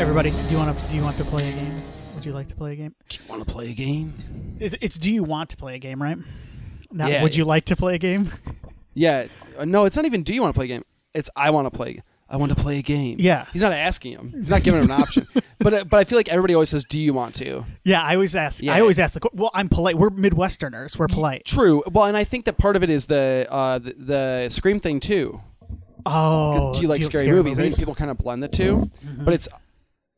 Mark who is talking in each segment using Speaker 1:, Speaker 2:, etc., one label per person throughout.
Speaker 1: everybody, do you want to do you want to play a game? Would you like to play a game?
Speaker 2: Do you want to play a game?
Speaker 1: It's, it's do you want to play a game, right? Not
Speaker 2: Yeah,
Speaker 1: would
Speaker 2: yeah.
Speaker 1: you like to play a game?
Speaker 2: Yeah. uh, No, it's not even. Do you want to play a game? It's I want to play. I want to play a game.
Speaker 1: Yeah.
Speaker 2: He's not asking him. He's not giving him an option. But uh, but I feel like everybody always says, "Do you want to?"
Speaker 1: yeah, I always ask.
Speaker 2: Yeah.
Speaker 1: I always ask the. qu- Well, I'm polite. We're Midwesterners. We're polite.
Speaker 2: True. Well, and I think that part of it is the uh, the, the scream thing too.
Speaker 1: Oh,
Speaker 2: do you like scary, movies? I think people kind of blend the 2
Speaker 1: Mm-hmm.
Speaker 2: but it's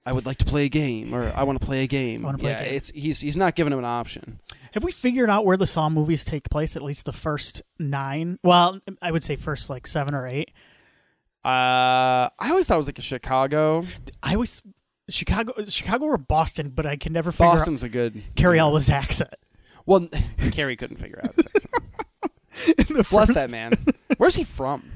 Speaker 2: I would like to play a game or I want to play a game.
Speaker 1: I wanna play a
Speaker 2: yeah,
Speaker 1: game.
Speaker 2: it's he's he's not giving him an option.
Speaker 1: Have we figured out where the Saw movies take place? At least the first nine. Well, I would say first like seven or eight.
Speaker 2: Uh, I always thought it was like a Chicago.
Speaker 1: I always Chicago, Chicago or Boston, but I can never figure out
Speaker 2: Boston's a good.
Speaker 1: Carrie Elwes' accent.
Speaker 2: Well, Carrie couldn't figure out. His accent.
Speaker 1: In the
Speaker 2: Bless
Speaker 1: first-
Speaker 2: that man. Where's he from?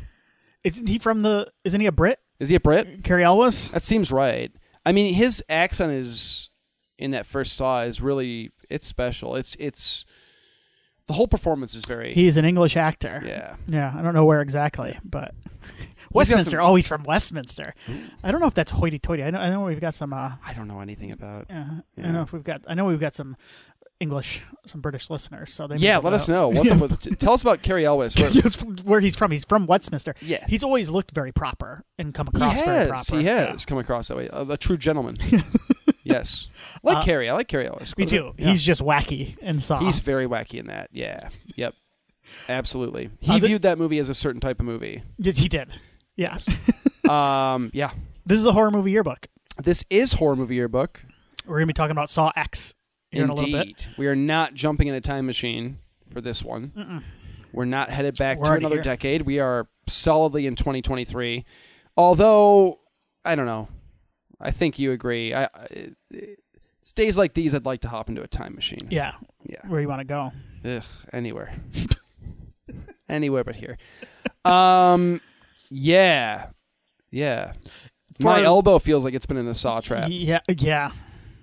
Speaker 1: Isn't he from the? Isn't he a Brit?
Speaker 2: Is he a Brit?
Speaker 1: Carrie Elwes.
Speaker 2: That seems right. I mean, his accent is in that first Saw is really it's special. It's it's the whole performance is very
Speaker 1: He's an English actor.
Speaker 2: yeah.
Speaker 1: Yeah, I don't know where exactly, but Westminster.
Speaker 2: some-
Speaker 1: Always from Westminster. I don't know if that's hoity-toity. I know. I know we've got some. Uh,
Speaker 2: I don't know anything about.
Speaker 1: uh, I
Speaker 2: Yeah.
Speaker 1: don't know if we've got. I know we've got some English, some British listeners. So they may
Speaker 2: Yeah,
Speaker 1: be
Speaker 2: let
Speaker 1: able
Speaker 2: us
Speaker 1: to-
Speaker 2: know. What's up with? t- Tell us about Carrie Elwes. Where-
Speaker 1: Yes, where he's from. He's from Westminster.
Speaker 2: Yeah.
Speaker 1: He's always looked very proper and come
Speaker 2: he
Speaker 1: across very
Speaker 2: has.
Speaker 1: proper.
Speaker 2: He
Speaker 1: Yeah.
Speaker 2: has come across that way. A, a true gentleman. yes. I like Carrie. I like Carrie Elwes.
Speaker 1: Me
Speaker 2: What
Speaker 1: too.
Speaker 2: about- yeah.
Speaker 1: He's just wacky and soft.
Speaker 2: he's very wacky in that. Yeah. Yep. Absolutely. He
Speaker 1: Uh, the-
Speaker 2: viewed that movie as a certain type of movie.
Speaker 1: Yes, he did. Yes.
Speaker 2: um. Yeah.
Speaker 1: this is a horror movie yearbook.
Speaker 2: This is horror movie yearbook.
Speaker 1: We're gonna be talking about Saw X here in a little bit.
Speaker 2: Indeed. We are not jumping in a time machine for this one. We're not headed back
Speaker 1: We're
Speaker 2: to
Speaker 1: already
Speaker 2: another
Speaker 1: here.
Speaker 2: decade. We are solidly in 2023. Although, I don't know. I think you agree. I, I, it's days like these I'd like to hop into a time machine.
Speaker 1: Yeah.
Speaker 2: Yeah.
Speaker 1: Where you want to go?
Speaker 2: Ugh, anywhere. anywhere but here. Um, yeah. Yeah. my
Speaker 1: For-
Speaker 2: elbow feels like it's been in a saw trap.
Speaker 1: Yeah. Yeah.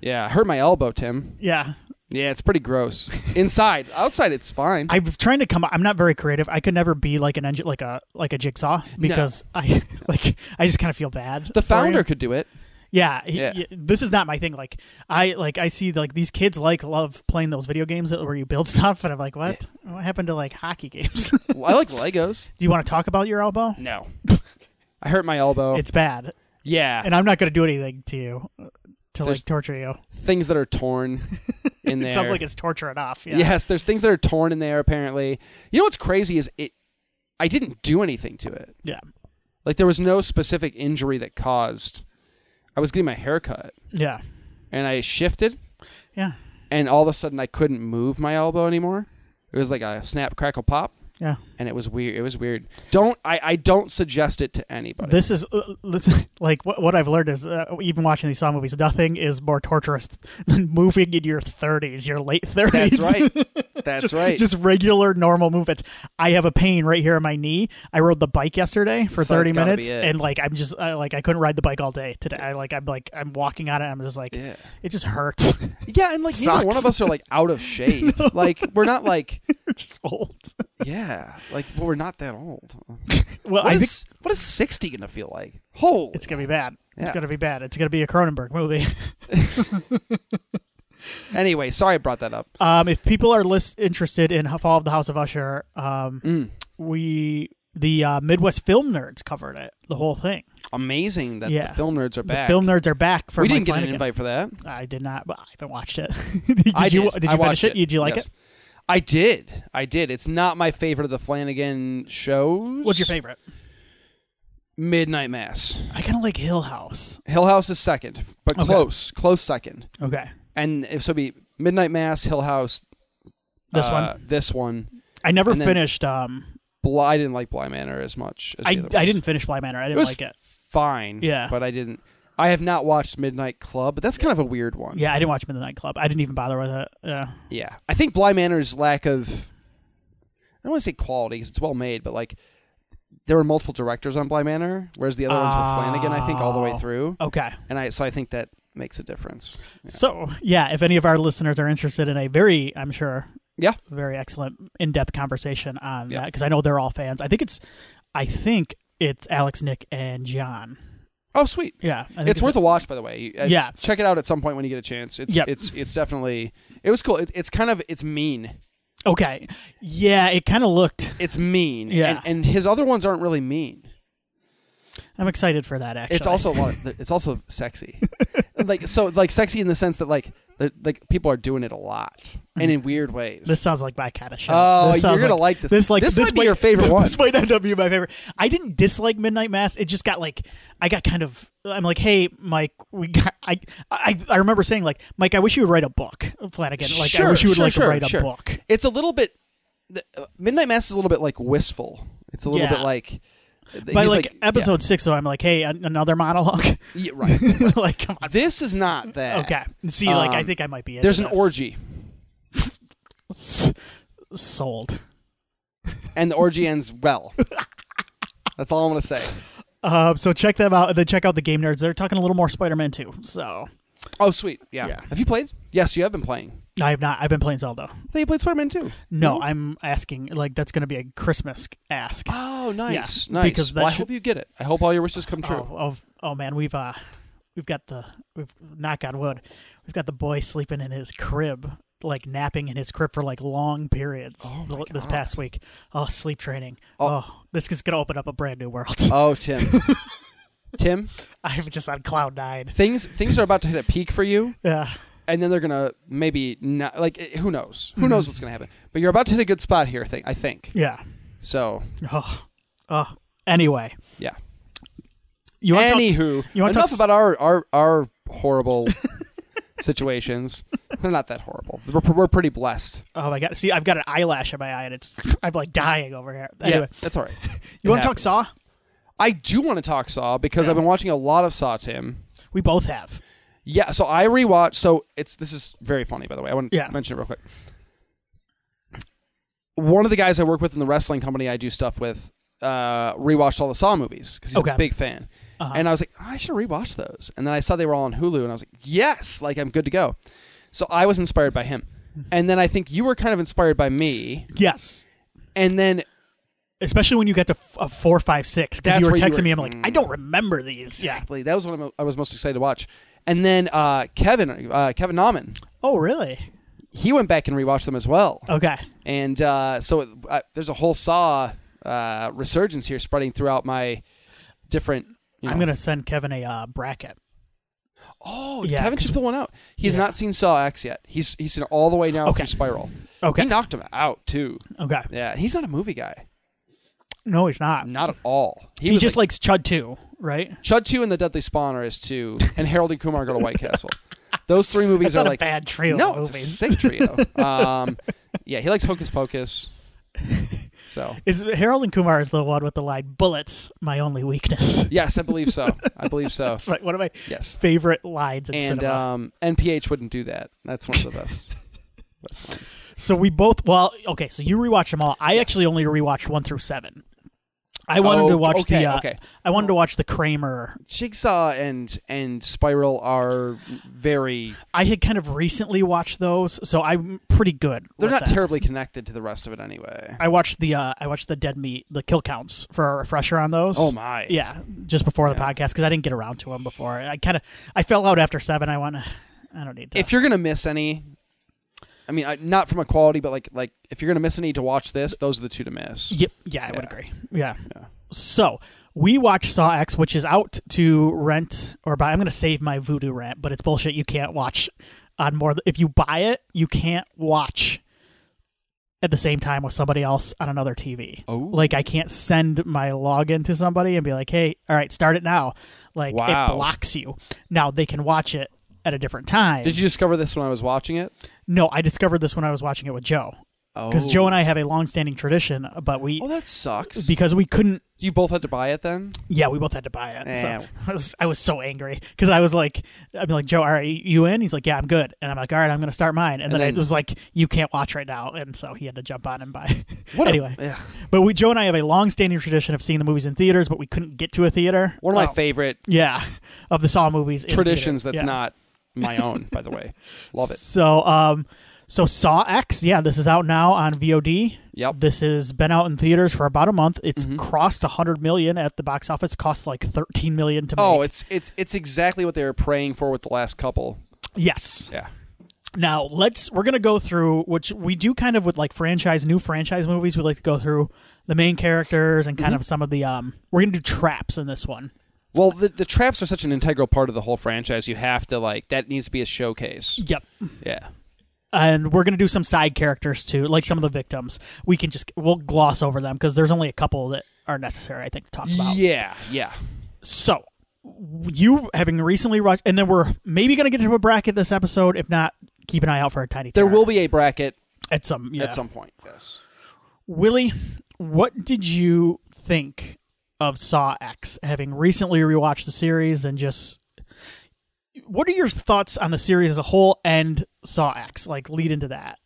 Speaker 2: Yeah, I hurt my elbow, Tim.
Speaker 1: Yeah.
Speaker 2: Yeah, it's pretty gross. Inside, outside, it's fine.
Speaker 1: I'm trying to come. I'm not very creative. I could never be like an engine, like a like a jigsaw, because I like I just kind of feel bad.
Speaker 2: the
Speaker 1: for him.
Speaker 2: founder could do it.
Speaker 1: Yeah, he,
Speaker 2: Yeah.
Speaker 1: y- This is not my thing. Like I like I see like these kids like love playing those video games that- where you build stuff, and I'm like, what? What happened to like hockey games? Do
Speaker 2: Well, I like Legos.
Speaker 1: you want to talk about your elbow?
Speaker 2: No, I hurt my elbow.
Speaker 1: It's bad,
Speaker 2: yeah,
Speaker 1: and I'm not going to do anything to you uh, to
Speaker 2: There's-
Speaker 1: like torture you.
Speaker 2: things that are torn in there.
Speaker 1: It sounds like it's torture enough. Yeah.
Speaker 2: Yes, there's things that are torn in there. Apparently, you know what's crazy is it. I didn't do anything to it.
Speaker 1: Yeah.
Speaker 2: Like there was no specific injury that caused. I was getting my hair cut
Speaker 1: Yeah.
Speaker 2: and I shifted,
Speaker 1: Yeah.
Speaker 2: and all of a sudden I couldn't move my elbow anymore. It was like a snap, crackle, pop.
Speaker 1: Yeah.
Speaker 2: and it was weird. It was weird. Don't I? I don't suggest it to anybody.
Speaker 1: This is uh, listen, like what, what I've learned is uh, even watching these Saw movies, nothing is more torturous than moving in your 30s, your late 30s.
Speaker 2: That's right. That's
Speaker 1: just,
Speaker 2: right.
Speaker 1: Just regular, normal movements. I have a pain right here in my knee. I rode the bike yesterday for
Speaker 2: So
Speaker 1: thirty
Speaker 2: that's gotta
Speaker 1: minutes,
Speaker 2: be it.
Speaker 1: and like I'm just I, like I couldn't ride the bike all day today. I like I'm like I'm walking on it. I'm just like
Speaker 2: Yeah.
Speaker 1: it just hurts.
Speaker 2: yeah, and like neither
Speaker 1: Sucks.
Speaker 2: one of us are like out of shape. Like we're not like
Speaker 1: We're just old.
Speaker 2: yeah, like well, we're not that old.
Speaker 1: Well,
Speaker 2: What
Speaker 1: I
Speaker 2: is
Speaker 1: think
Speaker 2: what is sixty gonna feel like? Holy,
Speaker 1: it's gonna be bad. It's
Speaker 2: Yeah.
Speaker 1: gonna be bad. It's gonna be a Cronenberg movie.
Speaker 2: anyway, sorry I brought that up.
Speaker 1: Um, if people are list- interested in Fall of the House of Usher, um,
Speaker 2: Mm.
Speaker 1: we the uh, Midwest Film Nerds covered it, the whole thing.
Speaker 2: Amazing that
Speaker 1: Yeah.
Speaker 2: the film nerds are back.
Speaker 1: The film nerds are back for
Speaker 2: we
Speaker 1: Mike
Speaker 2: didn't get
Speaker 1: Flanagan.
Speaker 2: an invite for that.
Speaker 1: I did not, but I haven't watched it. did
Speaker 2: I
Speaker 1: you?
Speaker 2: did.
Speaker 1: Did you
Speaker 2: I watched
Speaker 1: finish it? Did you like
Speaker 2: Yes.
Speaker 1: it?
Speaker 2: I did. I did. It's not my favorite of the Flanagan shows.
Speaker 1: What's your favorite?
Speaker 2: Midnight Mass.
Speaker 1: I kind of like Hill House.
Speaker 2: Hill House is second, but
Speaker 1: Okay.
Speaker 2: close, close second.
Speaker 1: Okay,
Speaker 2: And if so, be Midnight Mass, Hill House.
Speaker 1: this
Speaker 2: uh,
Speaker 1: one
Speaker 2: This one.
Speaker 1: I never
Speaker 2: and then-
Speaker 1: finished. Um,
Speaker 2: Bl- I didn't like Bly Manor as much. As
Speaker 1: I
Speaker 2: the other
Speaker 1: I
Speaker 2: ones.
Speaker 1: didn't finish Bly Manor. I
Speaker 2: It
Speaker 1: didn't
Speaker 2: was
Speaker 1: like it.
Speaker 2: fine.
Speaker 1: Yeah.
Speaker 2: but I didn't. I have not watched Midnight Club, but that's kind of a weird one.
Speaker 1: Yeah, I didn't watch Midnight Club. I didn't even bother with it. Yeah,
Speaker 2: yeah. I think Bly Manor's lack of, I don't want to say quality because it's well made, but like there were multiple directors on Bly Manor, whereas the other ones were Flanagan, I think, all the way
Speaker 1: Oh.
Speaker 2: through.
Speaker 1: okay.
Speaker 2: And I so I think that makes a difference.
Speaker 1: So yeah, if any of our listeners are interested in a very, I'm sure,
Speaker 2: Yeah,
Speaker 1: very excellent in-depth conversation on
Speaker 2: Yeah.
Speaker 1: that because I know they're all fans. I think it's, I think it's Alex, Nick, and John
Speaker 2: Oh, sweet.
Speaker 1: Yeah, I think
Speaker 2: It's, worth a watch, by the way. Uh,
Speaker 1: Yeah.
Speaker 2: check it out at some point when you get a chance. It's
Speaker 1: Yep.
Speaker 2: it's it's definitely it was cool. It, it's kind of it's mean.
Speaker 1: okay. Yeah, it kind of looked.
Speaker 2: It's mean.
Speaker 1: Yeah.
Speaker 2: and, and his other ones aren't really mean.
Speaker 1: I'm excited for that. Actually,
Speaker 2: It's also a lot. It's also sexy. like so, like sexy in the sense that like that- like people are doing it a lot and in weird ways.
Speaker 1: Mm-hmm. This sounds like my kind of show.
Speaker 2: Oh,
Speaker 1: this sounds
Speaker 2: you're gonna like this.
Speaker 1: This like
Speaker 2: This
Speaker 1: this
Speaker 2: might be your favorite one.
Speaker 1: This might end up being my favorite. I didn't dislike Midnight Mass. It just got like I got kind of. I'm like, hey, Mike, we got. I I, I remember saying like, Mike, I wish you would write a book, Flanagan. Like,
Speaker 2: Sure,
Speaker 1: I wish you would
Speaker 2: sure,
Speaker 1: like
Speaker 2: sure,
Speaker 1: write
Speaker 2: sure.
Speaker 1: a book.
Speaker 2: it's a little bit. the- uh, Midnight Mass is a little bit like wistful. It's a little
Speaker 1: Yeah.
Speaker 2: bit like.
Speaker 1: By
Speaker 2: he's
Speaker 1: like,
Speaker 2: yeah.
Speaker 1: episode six, though, I'm like, hey, an- another monologue.
Speaker 2: Yeah, right.
Speaker 1: like, come on.
Speaker 2: this is not that.
Speaker 1: Okay. See, like, I
Speaker 2: Um,
Speaker 1: think I might be. into
Speaker 2: There's an
Speaker 1: this.
Speaker 2: orgy,
Speaker 1: S- Sold.
Speaker 2: and the orgy ends well. That's all I'm gonna say.
Speaker 1: Um, so check them out, and then check out the game nerds. They're talking a little more Spider-Man too. So
Speaker 2: Oh, sweet. Yeah.
Speaker 1: Yeah.
Speaker 2: Have you played? Yes, you have been playing.
Speaker 1: I have not. I've been playing Zelda.
Speaker 2: I thought you played Spider Man too.
Speaker 1: No, I'm asking. Like that's going to be a Christmas ask.
Speaker 2: Oh, nice,
Speaker 1: Yeah,
Speaker 2: nice.
Speaker 1: because that
Speaker 2: well, I
Speaker 1: should-
Speaker 2: hope you get it. I hope all your wishes come true.
Speaker 1: Oh, oh, oh, man, we've uh, we've got the we've knock on wood, we've got the boy sleeping in his crib, like napping in his crib for like long periods
Speaker 2: Oh,
Speaker 1: th-
Speaker 2: my
Speaker 1: this
Speaker 2: God.
Speaker 1: past week. Oh, sleep training.
Speaker 2: Oh.
Speaker 1: Oh, this is going to open up a brand new world.
Speaker 2: Oh, Tim. Tim,
Speaker 1: I'm just on cloud nine.
Speaker 2: things things are about to hit a peak for you,
Speaker 1: Yeah,
Speaker 2: and then they're gonna maybe not like eh, who knows
Speaker 1: Mm-hmm.
Speaker 2: who knows what's gonna happen. But you're about to hit a good spot here, I think. I think
Speaker 1: yeah.
Speaker 2: so.
Speaker 1: Oh, oh. Anyway,
Speaker 2: Yeah.
Speaker 1: you want to?
Speaker 2: Anywho,
Speaker 1: you wanna
Speaker 2: enough
Speaker 1: talk s-
Speaker 2: about our our our horrible situations. They're not that horrible. We're, we're pretty blessed.
Speaker 1: Oh my god! See, I've got an eyelash in my eye, and it's I'm like dying over here. Anyway,
Speaker 2: Yeah, that's all right.
Speaker 1: you want to talk
Speaker 2: happens.
Speaker 1: Saw?
Speaker 2: I do want to talk Saw because
Speaker 1: Yeah.
Speaker 2: I've been watching a lot of Saw, Tim.
Speaker 1: We both have.
Speaker 2: Yeah, so I rewatched. So it's this is very funny, by the way. I want to
Speaker 1: Yeah.
Speaker 2: mention it real quick. One of the guys I work with in the wrestling company I do stuff with uh, rewatched all the Saw movies because he's a
Speaker 1: Okay.
Speaker 2: big fan.
Speaker 1: Uh-huh.
Speaker 2: And I was like, "Oh, I should rewatch those. And then I saw they were all on Hulu, and I was like, yes, like I'm good to go. So I was inspired by him,
Speaker 1: Mm-hmm.
Speaker 2: and then I think you were kind of inspired by me,
Speaker 1: Yes.
Speaker 2: and then
Speaker 1: especially when you get to f- a four, five, six, because
Speaker 2: That's
Speaker 1: you were
Speaker 2: where you
Speaker 1: texting
Speaker 2: were- Mm.
Speaker 1: me. I'm like, I don't remember these. Yeah.
Speaker 2: exactly that was what I'm- I was most excited to watch. And then uh, Kevin, uh, Kevin Nauman,
Speaker 1: Oh, really?
Speaker 2: he went back and rewatched them as well.
Speaker 1: Okay.
Speaker 2: And uh, so it, uh, there's a whole Saw uh, resurgence here spreading throughout my different. You know,
Speaker 1: I'm gonna send Kevin a uh, bracket.
Speaker 2: Oh,
Speaker 1: Yeah,
Speaker 2: Kevin
Speaker 1: 'cause-
Speaker 2: should fill one out. He's
Speaker 1: Yeah.
Speaker 2: not seen Saw X yet. He's he's seen all the way now
Speaker 1: Okay.
Speaker 2: through Spiral.
Speaker 1: Okay.
Speaker 2: He knocked him out too.
Speaker 1: okay.
Speaker 2: Yeah, he's not a movie guy,
Speaker 1: No, he's not.
Speaker 2: not at all.
Speaker 1: He,
Speaker 2: Mm. was
Speaker 1: just
Speaker 2: like,
Speaker 1: likes Chud too, right?
Speaker 2: Chud Two and the Deadly Spawn are his two, and Harold and Kumar go to White Castle. Those three movies
Speaker 1: That's not
Speaker 2: are
Speaker 1: a
Speaker 2: like
Speaker 1: bad trio
Speaker 2: no,
Speaker 1: of
Speaker 2: it's a
Speaker 1: movies.
Speaker 2: sick trio. um, yeah, he likes Hocus Pocus. So
Speaker 1: Is Harold and Kumar is the one with the line "bullets, my only weakness."
Speaker 2: yes, I believe so. I believe so.
Speaker 1: It's like one of my
Speaker 2: Yes.
Speaker 1: favorite lines in
Speaker 2: and
Speaker 1: cinema.
Speaker 2: um, NPH wouldn't do that. That's one of the best. best lines.
Speaker 1: so we both. Well, okay. So you rewatched them all. I actually only rewatched one through seven. I wanted
Speaker 2: Oh,
Speaker 1: to watch
Speaker 2: okay,
Speaker 1: the. Uh,
Speaker 2: okay.
Speaker 1: I wanted to watch the Kramer
Speaker 2: Jigsaw and and Spiral are very.
Speaker 1: I had kind of recently watched those, so I'm pretty good.
Speaker 2: They're
Speaker 1: with
Speaker 2: not
Speaker 1: that.
Speaker 2: terribly connected to the rest of it anyway.
Speaker 1: I watched the uh, I watched the Dead Meat, the kill counts for a refresher on those.
Speaker 2: Oh my!
Speaker 1: Yeah, just before the
Speaker 2: Yeah.
Speaker 1: podcast because I didn't get around to them before. I kind of I fell out after seven. I want to. I don't need to.
Speaker 2: If you're gonna miss any, I mean, I, not from a quality, but like like if you're gonna miss any to watch this, those are the two to miss.
Speaker 1: Yep. Yeah, I would
Speaker 2: Yeah.
Speaker 1: agree. Yeah.
Speaker 2: Yeah.
Speaker 1: So we watched Saw X, which is out to rent or buy. I'm going to save my voodoo rant, but it's bullshit. You can't watch on more. th- If you buy it, you can't watch at the same time with somebody else on another TV.
Speaker 2: Oh.
Speaker 1: Like I can't send my login to somebody and be like, "Hey, all right, start it now." Like
Speaker 2: Wow.
Speaker 1: it blocks you. Now they can watch it at a different time.
Speaker 2: Did you discover this when I was watching it?
Speaker 1: no, I discovered this when I was watching it with Joe
Speaker 2: Oh,
Speaker 1: because Joe and I have a long-standing tradition, but we
Speaker 2: Oh, that sucks.
Speaker 1: because we couldn't
Speaker 2: you both had to buy it then. Eh,
Speaker 1: Yeah, we both had to buy it.
Speaker 2: Yeah.
Speaker 1: So I was, I was so angry because I was like, I'm like, Joe, are you in? He's like, Yeah, I'm good. And I'm like, All right, I'm gonna start mine. And, then,
Speaker 2: then-
Speaker 1: I was like, You can't watch right now. And so he had to jump on and buy.
Speaker 2: What a-
Speaker 1: anyway,
Speaker 2: ugh.
Speaker 1: but we Joe and I have a long-standing tradition of seeing the movies in theaters, but we couldn't get to a theater.
Speaker 2: one of my
Speaker 1: Oh,
Speaker 2: favorite
Speaker 1: yeah of the Saw movies in
Speaker 2: traditions
Speaker 1: theater.
Speaker 2: that's
Speaker 1: Yeah.
Speaker 2: not my own, by the way. Love it.
Speaker 1: So um, So Saw X, yeah, this is out now on VOD.
Speaker 2: Yep.
Speaker 1: This has been out in theaters for about a month. It's
Speaker 2: Mm-hmm.
Speaker 1: crossed 100 million at the box office. Cost like 13 million to make.
Speaker 2: Oh, it's it's it's exactly what they were praying for with the last couple.
Speaker 1: yes.
Speaker 2: Yeah.
Speaker 1: Now let's we're gonna go through which we do kind of with like franchise new franchise movies. We like to go through the main characters and kind
Speaker 2: Mm-hmm.
Speaker 1: of some of the um. We're gonna do traps in this one.
Speaker 2: Well, the, the traps are such an integral part of the whole franchise. You have to like that needs to be a showcase.
Speaker 1: Yep.
Speaker 2: Yeah.
Speaker 1: And we're gonna do some side characters too, like some of the victims. We can just we'll gloss over them because there's only a couple that are necessary. I think to talk about.
Speaker 2: Yeah. Yeah.
Speaker 1: So you having recently watched, and then we're maybe gonna get to a bracket this episode. If not, keep an eye out for a tiny.
Speaker 2: There
Speaker 1: Terror
Speaker 2: will be a bracket
Speaker 1: at some yeah.
Speaker 2: at some point. Yes.
Speaker 1: Willie, what did you think of Saw X? Having recently rewatched the series and just, what are your thoughts on the series as a whole and Saw X? Like, lead into that.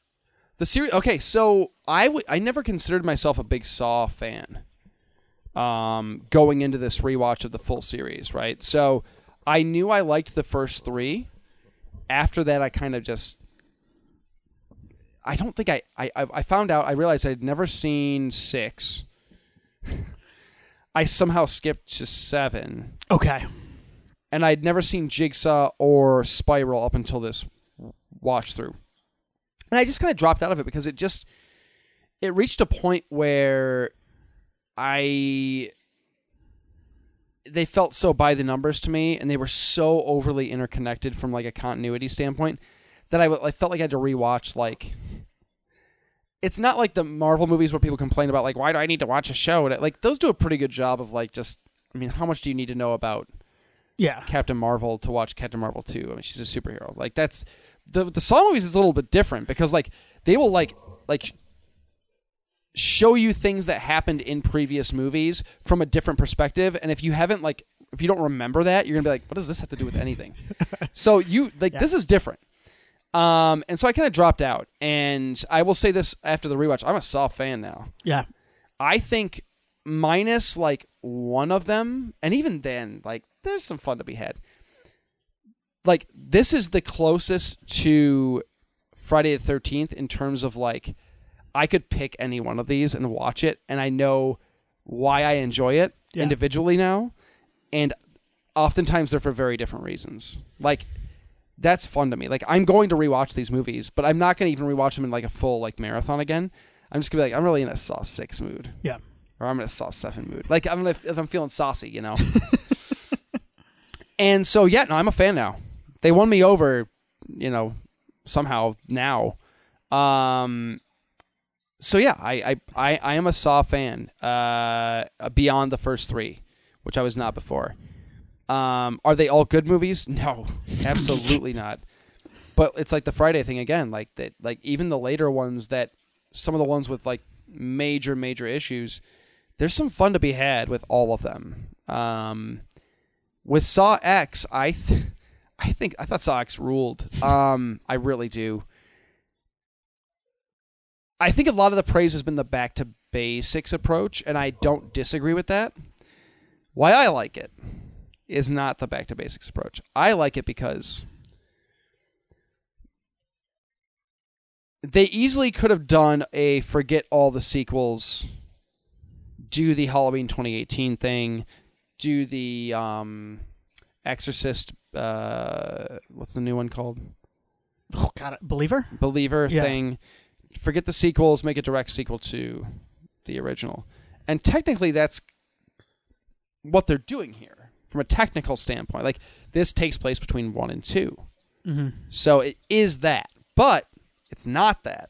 Speaker 2: The series. Okay, so I would. I never considered myself a big Saw fan. Um, going into this rewatch of the full series, right? So I knew I liked the first three. After that, I kind of just. I don't think I. I I I found out. I realized I'd never seen six. I somehow skipped to seven,
Speaker 1: Okay.
Speaker 2: and I'd never seen Jigsaw or Spiral up until this watch through. And I just kind of dropped out of it because it just it reached a point where I they felt so by the numbers to me and they were so overly interconnected from like a continuity standpoint that I, w- I felt like I had to rewatch like it's not like the Marvel movies where people complain about like why do I need to watch a show and it- like those do a pretty good job of like just I mean how much do you need to know about
Speaker 1: Yeah.
Speaker 2: Captain Marvel to watch Captain Marvel 2. I mean, she's a superhero. Like that's the the Saw movies is a little bit different because like they will like like sh- show you things that happened in previous movies from a different perspective and if you haven't like if you don't remember that, you're going to be like, what does this have to do with anything? so you like this is different. Um and so I kind of dropped out and I will say this after the rewatch, I'm a Saw fan now.
Speaker 1: Yeah.
Speaker 2: I think minus like one of them, and even then, like there's some fun to be had. Like this is the closest to Friday the Thirteenth in terms of like I could pick any one of these and watch it, and I know why I enjoy it
Speaker 1: Yeah.
Speaker 2: individually now, and oftentimes they're for very different reasons. Like that's fun to me. Like I'm going to rewatch these movies, but I'm not going to even rewatch them in like a full like marathon again. I'm just gonna be like, I'm really in a Saw Six mood,
Speaker 1: Yeah.
Speaker 2: or I'm in a Saw Seven mood. Like I'm gonna if I'm feeling saucy, you know. and so yeah, no, I'm a fan now. They won me over, you know, somehow now. Um, so yeah, I I I, I am a Saw fan. Uh, beyond the first three, which I was not before. Um, are they all good movies? No, absolutely not. But it's like the Friday thing again. Like that. Like even the later ones that some of the ones with like major major issues. There's some fun to be had with all of them. Um, with Saw X, I th- I think I thought Saw X ruled. Um, I really do. I think a lot of the praise has been the back to basics approach, and I don't disagree with that. Why I like it is not the back to basics approach. I like it because they easily could have done a forget all the sequels, do the Halloween 2018 thing, do the um, Exorcist. Uh, what's the new one called?
Speaker 1: Oh, God. Believer?
Speaker 2: believer
Speaker 1: Yeah.
Speaker 2: thing. Forget the sequels, make a direct sequel to the original. And technically that's what they're doing here from a technical standpoint. Like this takes place between 1 and 2.
Speaker 1: Mm-hmm.
Speaker 2: So it is that, but it's not that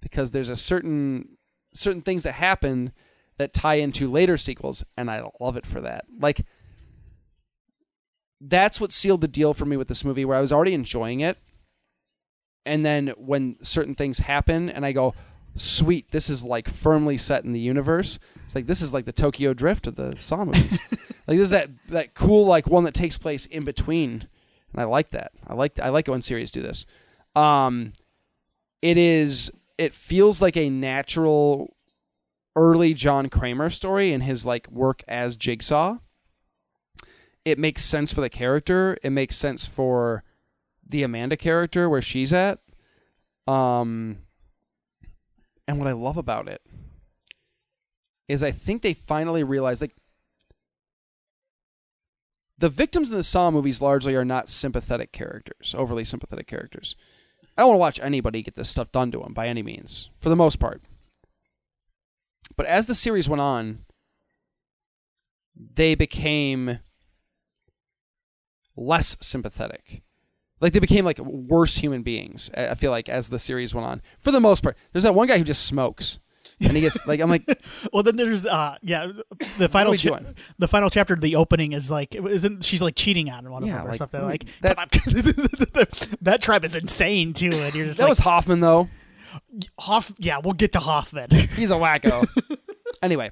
Speaker 2: because there's a certain certain things that happen that tie into later sequels, and I love it for that. Like that's what sealed the deal for me with this movie, where I was already enjoying it, and then when certain things happen, and I go, "Sweet, this is like firmly set in the universe." It's like this is like the Tokyo Drift of the Saw movies. like this is that that cool like one that takes place in between and I like that. I like I like it when series do this. Um, it is it feels like a natural early John Kramer story in his like work as Jigsaw. It makes sense for the character. It makes sense for the Amanda character where she's at. Um, and what I love about it is I think they finally realized like the victims in the Saw movies largely are not sympathetic characters, overly sympathetic characters. I don't want to watch anybody get this stuff done to them by any means, for the most part. But as the series went on, they became less sympathetic. Like they became like worse human beings. I I feel like as the series went on, for the most part, there's that one guy who just smokes, and he gets like I'm like
Speaker 1: Well, then there's uh yeah, the final
Speaker 2: we
Speaker 1: cha-
Speaker 2: doing?
Speaker 1: the final chapter, of the opening is like isn't she's like cheating on one
Speaker 2: Yeah,
Speaker 1: of them or
Speaker 2: like,
Speaker 1: something
Speaker 2: mm,
Speaker 1: like
Speaker 2: that-
Speaker 1: come on. that tribe is insane too, and you're just
Speaker 2: that
Speaker 1: like
Speaker 2: was Hoffman though.
Speaker 1: Hoff. Yeah, we'll get to Hoffman.
Speaker 2: He's a wacko. anyway,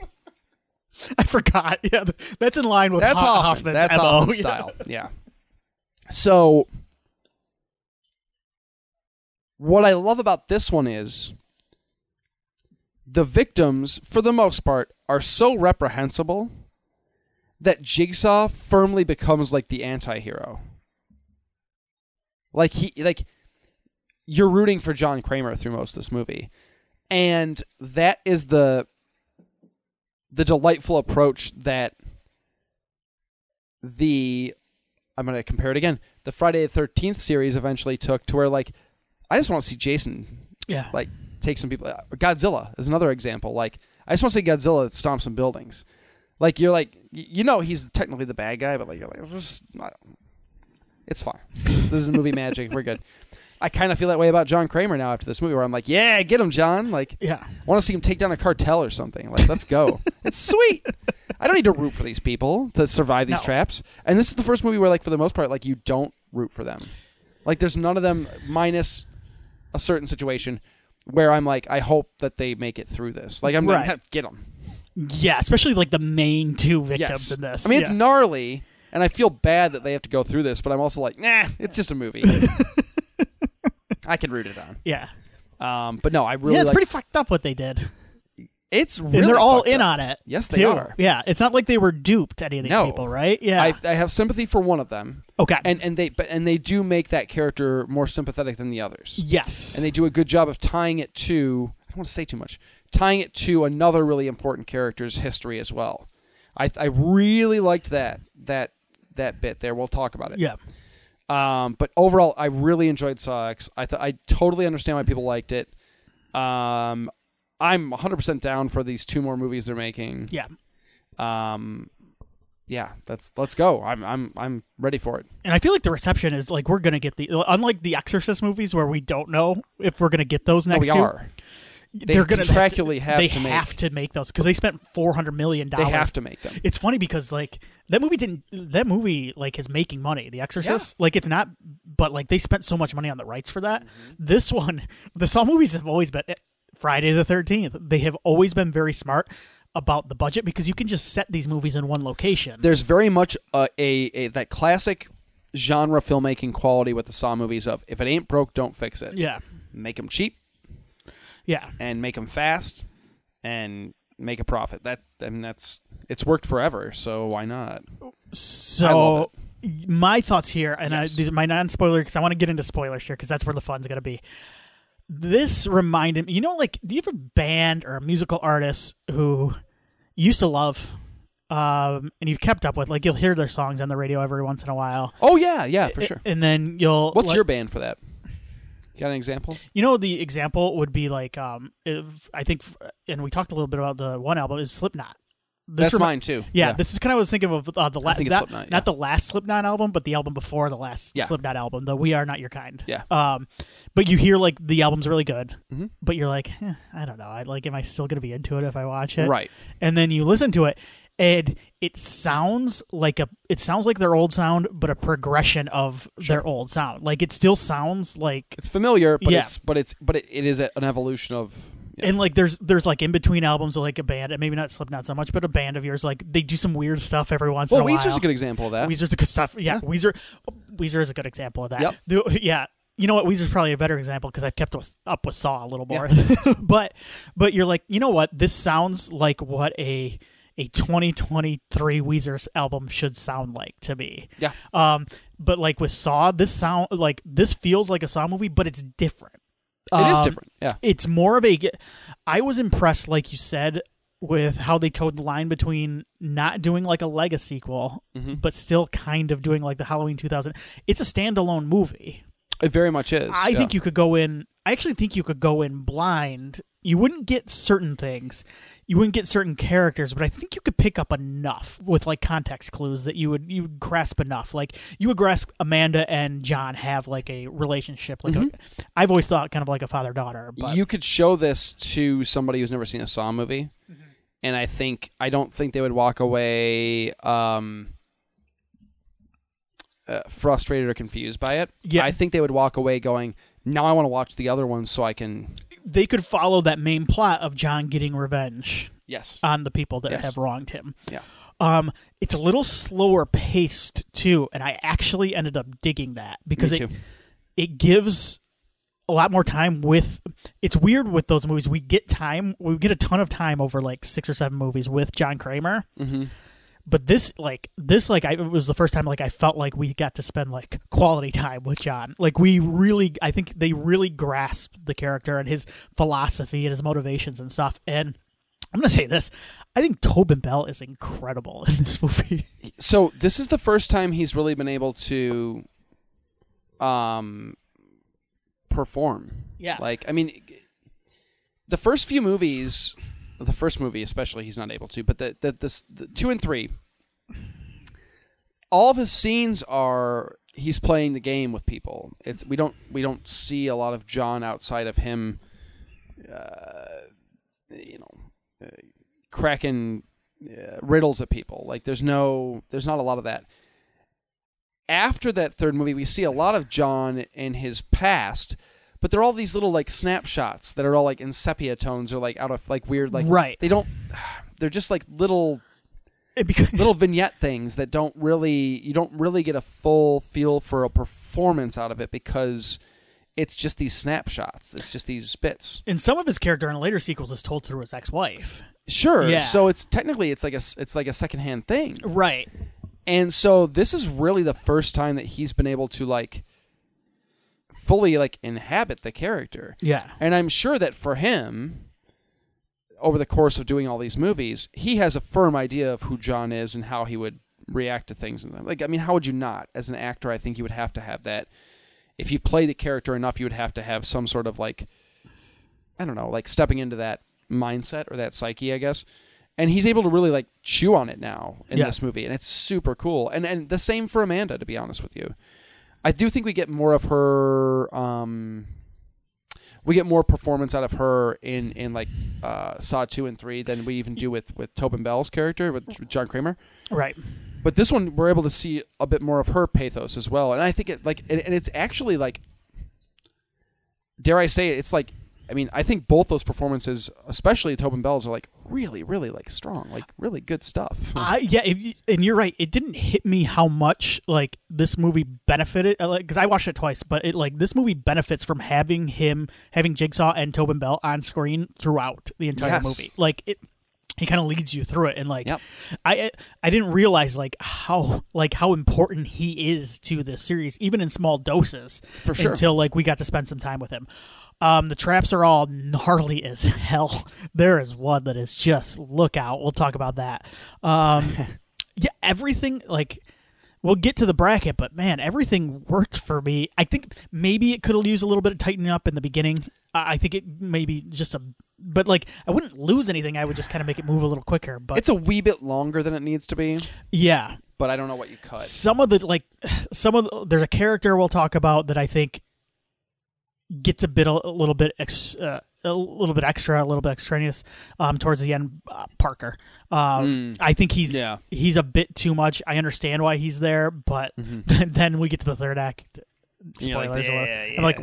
Speaker 1: I forgot. Yeah, th- that's in line with
Speaker 2: that's
Speaker 1: Ho-
Speaker 2: Hoffman.
Speaker 1: Hoffman's
Speaker 2: That's
Speaker 1: MO.
Speaker 2: Hoffman
Speaker 1: Yeah.
Speaker 2: style. Yeah. So, what I love about this one is the victims, for the most part, are so reprehensible that Jigsaw firmly becomes like the anti-hero. Like he like you're rooting for John Kramer through most of this movie. And that is the the delightful approach that the I'm gonna compare it again. The Friday the Thirteenth series eventually took to where like I just want to see Jason
Speaker 1: Yeah.
Speaker 2: like take some people. uh, Godzilla is another example. Like I just want to see Godzilla stomp some buildings. Like you're like y- you know he's technically the bad guy, but like you're like this is not- it's fine. This is, this is movie magic. We're good. I kind of feel that way about John Kramer now after this movie, where I'm like, yeah, get him, John. Like
Speaker 1: yeah.
Speaker 2: I want to see him take down a cartel or something. Like, let's go. it's sweet. I don't need to root for these people to survive these
Speaker 1: No.
Speaker 2: traps. And this is the first movie where, like, for the most part, like you don't root for them. Like, there's none of them minus a certain situation where I'm like, I hope that they make it through this. Like, I'm
Speaker 1: Right.
Speaker 2: gonna get them.
Speaker 1: Yeah, especially like the main two victims
Speaker 2: Yes.
Speaker 1: in this.
Speaker 2: I mean, it's
Speaker 1: yeah.
Speaker 2: gnarly, and I feel bad that they have to go through this, but I'm also like, nah, it's just a movie. I can root it on.
Speaker 1: yeah,
Speaker 2: Um, but no, I really
Speaker 1: yeah. It's
Speaker 2: like-
Speaker 1: pretty fucked up what they did,
Speaker 2: It's really
Speaker 1: and they're all
Speaker 2: fucked
Speaker 1: in
Speaker 2: up.
Speaker 1: on it.
Speaker 2: Yes, they
Speaker 1: too.
Speaker 2: are.
Speaker 1: Yeah, it's not like they were duped. Any of these
Speaker 2: No.
Speaker 1: people, right? Yeah.
Speaker 2: I, I have sympathy for one of them.
Speaker 1: okay.
Speaker 2: and and they but and they do make that character more sympathetic than the others
Speaker 1: yes.
Speaker 2: and they do a good job of tying it to i don't want to say too much tying it to another really important character's history as well i i really liked that that that bit there we'll talk about it
Speaker 1: yeah.
Speaker 2: um but overall i really enjoyed saw x i th- i totally understand why people liked it um i'm 100% down for these two more movies they're making
Speaker 1: Yeah.
Speaker 2: um yeah that's let's go i'm i'm i'm ready for it
Speaker 1: And I feel like the reception is like we're gonna get the unlike the Exorcist movies where we don't know if we're gonna get those
Speaker 2: No,
Speaker 1: next
Speaker 2: Oh, we
Speaker 1: year.
Speaker 2: are they
Speaker 1: they're gonna
Speaker 2: contractually have
Speaker 1: they
Speaker 2: to make-
Speaker 1: have to make those because they spent four hundred million
Speaker 2: They
Speaker 1: dollars.
Speaker 2: have to make them.
Speaker 1: It's funny because like that movie didn't that movie like is making money. The Exorcist, like it's not, but like they spent so much money on the rights for that. This one, the Saw movies have always been Friday the Thirteenth. They have always been very smart about the budget because you can just set these movies in one location.
Speaker 2: There's very much uh, a, a that classic genre filmmaking quality with the Saw movies of if it ain't broke, don't fix it.
Speaker 1: yeah,
Speaker 2: Make them cheap
Speaker 1: yeah,
Speaker 2: and make them fast and make a profit. That I mean, that's it's worked forever, so why not?
Speaker 1: So my thoughts here, and
Speaker 2: Yes.
Speaker 1: I, these are my non-spoiler because I want to get into spoilers here because that's where the fun's gonna be. This reminded me, you know, like do you have a band or a musical artist who you used to love, um, and you've kept up with? Like you'll hear their songs on the radio every once in a while,
Speaker 2: Oh yeah, yeah, for sure.
Speaker 1: and then you'll
Speaker 2: What's
Speaker 1: like-
Speaker 2: your band for that? Got an example?
Speaker 1: you know the example would be like um, if, I think, and we talked a little bit about the one album is Slipknot. This
Speaker 2: that's
Speaker 1: remi-
Speaker 2: mine too.
Speaker 1: Yeah, this is kind of what I was thinking of uh, the last,
Speaker 2: think it's
Speaker 1: not,
Speaker 2: Slipknot, yeah.
Speaker 1: not the last Slipknot album, but the album before the last
Speaker 2: Yeah.
Speaker 1: Slipknot album, the "We Are Not Your Kind."
Speaker 2: Yeah.
Speaker 1: Um, but you hear like the album's really good,
Speaker 2: Mhm.
Speaker 1: but you're like, eh, I don't know, I like, am I still gonna be into it if I watch it?
Speaker 2: right.
Speaker 1: And then you listen to it, and it sounds like a, it sounds like their old sound, but a progression of their old sound. Like it still sounds like
Speaker 2: It's familiar, but
Speaker 1: Yeah.
Speaker 2: it's but it's but it, it is a- an evolution of. yeah.
Speaker 1: And like there's there's like in between albums like a band and maybe not Slipknot so much but a band of yours like they do some weird stuff every once
Speaker 2: well,
Speaker 1: in a while.
Speaker 2: Weezer's a good example of that.
Speaker 1: Weezer's a good stuff. Yeah,
Speaker 2: Yeah.
Speaker 1: Weezer. Weezer is a good example of that.
Speaker 2: Yep.
Speaker 1: The- yeah, you know what? Weezer's probably a better example because I've kept us- up with Saw a little more. but but you're like, you know what? This sounds like what a a 2023 Weezer's album should sound like to me.
Speaker 2: Yeah.
Speaker 1: Um, but like with Saw, this sound like this feels like a Saw movie, but it's different.
Speaker 2: It is
Speaker 1: Um,
Speaker 2: different. Yeah.
Speaker 1: It's more of a. ge- I was impressed, like you said, with how they towed the line between not doing like a Lego sequel,
Speaker 2: Mhm.
Speaker 1: but still kind of doing like the Halloween 2000. It's a standalone movie.
Speaker 2: It very much is.
Speaker 1: I
Speaker 2: yeah.
Speaker 1: think you could go in. I actually think you could go in blind. You wouldn't get certain things, you wouldn't get certain characters, but I think you could pick up enough with like context clues that you would you would grasp enough. Like you would grasp Amanda and John have like a relationship. Like a, I've always thought kind of like a father daughter. But
Speaker 2: Mm-hmm. you could show this to somebody who's never seen a Saw movie,
Speaker 1: Mm-hmm.
Speaker 2: and I think I don't think they would walk away um, uh, frustrated or confused by it.
Speaker 1: Yeah.
Speaker 2: I think they would walk away going, "Now I want to watch the other ones so I can."
Speaker 1: they could follow that main plot of John getting revenge
Speaker 2: Yes.
Speaker 1: on the people that
Speaker 2: Yes.
Speaker 1: have wronged him.
Speaker 2: Yeah.
Speaker 1: Um, it's a little slower paced too, and I actually ended up digging that because
Speaker 2: Me
Speaker 1: it
Speaker 2: too.
Speaker 1: it gives a lot more time with it's weird with those movies we get time we get a ton of time over like six or seven movies with john kramer
Speaker 2: Mhm.
Speaker 1: but this like this like i it was the first time like i felt like we got to spend like quality time with john like we really i think they really grasped the character and his philosophy and his motivations and stuff and i'm gonna say this i think tobin bell is incredible in this movie
Speaker 2: So this is the first time he's really been able to, um, perform.
Speaker 1: yeah
Speaker 2: Like, I mean, the first few movies, the first movie especially, he's not able to. But the the, this the two and three, all of his scenes are he's playing the game with people. It's we don't we don't see a lot of John outside of him, uh, you know, uh, cracking uh, riddles at people. Like, there's no there's not a lot of that. After that third movie, we see a lot of John in his past, but they're all these little like snapshots that are all like in sepia tones or like out of like weird like
Speaker 1: Right.
Speaker 2: they don't they're just like little
Speaker 1: It beca-
Speaker 2: little vignette things that don't really you don't really get a full feel for a performance out of it because it's just these snapshots it's just these bits
Speaker 1: and some of his character in later sequels is told through his ex-wife
Speaker 2: sure
Speaker 1: Yeah.
Speaker 2: so it's technically it's like a s- it's like a secondhand thing
Speaker 1: right
Speaker 2: and so this is really the first time that he's been able to like fully like inhabit the character
Speaker 1: yeah
Speaker 2: And I'm sure that for him, over the course of doing all these movies, he has a firm idea of who John is and how he would react to things. And like, I mean, how would you not? As an actor, I think you would have to have that. If you play the character enough, you would have to have some sort of like, I don't know, like stepping into that mindset or that psyche, I guess. And he's able to really like chew on it now in
Speaker 1: Yeah.
Speaker 2: this movie, and it's super cool. And and the same for Amanda, to be honest with you. I do think we get more of her. Um, we get more performance out of her in in like uh, Saw two and three than we even do with with Tobin Bell's character with J- John Kramer.
Speaker 1: right
Speaker 2: But this one we're able to see a bit more of her pathos as well, and I think it like and, and it's actually like, dare I say it, it's like. I mean, I think both those performances, especially Tobin Bell's, are like really, really like strong, like really good stuff.
Speaker 1: I yeah, if you, and you're right. It didn't hit me how much like this movie benefited. uh, Like, because I watched it twice, but it like this movie benefits from having him, having Jigsaw and Tobin Bell on screen throughout the entire
Speaker 2: Yes.
Speaker 1: movie. Like it, he kind of leads you through it, and like
Speaker 2: Yep.
Speaker 1: I I didn't realize like how like how important he is to this series, even in small doses.
Speaker 2: For sure.
Speaker 1: Until like we got to spend some time with him. Um, the traps are all gnarly as hell. There is one that is just look out. We'll talk about that. Um, yeah, everything like we'll get to the bracket, but man, everything worked for me. I think maybe it could have used a little bit of tightening up in the beginning. I I think it maybe just a, but like I wouldn't lose anything. I would just kind of make it move a little quicker. But
Speaker 2: It's a wee bit longer than it needs to be,
Speaker 1: yeah,
Speaker 2: but I don't know what you cut.
Speaker 1: some of the like some of the, there's a character we'll talk about that I think gets a bit a, little bit ex, uh, a little bit extra a little bit extraneous um towards the end uh, Parker
Speaker 2: Hmm.
Speaker 1: um I think he's
Speaker 2: Yeah.
Speaker 1: he's a bit too much I understand why he's there but then, then we get to the third act
Speaker 2: Mm-hmm. And you're like,
Speaker 1: spoilers
Speaker 2: "Yeah,
Speaker 1: alert.
Speaker 2: yeah,
Speaker 1: I'm like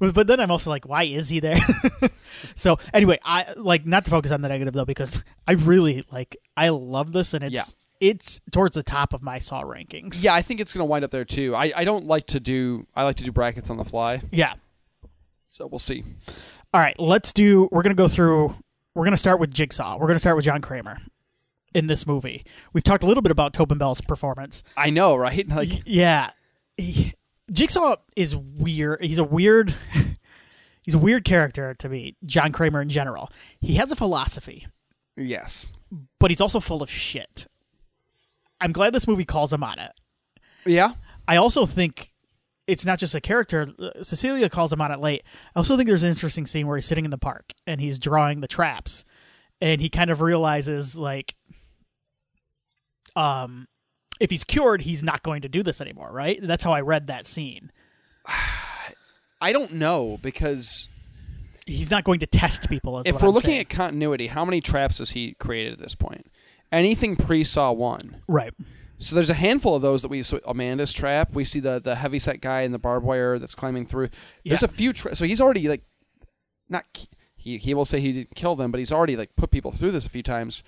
Speaker 1: "Wha-" but then I'm also like why is he there so anyway I like not to focus on the negative though because I really like I love this and it's It's towards the top of my saw rankings.
Speaker 2: Yeah, I think it's going to wind up there too. I, I don't like to do I like to do brackets on the fly,
Speaker 1: Yeah.
Speaker 2: so we'll see.
Speaker 1: All right. Let's do. We're gonna go through. We're gonna start with Jigsaw. We're gonna start with John Kramer in this movie. We've talked a little bit about Tobin Bell's performance.
Speaker 2: I know, right? Like
Speaker 1: Y- yeah, He- Jigsaw is weird. He's a weird. he's a weird character to me, John Kramer in general. He has a philosophy,
Speaker 2: Yes.
Speaker 1: but he's also full of shit. I'm glad this movie calls him on it.
Speaker 2: Yeah.
Speaker 1: I also think it's not just a character. Uh, Cecilia calls him on it late. I also think there's an interesting scene where he's sitting in the park and he's drawing the traps, and he kind of realizes like, um, if he's cured, he's not going to do this anymore. Right? That's how I read that scene.
Speaker 2: I don't know because
Speaker 1: He's not going to test people. Is
Speaker 2: if
Speaker 1: what
Speaker 2: we're
Speaker 1: I'm
Speaker 2: looking
Speaker 1: saying.
Speaker 2: at continuity, how many traps has he created at this point? Anything pre Saw 1.
Speaker 1: right,
Speaker 2: So there's a handful of those that we saw. Amanda's trap. We see the the heavy set guy in the barbed wire that's climbing through. There's
Speaker 1: Yeah.
Speaker 2: a few. Tra- so he's already like, not ki- he he will say he didn't kill them, but he's already like put people through this a few times.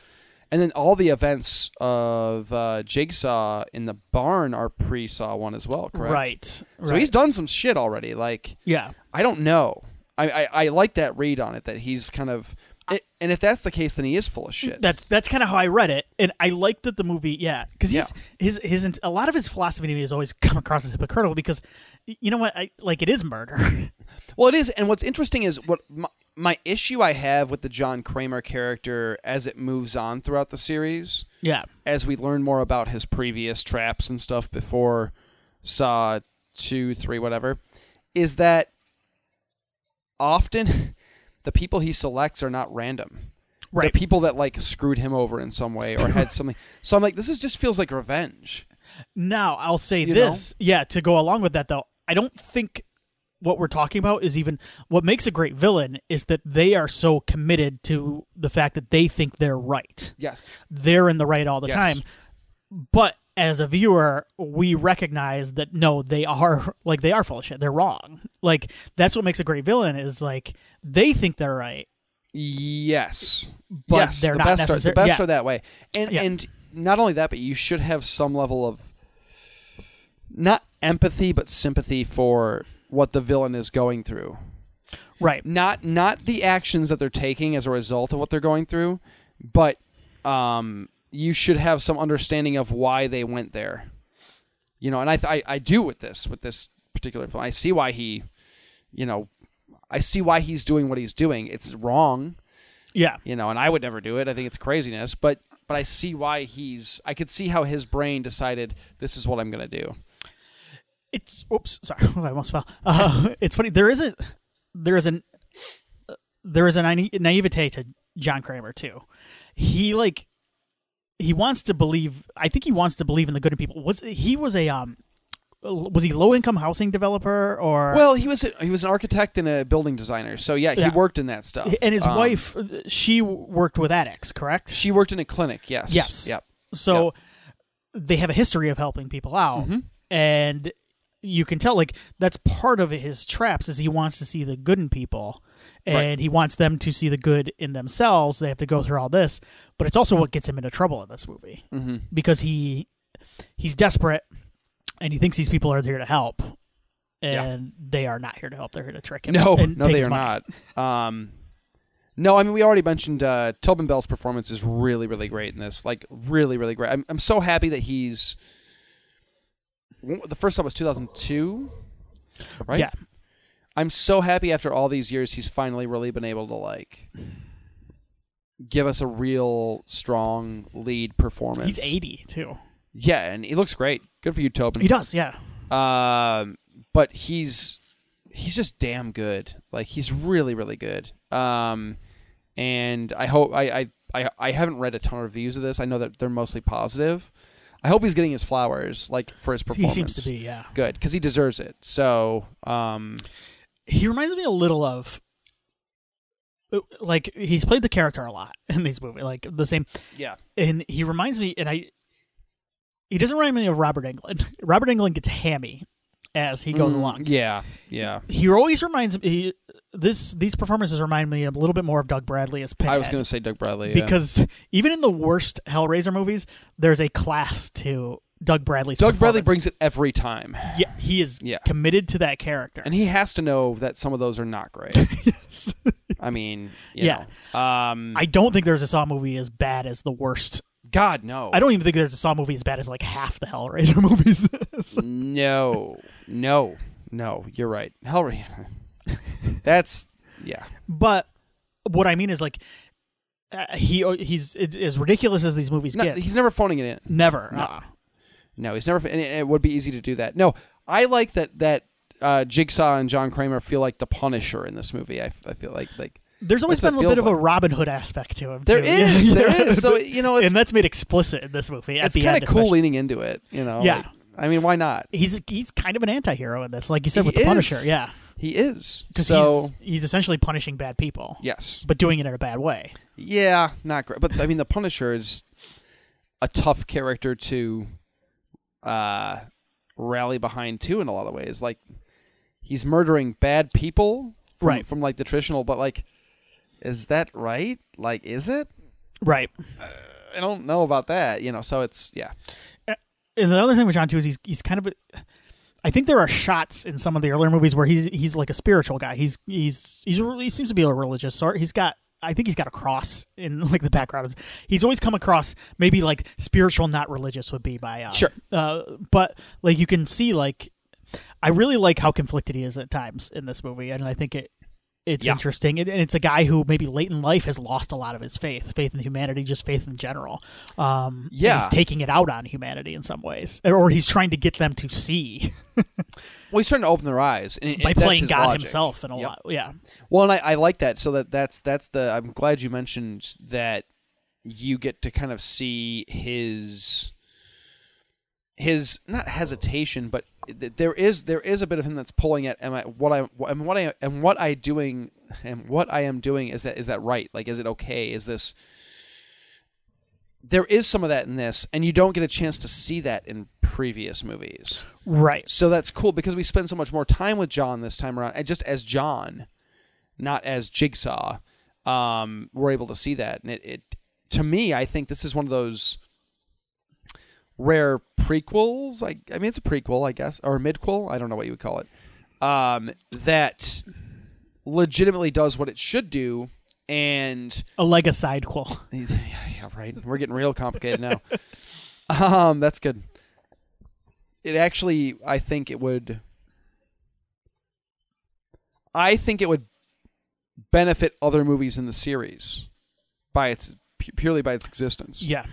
Speaker 2: And then all the events of uh, Jigsaw in the barn are pre Saw one as well, correct?
Speaker 1: right,
Speaker 2: So
Speaker 1: right.
Speaker 2: he's done some shit already. Like
Speaker 1: yeah.
Speaker 2: I don't know. I, I, I like that read on it that he's kind of. It, and if that's the case, then he is full of shit.
Speaker 1: That's that's kind of how I read it, and I like that the movie, yeah, because he's his his a lot of his philosophy to me has always come across as hypocritical because, y- you know what, I like it is murder,
Speaker 2: Well, it is, and what's interesting is what my, my issue I have with the John Kramer character as it moves on throughout the series,
Speaker 1: yeah,
Speaker 2: as we learn more about his previous traps and stuff before Saw two, three, whatever, is that often the people he selects are not random.
Speaker 1: right,
Speaker 2: They're people that like screwed him over in some way or had something. So I'm like, this is just feels like revenge.
Speaker 1: Now, I'll say
Speaker 2: You
Speaker 1: this. Yeah, to go along with that, though, I don't think what we're talking about is even what makes a great villain is that they are so committed to the fact that they think they're right.
Speaker 2: Yes.
Speaker 1: They're in the right all the
Speaker 2: Yes.
Speaker 1: time. But as a viewer, we recognize that no, they are like they are full of shit. They're wrong. Like that's what makes a great villain is like they think they're right.
Speaker 2: Yes,
Speaker 1: But
Speaker 2: yes,
Speaker 1: they're
Speaker 2: the
Speaker 1: not
Speaker 2: best are, the
Speaker 1: necessar-
Speaker 2: best
Speaker 1: yeah.
Speaker 2: are that way, and
Speaker 1: Yeah.
Speaker 2: and not only that, but you should have some level of not empathy but sympathy for what the villain is going through.
Speaker 1: Right.
Speaker 2: Not not the actions that they're taking as a result of what they're going through, but um, you should have some understanding of why they went there. You know, and I th- I, I do with this with this particular film. I see why he, you know, I see why he's doing what he's doing. It's wrong
Speaker 1: Yeah.
Speaker 2: you know, and I would never do it. I think it's craziness, but but I see why he's. I could see how his brain decided this is what I'm gonna do.
Speaker 1: it's oops sorry i almost fell uh, it's funny there is a there is an there is a naive, naivete to john kramer too he like he wants to believe i think he wants to believe in the good in people was he was a um was he low income housing developer or
Speaker 2: Well, he was a, he was an architect and a building designer, so yeah, he
Speaker 1: Yeah.
Speaker 2: worked in that stuff.
Speaker 1: and his
Speaker 2: Um,
Speaker 1: wife she worked with addicts correct
Speaker 2: she worked in a clinic. Yes.
Speaker 1: Yes.
Speaker 2: Yep. Mm-hmm.
Speaker 1: So they have a history of helping people out, and you can tell like that's part of his traps is he wants to see the good in people, and
Speaker 2: Right.
Speaker 1: he wants them to see the good in themselves. They have to go through all this, but it's also what gets him into trouble in this movie
Speaker 2: Mm-hmm.
Speaker 1: because he he's desperate and he thinks these people are there to help.
Speaker 2: Yeah.
Speaker 1: And they are not here to help. They're here to trick him.
Speaker 2: No,
Speaker 1: and
Speaker 2: no,
Speaker 1: take
Speaker 2: they
Speaker 1: his
Speaker 2: are
Speaker 1: money.
Speaker 2: not. Um, no, I mean we already mentioned uh, Tobin Bell's performance is really, really great in this. Like, really, really great. I'm, I'm so happy that he's. The first time was 2002, right?
Speaker 1: Yeah.
Speaker 2: I'm so happy after all these years he's finally really been able to like give us a real strong lead performance.
Speaker 1: He's 80, too.
Speaker 2: Yeah, and he looks great. Good for you, Tobin.
Speaker 1: He does, yeah.
Speaker 2: Um, but he's he's just damn good. Like he's really really good. Um, and I hope I I I, I haven't read a ton of reviews of this. I know that they're mostly positive. I hope he's getting his flowers like for his
Speaker 1: He
Speaker 2: performance.
Speaker 1: seems to be, yeah.
Speaker 2: good because he deserves it. So um,
Speaker 1: he reminds me a little of like he's played the character a lot in these movies like the same
Speaker 2: yeah,
Speaker 1: and he reminds me and i he doesn't remind me of robert england robert england gets hammy as he goes
Speaker 2: Mm,
Speaker 1: along
Speaker 2: Yeah, yeah.
Speaker 1: he always reminds me he, this these performances remind me a little bit more of doug bradley as Pinhead
Speaker 2: I was going to say Doug Bradley yeah.
Speaker 1: because even in the worst hellraiser movies there's a class to doug bradley's
Speaker 2: Doug Bradley
Speaker 1: performance.
Speaker 2: brings it every time,
Speaker 1: yeah he is
Speaker 2: Yeah.
Speaker 1: committed to that character
Speaker 2: and he has to know that some of those are not great. I mean, you
Speaker 1: Yeah.
Speaker 2: know. Um,
Speaker 1: i don't think there's a saw movie as bad as the worst
Speaker 2: God no,
Speaker 1: I don't even think there's a Saw movie as bad as like half the Hellraiser movies. So-
Speaker 2: No, no, no. You're right. Hellraiser. That's yeah.
Speaker 1: But what I mean is like uh, he he's it, as ridiculous as these movies
Speaker 2: No,
Speaker 1: get.
Speaker 2: he's never phoning it in.
Speaker 1: Never.
Speaker 2: No.
Speaker 1: Uh,
Speaker 2: No, he's never. And it, it would be easy to do that. No, I like that that uh, Jigsaw and John Kramer feel like the Punisher in this movie. I, I feel like like
Speaker 1: There's always
Speaker 2: That's
Speaker 1: been
Speaker 2: what
Speaker 1: a bit
Speaker 2: it
Speaker 1: of
Speaker 2: feels
Speaker 1: a Robin Hood aspect to him.
Speaker 2: there
Speaker 1: too.
Speaker 2: is
Speaker 1: Yeah.
Speaker 2: there is. So you know, it's
Speaker 1: and that's made explicit in this movie. At
Speaker 2: it's
Speaker 1: the
Speaker 2: kind
Speaker 1: end,
Speaker 2: of cool
Speaker 1: especially.
Speaker 2: leaning into it. You know,
Speaker 1: Yeah.
Speaker 2: Like, I mean, why not?
Speaker 1: He's he's kind of an anti-hero in this, like you said
Speaker 2: He
Speaker 1: with the Punisher.
Speaker 2: is.
Speaker 1: Yeah,
Speaker 2: He is.
Speaker 1: because
Speaker 2: So
Speaker 1: he's, he's essentially punishing bad people,
Speaker 2: yes,
Speaker 1: but doing it in a bad way.
Speaker 2: yeah, not great. But I mean, the Punisher is a tough character to uh, rally behind too in a lot of ways. Like he's murdering bad people, from,
Speaker 1: Right.
Speaker 2: From like the traditional, but like, is that right? Like, is it?
Speaker 1: Right.
Speaker 2: I don't know about that. You know, so it's yeah,
Speaker 1: And the other thing with John too is he's he's kind of. A, I think there are shots in some of the earlier movies where he's he's like a spiritual guy. He's he's he's a- he seems to be a religious sort. He's got I think he's got a cross in like the background. He's always come across maybe like spiritual, not religious would be my uh,
Speaker 2: Sure.
Speaker 1: Uh, but like you can see like I really like how conflicted he is at times in this movie, and I think it it's
Speaker 2: Yeah.
Speaker 1: interesting. And, and it's a guy who maybe late in life has lost a lot of his faith, faith in humanity, just faith in general. Um, and
Speaker 2: Yeah.
Speaker 1: he's taking it out on humanity in some ways, or he's trying to get them to see
Speaker 2: well, he's trying to open their eyes and, and
Speaker 1: by
Speaker 2: that's
Speaker 1: playing
Speaker 2: his
Speaker 1: God
Speaker 2: logic.
Speaker 1: himself and a
Speaker 2: Yep.
Speaker 1: lot. Yeah,
Speaker 2: Well, and I, I like that. So that that's that's the. I'm glad you mentioned that. You get to kind of see his his not hesitation, but th- there is there is a bit of him that's pulling at am I what I am what I am what I doing and what I am doing is that is that right? Like, is it okay? Is this there is some of that in this, and you don't get a chance to see that in previous movies.
Speaker 1: right.
Speaker 2: So that's cool because we spend so much more time with John this time around, and just as John, not as Jigsaw. Um, we're able to see that, and it, it to me, I think this is one of those rare prequels. I, I mean, it's a prequel, I guess, or a midquel. I don't know what you would call it. Um, that legitimately does what it should do, and
Speaker 1: A leg aside qual.
Speaker 2: yeah, yeah, right. We're getting real complicated now. um, that's good. It actually, I think it would. I think it would benefit other movies in the series by its pu- purely by its existence
Speaker 1: Yeah,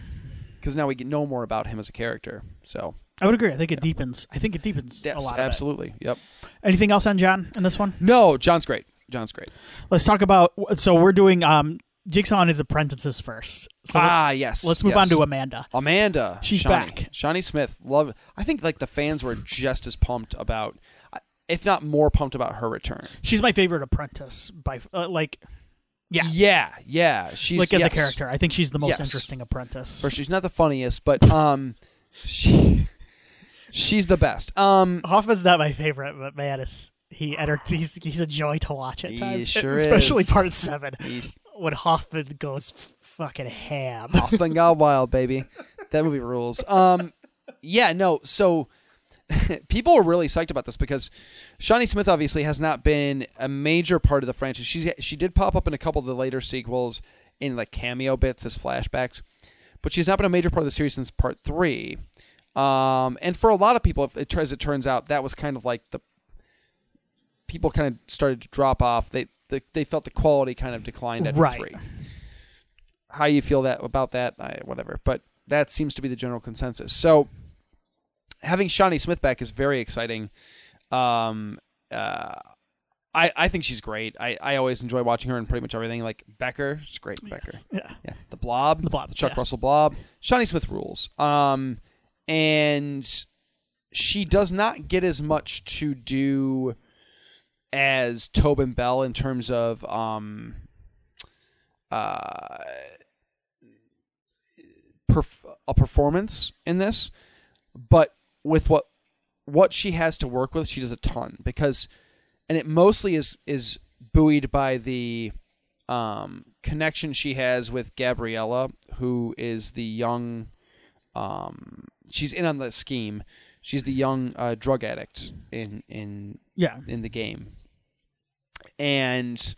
Speaker 2: because now we get know more about him as a character. So
Speaker 1: I would agree. I think it deepens. I think it deepens a
Speaker 2: yes,
Speaker 1: lot. Absolutely.
Speaker 2: absolutely, yep.
Speaker 1: Anything else on John in this one?
Speaker 2: No, John's great. John's great.
Speaker 1: Let's talk about. So we're doing um, Jigsaw and his apprentices first. So let's-
Speaker 2: ah, yes.
Speaker 1: Let's move
Speaker 2: yes.
Speaker 1: on to Amanda.
Speaker 2: Amanda.
Speaker 1: She's
Speaker 2: Shawnee.
Speaker 1: back.
Speaker 2: Shawnee Smith. Love. I think like the fans were just as pumped about, if not more pumped about her return.
Speaker 1: She's my favorite apprentice by uh, like, yeah,
Speaker 2: Yeah. Yeah. She's
Speaker 1: like as
Speaker 2: yes.
Speaker 1: a character. I think she's the most
Speaker 2: Yes.
Speaker 1: interesting apprentice.
Speaker 2: Or she's not the funniest, but um, she, she's the best. Um,
Speaker 1: Hoffa's not my favorite, but man, is he enter- he's he's a joy to watch at
Speaker 2: He
Speaker 1: times,
Speaker 2: sure
Speaker 1: especially
Speaker 2: is.
Speaker 1: part seven
Speaker 2: he's
Speaker 1: when Hoffman goes f- fucking ham.
Speaker 2: often got wild, baby. That movie rules. Um, yeah. No. So. People are really psyched about this because Shawnee Smith obviously has not been a major part of the franchise. She she did pop up in a couple of the later sequels in like cameo bits as flashbacks, but she's not been a major part of the series since part three. Um, and for a lot of people, if it, as it turns out, that was kind of like the people kind of started to drop off. They the, they felt the quality kind of declined after
Speaker 1: Right.
Speaker 2: three. How you feel that about that, I, whatever. But that seems to be the general consensus. So having Shawnee Smith back is very exciting. Um, uh, I I think she's great. I, I always enjoy watching her in pretty much everything. Like Becker, she's great. in Becker,
Speaker 1: Yes. Yeah.
Speaker 2: yeah. The Blob,
Speaker 1: The Blob,
Speaker 2: Chuck
Speaker 1: yeah.
Speaker 2: Russell Blob, Shawnee Smith rules. Um, and she does not get as much to do as Tobin Bell in terms of um, uh, perf- a performance in this, but with what what she has to work with, she does a ton because, and it mostly is is buoyed by the um, connection she has with Gabriella, who is the young. Um, she's in on the scheme. She's the young uh, drug addict in in
Speaker 1: Yeah.
Speaker 2: in the game. And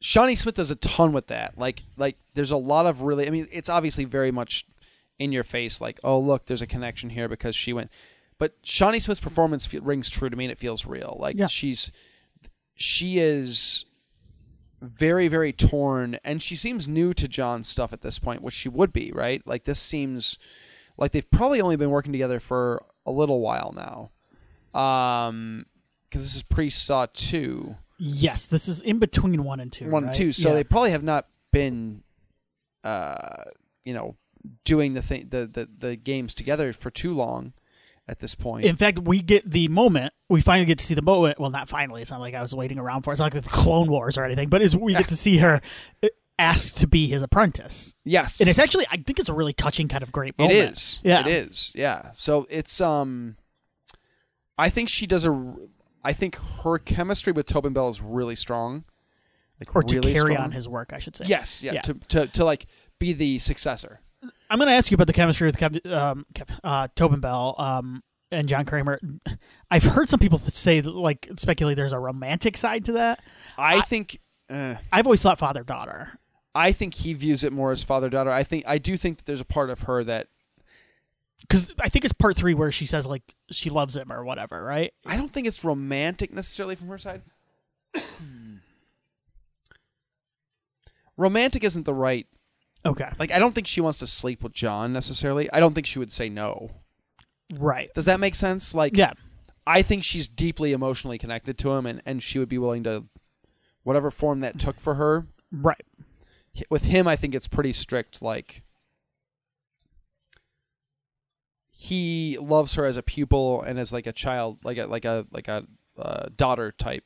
Speaker 2: Shawnee Smith does a ton with that. Like like there's a lot of really I mean, it's obviously very much in your face, like, oh look, there's a connection here because she went but Shawnee Smith's performance fe- rings true to me and it feels real. Like
Speaker 1: Yeah.
Speaker 2: she's she is very very torn and she seems new to John's stuff at this point which she would be right like this seems like they've probably only been working together for a little while now um because this is pre Saw 2
Speaker 1: Yes, this is in between one and two.
Speaker 2: one
Speaker 1: right?
Speaker 2: and two. So
Speaker 1: Yeah.
Speaker 2: they probably have not been, uh, you know, doing the thing the, the the games together for too long at this point.
Speaker 1: In fact, we get the moment we finally get to see the moment. Well, not finally. It's not like I was waiting around for. it. It's not like the Clone Wars or anything. But it's we get to see her uh, asked to be his apprentice,
Speaker 2: yes,
Speaker 1: and it's actually I think it's a really touching kind of great
Speaker 2: It
Speaker 1: moment.
Speaker 2: is.
Speaker 1: Yeah.
Speaker 2: It is. Yeah. So it's um I think she does a r- I think her chemistry with Tobin Bell is really strong. Like
Speaker 1: Or
Speaker 2: really
Speaker 1: to carry
Speaker 2: strong.
Speaker 1: on his work, I should say.
Speaker 2: Yes, yeah,
Speaker 1: Yeah.
Speaker 2: To, to to like be the successor.
Speaker 1: I'm going to ask you about the chemistry with Kev, um, Kev, uh, Tobin Bell um, and John Kramer. I've heard some people say, that, like, speculate there's a romantic side to that.
Speaker 2: I, think uh,
Speaker 1: I've always thought father daughter.
Speaker 2: I think he views it more as father daughter. I think I do think that there's a part of her that
Speaker 1: Because I think it's part three where she says, like, she loves him or whatever, right?
Speaker 2: I don't think it's romantic necessarily from her side. romantic isn't the right
Speaker 1: Okay.
Speaker 2: like I don't think she wants to sleep with John necessarily. I don't think she would say no.
Speaker 1: Right.
Speaker 2: Does that make sense? Like
Speaker 1: Yeah.
Speaker 2: I think she's deeply emotionally connected to him and, and she would be willing to whatever form that took for her.
Speaker 1: Right.
Speaker 2: H- With him I think it's pretty strict like he loves her as a pupil and as like a child, like a like a like a uh, daughter type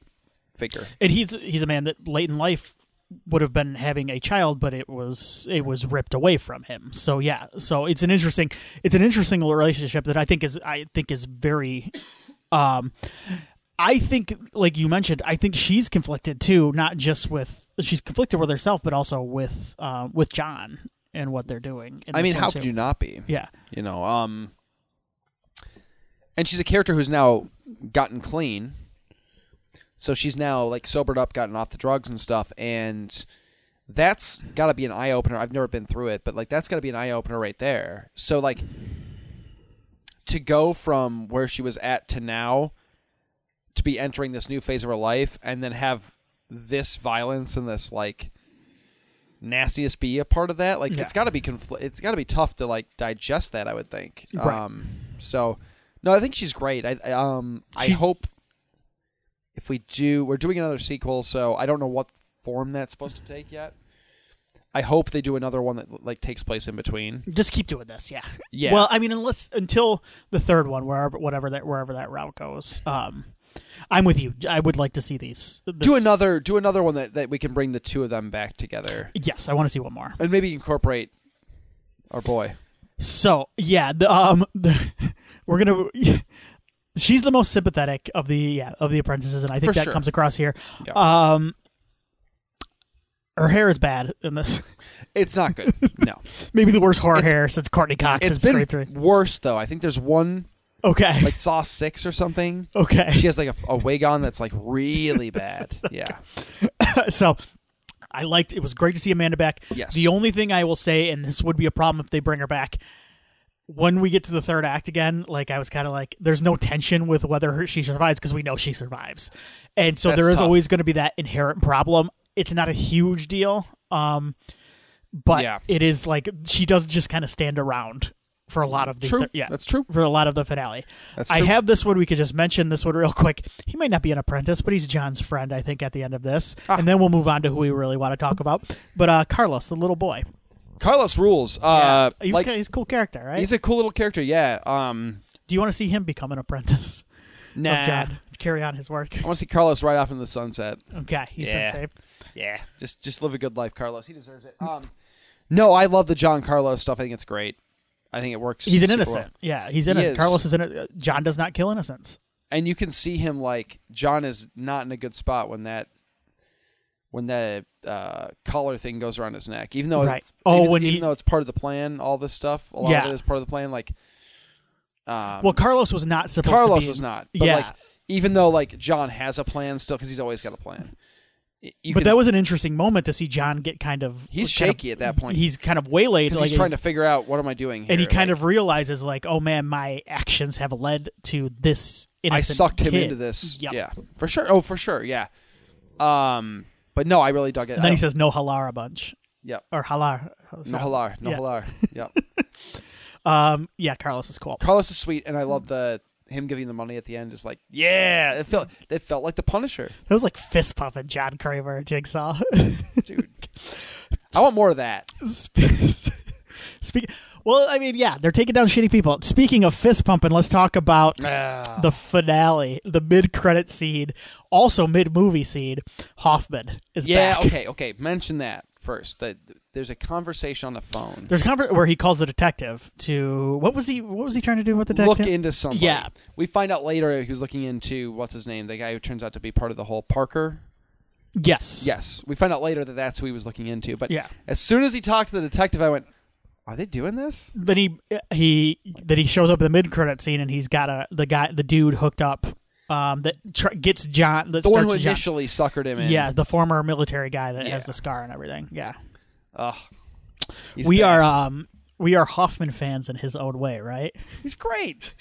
Speaker 2: figure.
Speaker 1: And he's he's a man that late in life would have been having a child, but it was it was ripped away from him. So yeah, so it's an interesting it's an interesting relationship that I think is I think is very. Um, I think, like you mentioned, I think she's conflicted too. Not just with she's conflicted with herself, but also with um, with John and what they're doing. in
Speaker 2: I mean,
Speaker 1: this
Speaker 2: how
Speaker 1: one,
Speaker 2: could
Speaker 1: too.
Speaker 2: you not be?
Speaker 1: Yeah,
Speaker 2: You know, um and she's a character who's now gotten clean. So she's now like sobered up, gotten off the drugs and stuff and that's got to be an eye opener. I've never been through it, but like that's got to be an eye opener right there. So like to go from where she was at to now to be entering this new phase of her life and then have this violence and this like nastiness be a part of that like
Speaker 1: Yeah.
Speaker 2: it's got to be confl- it's got to be tough to like digest that i would think
Speaker 1: Right.
Speaker 2: um so no i think she's great i, I um
Speaker 1: She-
Speaker 2: i hope if we do we're doing another sequel so i don't know what form that's supposed to take yet i hope they do another one that like takes place in between
Speaker 1: just keep doing this. Yeah.
Speaker 2: yeah
Speaker 1: Well, I mean, unless until the third one, wherever whatever that wherever that route goes. Um, I'm with you. I would like to see these. This,
Speaker 2: do another do another one that, that we can bring the two of them back together
Speaker 1: Yes, I want to see one more.
Speaker 2: and maybe incorporate our boy
Speaker 1: So yeah, the, um, the, we're gonna. She's the most sympathetic of the yeah, of the apprentices, and I think
Speaker 2: For
Speaker 1: that
Speaker 2: sure.
Speaker 1: comes across here.
Speaker 2: Yeah.
Speaker 1: Um, her hair is bad in this.
Speaker 2: it's not good no
Speaker 1: Maybe the worst horror
Speaker 2: It's-
Speaker 1: hair since Courtney Cox
Speaker 2: it's
Speaker 1: in Scream
Speaker 2: been
Speaker 1: Three.
Speaker 2: worse though i think there's one
Speaker 1: Okay,
Speaker 2: like saw six or something
Speaker 1: okay.
Speaker 2: she has like a, a wig on that's like really bad yeah
Speaker 1: so I liked it was great to see Amanda back.
Speaker 2: Yes.
Speaker 1: The only thing I will say, and this would be a problem if they bring her back, when we get to the third act again, like I was kind of like, there's no tension with whether her, she survives because we know she survives, and so
Speaker 2: That's
Speaker 1: there is
Speaker 2: tough.
Speaker 1: always going to be that inherent problem. It's not a huge deal, um, but
Speaker 2: Yeah.
Speaker 1: it is like she does just kind of stand around for a lot of the
Speaker 2: true
Speaker 1: thir- yeah
Speaker 2: that's true
Speaker 1: for a lot of the finale.
Speaker 2: That's
Speaker 1: I
Speaker 2: true.
Speaker 1: have this one. We could just mention this one real quick. He might not be an apprentice, but he's John's friend, I think, at the end of this.
Speaker 2: Ah.
Speaker 1: And then we'll move on to who we really want to talk about. But uh, Carlos, the little boy.
Speaker 2: carlos rules uh
Speaker 1: he was
Speaker 2: like,
Speaker 1: kinda- he's a cool character, right?
Speaker 2: he's a cool little character yeah um
Speaker 1: Do you want to see him become an apprentice
Speaker 2: nah
Speaker 1: of John? Carry on his work.
Speaker 2: i want to see carlos right off in the sunset
Speaker 1: Okay, he's
Speaker 2: Yeah.
Speaker 1: been saved.
Speaker 2: Yeah, just just live a good life, Carlos. He deserves it. Um, no, I love the John Carlos stuff. I think it's great. I think it works.
Speaker 1: He's an
Speaker 2: super
Speaker 1: innocent.
Speaker 2: well.
Speaker 1: Yeah, he's innocent.
Speaker 2: is.
Speaker 1: Carlos is innocent. John does not kill innocents.
Speaker 2: and you can see him like John is not in a good spot when that when that uh, collar thing goes around his neck. Even though
Speaker 1: Right.
Speaker 2: it's,
Speaker 1: Oh,
Speaker 2: even,
Speaker 1: when
Speaker 2: even
Speaker 1: he-
Speaker 2: though it's part of the plan, all this stuff, a lot
Speaker 1: Yeah.
Speaker 2: of it is part of the plan. Like, um,
Speaker 1: Well, Carlos was not supposed to
Speaker 2: Carlos
Speaker 1: be-
Speaker 2: was not. But
Speaker 1: Yeah.
Speaker 2: like, even though like John has a plan still, because he's always got a plan. Y- You
Speaker 1: but
Speaker 2: can,
Speaker 1: that was an interesting moment to see John get kind of.
Speaker 2: he's
Speaker 1: kind of-
Speaker 2: shaky at that point
Speaker 1: He's kind of waylaid.
Speaker 2: because
Speaker 1: Like
Speaker 2: he's trying to figure out what am I doing here.
Speaker 1: and he kind
Speaker 2: Like,
Speaker 1: of realizes like oh man my actions have led to this
Speaker 2: I
Speaker 1: innocent
Speaker 2: sucked him
Speaker 1: kid.
Speaker 2: into this.
Speaker 1: Yep.
Speaker 2: Yeah, for sure. Oh, for sure. Yeah, Um, but no, I really dug it.
Speaker 1: And
Speaker 2: I
Speaker 1: then he
Speaker 2: don't-
Speaker 1: says no halar a bunch.
Speaker 2: Yep.
Speaker 1: Or halar.
Speaker 2: no halar, no
Speaker 1: Yeah.
Speaker 2: halar. Yep.
Speaker 1: Um, yeah, Carlos is cool.
Speaker 2: Carlos is sweet, and I love the him giving the money at the end. Is like, yeah, it felt it felt like the Punisher,
Speaker 1: It was like fist pumping John Kramer Jigsaw.
Speaker 2: dude. I want more of that.
Speaker 1: Speak. Well, I mean, yeah, they're taking down shitty people. Speaking of fist pumping, let's talk about
Speaker 2: Ah.
Speaker 1: the finale, the mid-credit scene, also mid-movie scene. Hoffman is
Speaker 2: yeah,
Speaker 1: back.
Speaker 2: okay, okay. Mention that first. That there's a conversation on the phone.
Speaker 1: There's a conver- where he calls the detective to what was he? What was he trying to do with the detective?
Speaker 2: Look into somebody.
Speaker 1: Yeah.
Speaker 2: We find out later he was looking into what's his name, the guy who turns out to be part of the whole Parker.
Speaker 1: yes.
Speaker 2: Yes, we find out later that that's who he was looking into. But
Speaker 1: Yeah.
Speaker 2: as soon as he talked to the detective, I went, "Are they doing this?"
Speaker 1: Then he he then he shows up in the mid-credit scene and he's got a the guy the dude hooked up um that tr- gets John that
Speaker 2: The one
Speaker 1: starts
Speaker 2: who
Speaker 1: John.
Speaker 2: initially suckered him in.
Speaker 1: Yeah, the former military guy that has
Speaker 2: Yeah.
Speaker 1: the scar and everything. Yeah.
Speaker 2: Ugh. He's
Speaker 1: we
Speaker 2: bad.
Speaker 1: are um we are Hoffman fans in his own way, right?
Speaker 2: He's great.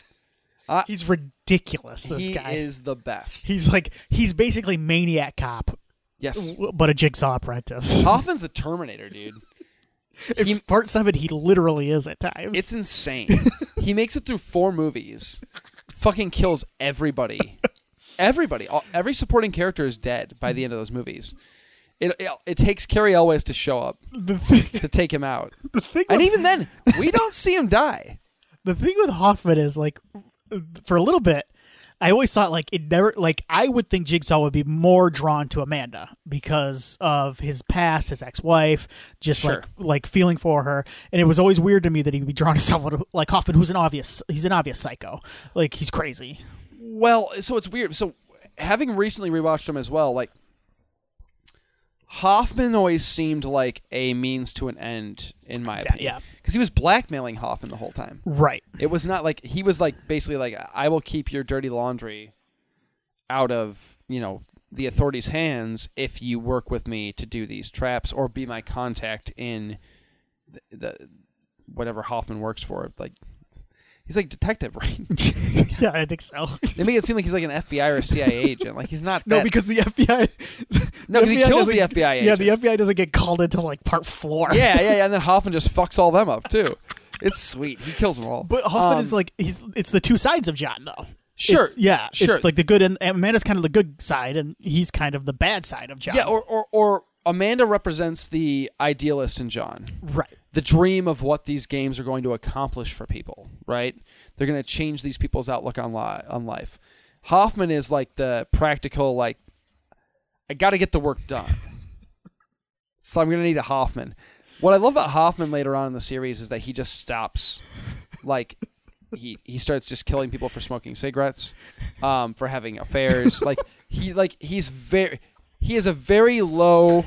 Speaker 2: Uh,
Speaker 1: He's ridiculous this
Speaker 2: he
Speaker 1: guy.
Speaker 2: is the best.
Speaker 1: he's like he's basically maniac cop
Speaker 2: yes.
Speaker 1: w- but a jigsaw apprentice.
Speaker 2: Hoffman's the Terminator, dude.
Speaker 1: In
Speaker 2: Uh, he-
Speaker 1: part 7 he literally is at times.
Speaker 2: It's insane. he makes it through four movies, fucking kills everybody. Everybody, all, every supporting character is dead by the end of those movies. It it, it takes Carrie Elwes to show up
Speaker 1: the thing,
Speaker 2: to take him out,
Speaker 1: the thing
Speaker 2: and
Speaker 1: with-
Speaker 2: even then, we don't see him die.
Speaker 1: the thing with Hoffman is like for a little bit I always thought like it never like I would think Jigsaw would be more drawn to Amanda because of his past, his ex-wife, just
Speaker 2: Sure.
Speaker 1: like like feeling for her, and it was always weird to me that he would be drawn to someone who- like Hoffman, who's an obvious he's an obvious psycho, like he's crazy.
Speaker 2: Well, so it's weird. So having recently rewatched him as well, like Hoffman always seemed like a means to an end in my
Speaker 1: Exact-
Speaker 2: opinion.
Speaker 1: yeah.
Speaker 2: Because he was blackmailing Hoffman the whole time.
Speaker 1: Right.
Speaker 2: It was not like he was like basically like I will keep your dirty laundry out of, you know, the authorities' hands if you work with me to do these traps or be my contact in the, the whatever Hoffman works for. Like he's like detective, right?
Speaker 1: yeah, I think so.
Speaker 2: They make it seem like he's like an FBI or CIA agent. Like he's not.
Speaker 1: No,
Speaker 2: that-
Speaker 1: because the FBI.
Speaker 2: No, 'cause he kills the
Speaker 1: doesn't-
Speaker 2: FBI
Speaker 1: Yeah,
Speaker 2: agent.
Speaker 1: the FBI doesn't get called into like part four.
Speaker 2: yeah, yeah, yeah. And then Hoffman just fucks all them up too. It's sweet. He kills them all.
Speaker 1: But Hoffman
Speaker 2: Um,
Speaker 1: is like he's it's the two sides of John though.
Speaker 2: Sure,
Speaker 1: It's- yeah.
Speaker 2: sure.
Speaker 1: It's like the good and and Amanda's kind of the good side and he's kind of the bad side of John.
Speaker 2: yeah, or, or or Amanda represents the idealist in John,
Speaker 1: right.
Speaker 2: the dream of what these games are going to accomplish for people. Right? They're going to change these people's outlook on li- on life. Hoffman is like the practical, like I got to get the work done. so I'm going to need a Hoffman. What I love about Hoffman later on in the series is that he just stops. Like he he starts just killing people for smoking cigarettes, um, for having affairs. like he like he's very he is a very low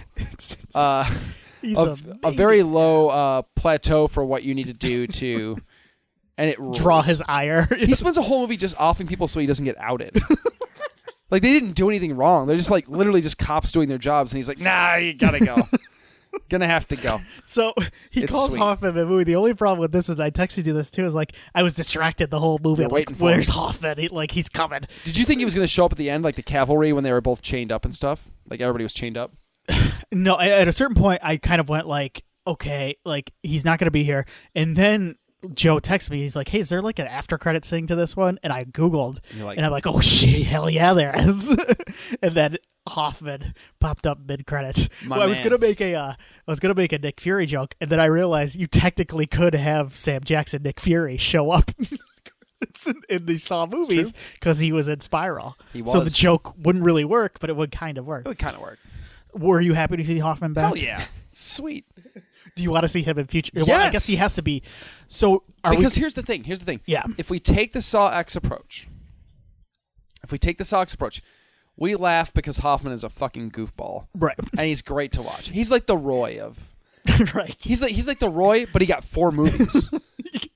Speaker 2: uh
Speaker 1: He's
Speaker 2: a, a
Speaker 1: amazing.
Speaker 2: very low uh plateau for what you need to do to and it rules.
Speaker 1: draw his ire.
Speaker 2: He spends a whole movie just offing people so he doesn't get outed. like they didn't do anything wrong. They're just like literally just cops doing their jobs, and he's like, "Nah, you gotta go. Gonna have to go."
Speaker 1: so he
Speaker 2: It's
Speaker 1: calls
Speaker 2: sweet.
Speaker 1: Hoffman the movie. The only problem with this is I texted you this too. Is like I was distracted the whole movie.
Speaker 2: You're
Speaker 1: I'm
Speaker 2: waiting
Speaker 1: like,
Speaker 2: for
Speaker 1: Where's
Speaker 2: him."
Speaker 1: Hoffman? He, like he's coming.
Speaker 2: Did you think he was gonna show up at the end like the cavalry when they were both chained up and stuff? Like everybody was chained up.
Speaker 1: No, I- at a certain point, I kind of went like, okay, like he's not going to be here. And then Joe texts me. He's like, hey, is there like an after credit scene to this one? And I googled,
Speaker 2: You're like-
Speaker 1: and I'm like, oh shit, hell yeah, there is. and then Hoffman popped up mid credits.
Speaker 2: My
Speaker 1: I was
Speaker 2: man.
Speaker 1: gonna make a, uh, I was gonna make a Nick Fury joke, and then I realized you technically could have Sam Jackson, Nick Fury, show up. It's in, in the Saw movies because he was in Spiral,
Speaker 2: He
Speaker 1: so the
Speaker 2: was.
Speaker 1: joke wouldn't really work, but it would kind of work.
Speaker 2: It would kind of work.
Speaker 1: Were you happy to see Hoffman back?
Speaker 2: Hell yeah, sweet.
Speaker 1: Do you want to see him in future? Well, I
Speaker 2: Yes!
Speaker 1: guess he has to be. So are
Speaker 2: because
Speaker 1: we?
Speaker 2: here's the thing. Here's the thing.
Speaker 1: Yeah.
Speaker 2: If we take the Saw X approach, if we take the Saw X approach, we laugh because Hoffman is a fucking goofball,
Speaker 1: Right,
Speaker 2: and he's great to watch. He's like the Roy of.
Speaker 1: right.
Speaker 2: He's like he's like the Roy, but he got four movies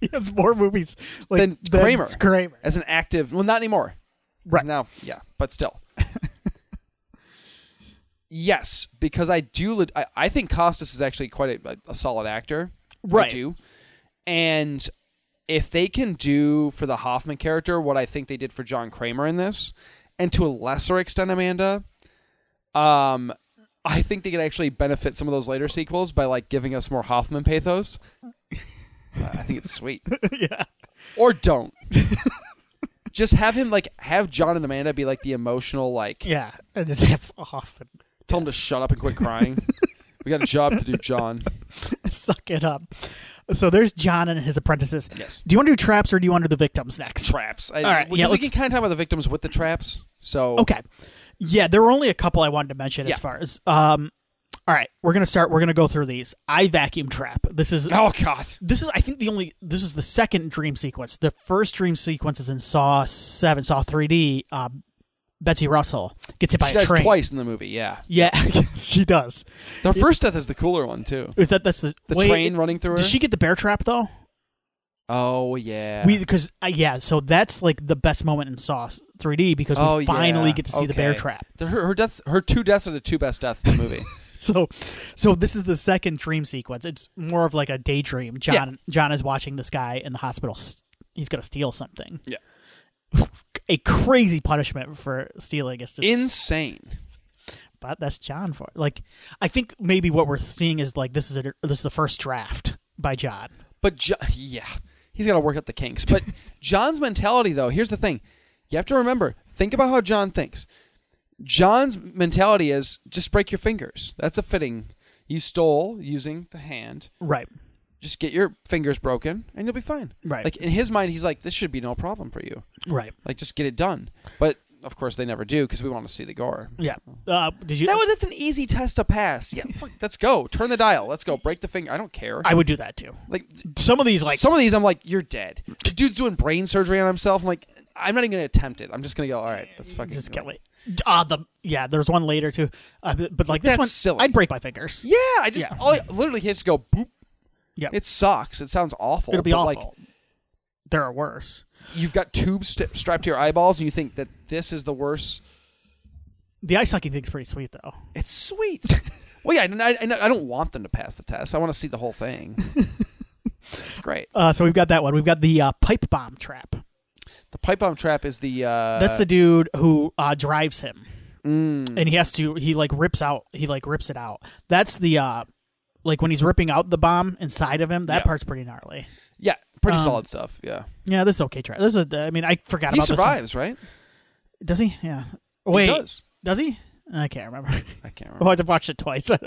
Speaker 1: He has more movies like,
Speaker 2: Than Kramer.
Speaker 1: Kramer.
Speaker 2: as an active. Well, not anymore. He's
Speaker 1: Right.
Speaker 2: now, yeah, but still. yes, because I do. leg- I, I think Costas is actually quite a, a solid actor. I
Speaker 1: Right.
Speaker 2: do. And if they can do for the Hoffman character what I think they did for John Kramer in this, and to a lesser extent Amanda, Um, I think they could actually benefit some of those later sequels by like giving us more Hoffman pathos. I think it's sweet.
Speaker 1: yeah.
Speaker 2: or don't. Just have him like have John and Amanda be like the emotional like
Speaker 1: Yeah. I just have off and
Speaker 2: tell him to shut up and quit crying. we got a job to do, John.
Speaker 1: suck it up. So there's John and his apprentices.
Speaker 2: Yes.
Speaker 1: Do you want to do traps or do you want to do the victims next?
Speaker 2: Traps. I,
Speaker 1: All right,
Speaker 2: we,
Speaker 1: yeah,
Speaker 2: we
Speaker 1: let's-
Speaker 2: can kind of talk about the victims with the traps. So
Speaker 1: Okay. Yeah, there were only a couple I wanted to mention
Speaker 2: Yeah.
Speaker 1: as far as um all right, we're gonna start we're gonna go through these. I vacuum trap. This is
Speaker 2: Oh God.
Speaker 1: this is I think the only this is the second dream sequence. The first dream sequence is in Saw Seven, Saw Three D. Um, Betsy Russell gets hit by
Speaker 2: She
Speaker 1: a
Speaker 2: dies
Speaker 1: train.
Speaker 2: twice in the movie. Yeah.
Speaker 1: Yeah, she does.
Speaker 2: The first death is the cooler one too.
Speaker 1: Is that that's the,
Speaker 2: The
Speaker 1: wait,
Speaker 2: train running through her.
Speaker 1: Did she get the bear trap though?
Speaker 2: oh yeah.
Speaker 1: We because uh, yeah, so that's like the best moment in Saw 3D because we
Speaker 2: Oh,
Speaker 1: finally
Speaker 2: yeah.
Speaker 1: get to see the bear
Speaker 2: Okay.
Speaker 1: trap.
Speaker 2: The- her, her deaths. Her two deaths are the two best deaths in the movie.
Speaker 1: So, so this is the second dream sequence. It's more of like a daydream. John John is watching this guy in the hospital. s- He's gonna steal something.
Speaker 2: Yeah.
Speaker 1: A crazy punishment for stealing is to s-
Speaker 2: Insane.
Speaker 1: but that's John for it. like I think maybe what we're seeing is like this is a, this is the first draft by John.
Speaker 2: But jo- yeah, he's got to work out the kinks. But John's mentality, though, here's the thing: you have to remember. Think about how John thinks. John's mentality is just break your fingers. That's a fitting. You stole using the hand.
Speaker 1: Right.
Speaker 2: Just get your fingers broken, and you'll be fine.
Speaker 1: Right.
Speaker 2: Like in his mind, he's like, this should be no problem for you.
Speaker 1: Right.
Speaker 2: Like just get it done. But of course, they never do because we want to see the gore.
Speaker 1: Yeah. Uh, did you?
Speaker 2: That was that's an easy test to pass. Yeah, fuck, let's go. Turn the dial. Let's go. Break the finger. I don't care.
Speaker 1: I would do that too.
Speaker 2: like
Speaker 1: Some of these like
Speaker 2: some of these I'm like, you're dead. The dude's doing brain surgery on himself. I'm like, I'm not even gonna attempt it. I'm just gonna go. All right, that's fucking.
Speaker 1: just get like ah the yeah. There's one later too, uh, but, but like this
Speaker 2: That's
Speaker 1: one,
Speaker 2: silly.
Speaker 1: I'd break my fingers.
Speaker 2: Yeah, I just
Speaker 1: Yeah.
Speaker 2: all I, literally can't just go boop.
Speaker 1: Yeah.
Speaker 2: It sucks. It sounds awful.
Speaker 1: It'll be
Speaker 2: but,
Speaker 1: awful.
Speaker 2: Like
Speaker 1: there are worse.
Speaker 2: you've got tubes st- strapped to your eyeballs, and you think that this is the worst.
Speaker 1: The eye sucking thing's pretty sweet though.
Speaker 2: It's sweet. well, yeah, and I, and I don't want them to pass the test. I want to see the whole thing. it's great.
Speaker 1: Uh, so we've got that one. We've got the uh, pipe bomb trap.
Speaker 2: The pipe bomb trap is the. Uh,
Speaker 1: That's the dude who uh, drives him,
Speaker 2: Mm,
Speaker 1: and he has to. He like rips out. He like rips it out. That's the uh, like when he's ripping out the bomb inside of him. That
Speaker 2: Yeah.
Speaker 1: part's pretty gnarly.
Speaker 2: yeah, pretty
Speaker 1: Um,
Speaker 2: solid stuff. Yeah,
Speaker 1: Yeah, this is okay trap. There's a. I mean, I forgot
Speaker 2: he
Speaker 1: about
Speaker 2: survives, right?
Speaker 1: this. one. Does he? Yeah. Wait,
Speaker 2: he does.
Speaker 1: does he? I can't remember.
Speaker 2: I can't
Speaker 1: Oh,
Speaker 2: remember.
Speaker 1: I've watched it twice.
Speaker 2: You're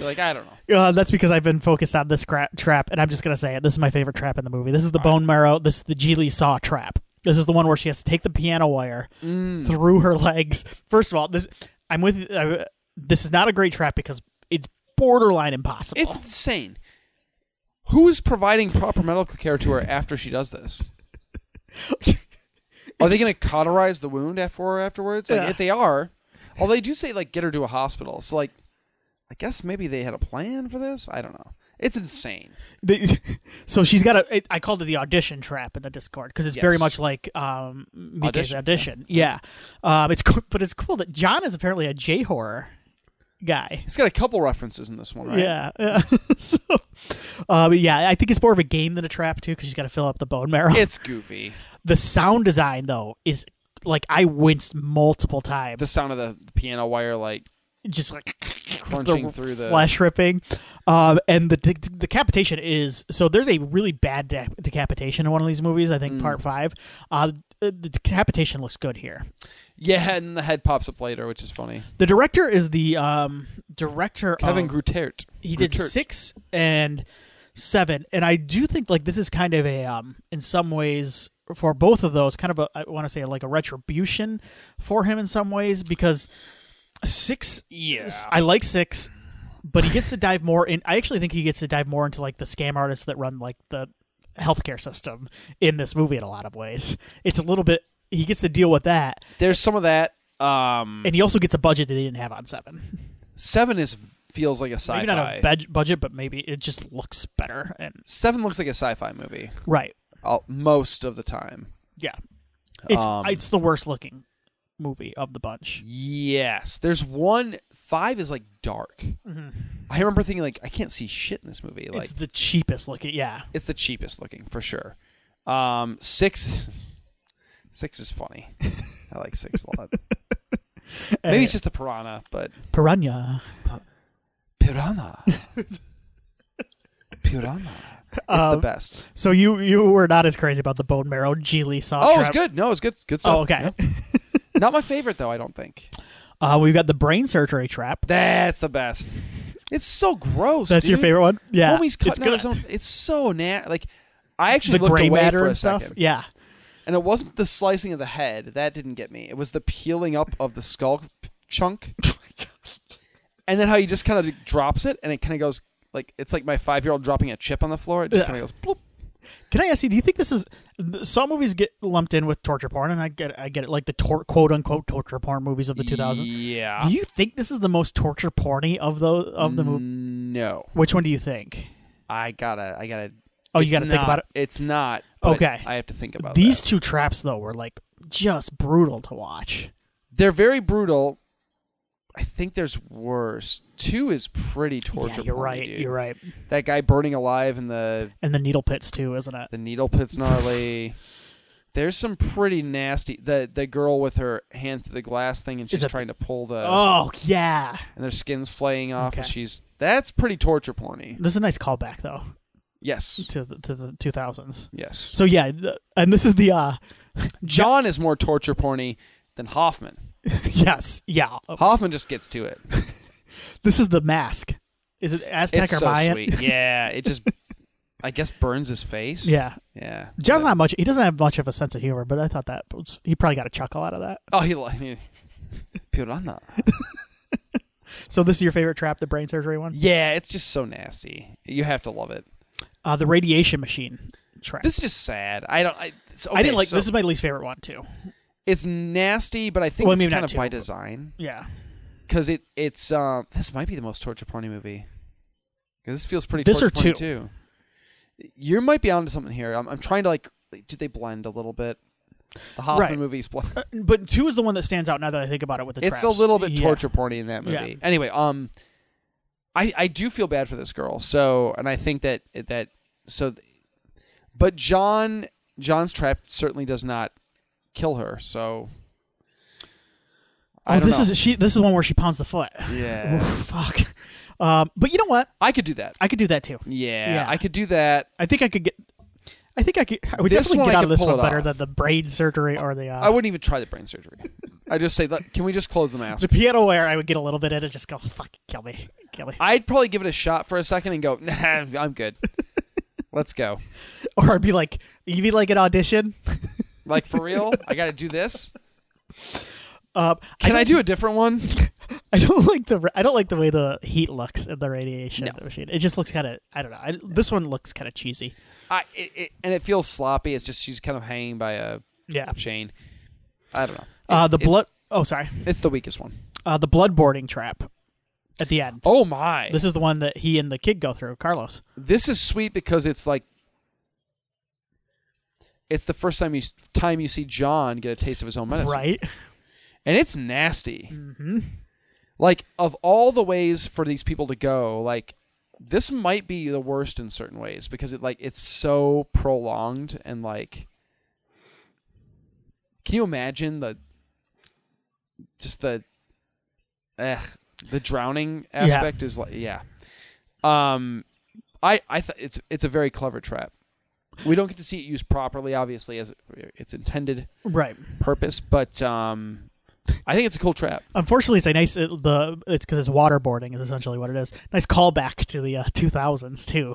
Speaker 2: like I don't know.
Speaker 1: Uh, that's because I've been focused on this cra- trap, and I'm just gonna say it. This is my favorite trap in the movie. This is the bone marrow. This is the Geely saw trap. This is the one where she has to take the piano wire
Speaker 2: Hmm.
Speaker 1: through her legs. First of all, this I'm with. Uh, this is not a great trap because it's borderline impossible.
Speaker 2: It's insane. Who is providing proper medical care to her after she does this? Are they going to cauterize the wound after afterwards? Like,
Speaker 1: Yeah.
Speaker 2: if they are, well, they do say like get her to a hospital. So like, I guess maybe they had a plan for this. I don't know. It's insane.
Speaker 1: The- so she's got a. It, I called it the audition trap in the Discord because it's very
Speaker 2: Yes.
Speaker 1: much like um, Mike's
Speaker 2: Audition,
Speaker 1: audition. Yeah, Um, it's cool, but it's cool that John is apparently a J horror guy.
Speaker 2: It's got a couple references in this one, right?
Speaker 1: Yeah. yeah. so, uh, but yeah, I think it's more of a game than a trap too, because she's got to fill up the bone marrow.
Speaker 2: It's goofy.
Speaker 1: the sound design though is like I winced multiple times,
Speaker 2: The sound of the, the piano wire like
Speaker 1: just like
Speaker 2: crunching through the
Speaker 1: flesh ripping, um, and the de- decapitation is so. There's a really bad de- decapitation in one of these movies. I
Speaker 2: Mm.
Speaker 1: think part five. Uh, the decapitation looks good here.
Speaker 2: Yeah, and the head pops up later, which is funny.
Speaker 1: The director is the um, director
Speaker 2: Kevin
Speaker 1: of
Speaker 2: Grutert.
Speaker 1: he did
Speaker 2: Grutert.
Speaker 1: six and seven and i do think like this is kind of a um in some ways for both of those kind of a i want to say like a retribution for him in some ways because six
Speaker 2: Yeah.
Speaker 1: i like six but he gets to dive more in i actually think he gets to dive more into like the scam artists that run like the healthcare system in this movie in a lot of ways it's a little bit he gets to deal with that
Speaker 2: There's some of that. Um,
Speaker 1: and he also gets a budget that he didn't have on seven
Speaker 2: Seven is feels like a sci-fi.
Speaker 1: maybe not a bed- budget but maybe it just looks better and
Speaker 2: Seven looks like a sci-fi movie
Speaker 1: right
Speaker 2: uh, most of the time.
Speaker 1: Yeah, it's
Speaker 2: Um,
Speaker 1: it's the worst looking movie of the bunch.
Speaker 2: Yes, there's one. Five is like dark. I remember thinking like I can't see shit in this movie. Like
Speaker 1: Mm-hmm. it's
Speaker 2: it's,
Speaker 1: the cheapest looking. Yeah,
Speaker 2: the cheapest looking for sure. Um, six, six is funny. I like six a lot. Maybe it's just a piranha, but
Speaker 1: Uh, Piranha.
Speaker 2: piranha, piranha. It's the
Speaker 1: Um,
Speaker 2: best.
Speaker 1: So you you were not as crazy about the bone marrow geely sauce.
Speaker 2: Oh, it's good. No, it's good. Good stuff.
Speaker 1: Oh, okay.
Speaker 2: Yeah. Not my favorite though. I don't think
Speaker 1: Uh, we've got the brain surgery trap.
Speaker 2: that's the best. It's so gross.
Speaker 1: That's your
Speaker 2: dude.
Speaker 1: favorite one. Yeah,
Speaker 2: Oh,
Speaker 1: it's
Speaker 2: Homie's cutting out
Speaker 1: good.
Speaker 2: his own. It's so nat. Like I actually
Speaker 1: The
Speaker 2: looked
Speaker 1: gray
Speaker 2: away
Speaker 1: matter
Speaker 2: for a
Speaker 1: and stuff.
Speaker 2: second,
Speaker 1: Yeah,
Speaker 2: and it wasn't the slicing of the head that didn't get me. It was the peeling up of the skull p- chunk,
Speaker 1: Oh
Speaker 2: and then how he just kind of drops it, and it kind of goes like it's like my five year old dropping a chip on the floor. It just
Speaker 1: Yeah.
Speaker 2: kind of goes bloop.
Speaker 1: Can I ask you? Do you think this is th- some movies get lumped in with torture porn, and I get I get it like the tor- quote unquote torture porn movies of the 2000s.
Speaker 2: Yeah. Mm.
Speaker 1: Do you think this is the most torture porny of the of the movie?
Speaker 2: No,
Speaker 1: Which one do you think?
Speaker 2: I gotta. I gotta.
Speaker 1: Oh, you
Speaker 2: it's
Speaker 1: got to think
Speaker 2: not-
Speaker 1: about it.
Speaker 2: It's not. but
Speaker 1: Okay.
Speaker 2: I have to think about
Speaker 1: These
Speaker 2: that.
Speaker 1: two traps though were like just brutal to watch.
Speaker 2: They're very brutal. I think there's worse. Two is pretty torture.
Speaker 1: yeah, you're
Speaker 2: porny,
Speaker 1: right.
Speaker 2: dude.
Speaker 1: You're right.
Speaker 2: That guy burning alive in the
Speaker 1: And the needle pits too, isn't it?
Speaker 2: the needle pit's gnarly. There's some pretty nasty. The the girl with her hand through the glass thing, and she's
Speaker 1: it-
Speaker 2: trying to pull the
Speaker 1: oh yeah,
Speaker 2: and their skin's flaying off, and
Speaker 1: Okay.
Speaker 2: she's that's pretty torture porny.
Speaker 1: this is a nice callback though
Speaker 2: Yes,
Speaker 1: to the, to the 2000s.
Speaker 2: yes.
Speaker 1: So yeah, the, and this is the uh
Speaker 2: John is more torture porny than Hoffman.
Speaker 1: yes yeah
Speaker 2: Hoffman just gets to it.
Speaker 1: this is the mask. Is it Aztec
Speaker 2: It's
Speaker 1: or
Speaker 2: so
Speaker 1: Mayan?
Speaker 2: sweet. Yeah, it just I guess burns his face.
Speaker 1: Yeah,
Speaker 2: yeah.
Speaker 1: John's
Speaker 2: But-
Speaker 1: not much. He doesn't have much of a sense of humor, but I thought that was, he probably got a chuckle out of that.
Speaker 2: Oh, he like piranha.
Speaker 1: So this is your favorite trap, the brain surgery one,
Speaker 2: Yeah, it's just so nasty. You have to love it.
Speaker 1: uh, the radiation machine trap.
Speaker 2: This is just sad. I don't. I, so-
Speaker 1: I
Speaker 2: okay,
Speaker 1: didn't like.
Speaker 2: so
Speaker 1: this is my least favorite one too.
Speaker 2: It's nasty, but I think
Speaker 1: Well,
Speaker 2: it's
Speaker 1: maybe
Speaker 2: kind
Speaker 1: not
Speaker 2: of by
Speaker 1: too, but-
Speaker 2: design
Speaker 1: Yeah,
Speaker 2: because it it's um this might be the most torture porny movie. 'Cause This feels pretty.
Speaker 1: This or
Speaker 2: torture porny, too. You might be onto something here. I'm, I'm trying to like. Do they blend a little bit? The Hoffman
Speaker 1: Right.
Speaker 2: movies blend.
Speaker 1: Uh, but two is the one that stands out now that I think about it. With the
Speaker 2: it's a
Speaker 1: traps.
Speaker 2: little bit
Speaker 1: Yeah.
Speaker 2: torture porny in that movie.
Speaker 1: Yeah.
Speaker 2: Anyway, um, I I do feel bad for this girl. So, and I think that that so, th- but John John's trap certainly does not kill her. So, I
Speaker 1: Oh,
Speaker 2: don't
Speaker 1: this
Speaker 2: know.
Speaker 1: is she. This is the one where she pounds the foot. Oof,
Speaker 2: yeah.
Speaker 1: fuck. Um, but you know what?
Speaker 2: I could do that.
Speaker 1: I could do that too.
Speaker 2: Yeah,
Speaker 1: Yeah.
Speaker 2: I could do that.
Speaker 1: I think I could get. I think I could. I would
Speaker 2: This
Speaker 1: definitely
Speaker 2: one
Speaker 1: get
Speaker 2: I
Speaker 1: out of
Speaker 2: could
Speaker 1: this
Speaker 2: pull
Speaker 1: one
Speaker 2: it
Speaker 1: better
Speaker 2: off.
Speaker 1: than the braid surgery or the.
Speaker 2: I
Speaker 1: Uh,
Speaker 2: wouldn't even try the brain surgery. I just say, "Look, can we just close the mask?
Speaker 1: the piano where I would get a little bit in and just go fuck, kill me, kill me.
Speaker 2: I'd probably give it a shot for a second and go, nah, I'm good. Let's go.
Speaker 1: or I'd be like, you mean like an audition?
Speaker 2: Like for real, I got to do this.
Speaker 1: Um,
Speaker 2: Can I,
Speaker 1: don't-
Speaker 2: do a different one?
Speaker 1: I don't like the. I don't like the way the heat looks in the radiation
Speaker 2: No.
Speaker 1: of the machine. It just looks kind of. I don't know. I, this one looks kind of cheesy.
Speaker 2: I it, it, and it feels sloppy. It's just she's kind of hanging by a
Speaker 1: Yeah.
Speaker 2: chain. I don't know.
Speaker 1: Uh, the
Speaker 2: It-
Speaker 1: blood. Oh, sorry.
Speaker 2: It's the weakest one.
Speaker 1: Uh, the bloodboarding trap. At the end,
Speaker 2: Oh my! This,
Speaker 1: this is the one that he and the kid go through. Carlos.
Speaker 2: is sweet because it's like it's the first time you time you see John get a taste of his own medicine,
Speaker 1: Right.
Speaker 2: and it's nasty.
Speaker 1: hmm
Speaker 2: Like of all the ways for these people to go, like this might be the worst in certain ways because it like it's so prolonged and like can you imagine the just the eh, the drowning aspect is like yeah. Um I I th- it's it's a very clever trap. We don't get to see it used properly obviously as its intended
Speaker 1: Right.
Speaker 2: purpose, but um I think it's a cool trap.
Speaker 1: Unfortunately, it's a nice it, the it's because it's waterboarding is essentially what it is. Nice callback to the uh, 2000s too.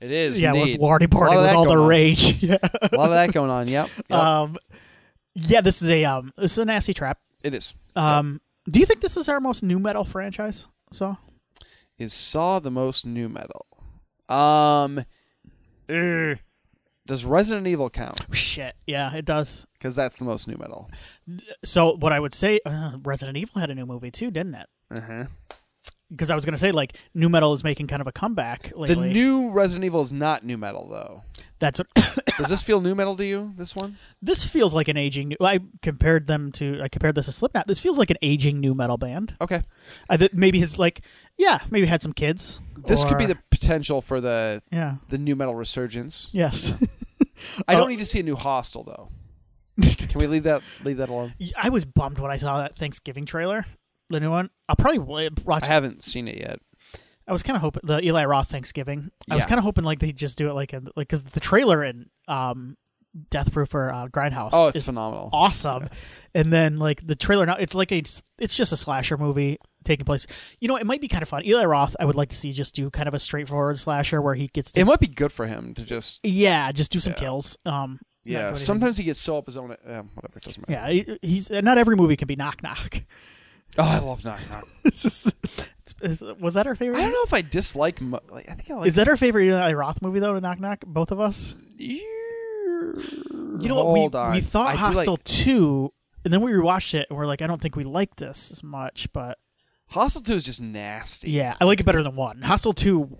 Speaker 2: It is.
Speaker 1: yeah,
Speaker 2: indeed.
Speaker 1: when waterboarding was
Speaker 2: that
Speaker 1: all the
Speaker 2: going on.
Speaker 1: rage. yeah.
Speaker 2: a lot of that going on. Yep. Yep.
Speaker 1: Um, yeah, this is a um, this is a nasty trap.
Speaker 2: it is.
Speaker 1: Um, do you think this is our most new metal franchise? So
Speaker 2: Is Saw the most new metal? Um, does Resident Evil count?
Speaker 1: shit, yeah, it does.
Speaker 2: Because that's the most new metal.
Speaker 1: So what I would say, uh, Resident Evil had a new movie too, didn't it?
Speaker 2: Uh-huh.
Speaker 1: Because I was gonna say like new metal is making kind of a comeback
Speaker 2: The
Speaker 1: lately.
Speaker 2: new Resident Evil is not new metal though.
Speaker 1: That's what
Speaker 2: Does this feel new metal to you? This one?
Speaker 1: this feels like an aging. new I compared them to I compared this to Slipknot. This feels like an aging new metal band.
Speaker 2: Okay.
Speaker 1: I th- maybe his like yeah maybe had some kids.
Speaker 2: This could be
Speaker 1: or-
Speaker 2: the potential for the
Speaker 1: yeah
Speaker 2: the new metal resurgence.
Speaker 1: yes.
Speaker 2: I
Speaker 1: Oh.
Speaker 2: don't need to see a new Hostel though. Can we leave that leave that alone?
Speaker 1: I was bummed when I saw that Thanksgiving trailer, the new one. I'll probably wa- watch.
Speaker 2: I
Speaker 1: I,
Speaker 2: haven't seen it yet.
Speaker 1: was kind of hoping the Eli Roth Thanksgiving. I was
Speaker 2: Yeah.
Speaker 1: kind of hoping like they just do it like a, like because the trailer in um Death Proof or uh, Grindhouse
Speaker 2: Oh, it's
Speaker 1: is
Speaker 2: phenomenal.
Speaker 1: awesome, and then like the trailer now it's like a it's just a slasher movie taking place. You know, it might be kind of fun. Eli Roth, I would like to see just do kind of a straightforward slasher where he gets to
Speaker 2: It might be good for him to just
Speaker 1: yeah, just do some
Speaker 2: Yeah.
Speaker 1: kills. Um, not do
Speaker 2: yeah.
Speaker 1: anything.
Speaker 2: Sometimes he gets so up his own um, whatever it doesn't matter.
Speaker 1: yeah, he- he's not every movie can be knock knock.
Speaker 2: Oh, I love Knock Knock.
Speaker 1: This is- is- was that our favorite?
Speaker 2: I don't know if I dislike. Mo- like, I think I like.
Speaker 1: Is that our favorite Eli Roth movie though? To knock knock, both of us.
Speaker 2: You
Speaker 1: You know what?
Speaker 2: Hold
Speaker 1: we
Speaker 2: on.
Speaker 1: we thought
Speaker 2: I do like-
Speaker 1: Hostel two, and then we rewatched it, and we're like, I don't think we like this as much, but
Speaker 2: Hostel Two is just nasty.
Speaker 1: yeah, I like it better than one. Hostel two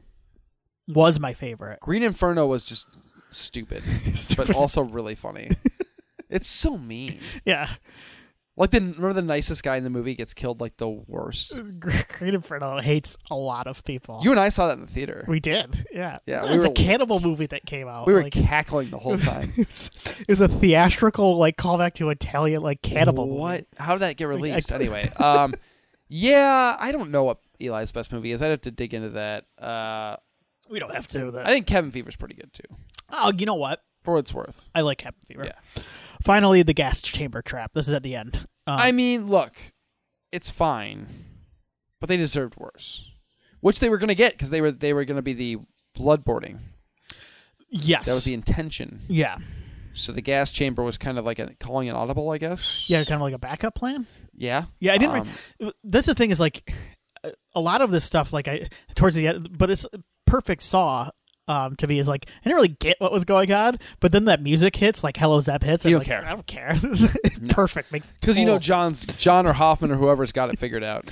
Speaker 1: was my favorite.
Speaker 2: Green Inferno was just stupid, but also really funny. it's so mean.
Speaker 1: Yeah,
Speaker 2: Like the remember the nicest guy in the movie gets killed like the worst.
Speaker 1: Uh, Green Inferno hates a lot of people.
Speaker 2: You and I saw that in the theater.
Speaker 1: we did, yeah.
Speaker 2: Yeah,
Speaker 1: it
Speaker 2: we
Speaker 1: was a
Speaker 2: were-
Speaker 1: cannibal movie that came out.
Speaker 2: We were
Speaker 1: like,
Speaker 2: cackling the whole time.
Speaker 1: it's, it's a theatrical like callback to Italian like cannibal. movie.
Speaker 2: What? How did that get released
Speaker 1: I-
Speaker 2: anyway? Um, yeah, I don't know what Eli's best movie is. I'd have to dig into that. Uh,
Speaker 1: We don't have to.
Speaker 2: I
Speaker 1: That.
Speaker 2: think Kevin Fever's pretty good too,
Speaker 1: Oh, you know what?
Speaker 2: for what it's worth.
Speaker 1: I like Cabin Fever.
Speaker 2: Yeah.
Speaker 1: Finally, the gas chamber trap. This is at the end. Um,
Speaker 2: I mean, look, it's fine, but they deserved worse, which they were going to get because they were they were going to be the bloodboarding.
Speaker 1: yes.
Speaker 2: That was the intention.
Speaker 1: yeah.
Speaker 2: So the gas chamber was kind of like a, calling an audible, I guess.
Speaker 1: Yeah, kind of like a backup plan.
Speaker 2: Yeah.
Speaker 1: Yeah, I didn't.
Speaker 2: Um,
Speaker 1: re- that's the thing is like a- a lot of this stuff like I towards the end, but it's perfect saw. Um, to me is like I didn't really get what was going on, but then that music hits, like "Hello Zep" hits.
Speaker 2: You
Speaker 1: and
Speaker 2: don't
Speaker 1: I'm like, I don't care. Perfect makes
Speaker 2: because you know
Speaker 1: total
Speaker 2: John's John or Hoffman or whoever's got it figured out.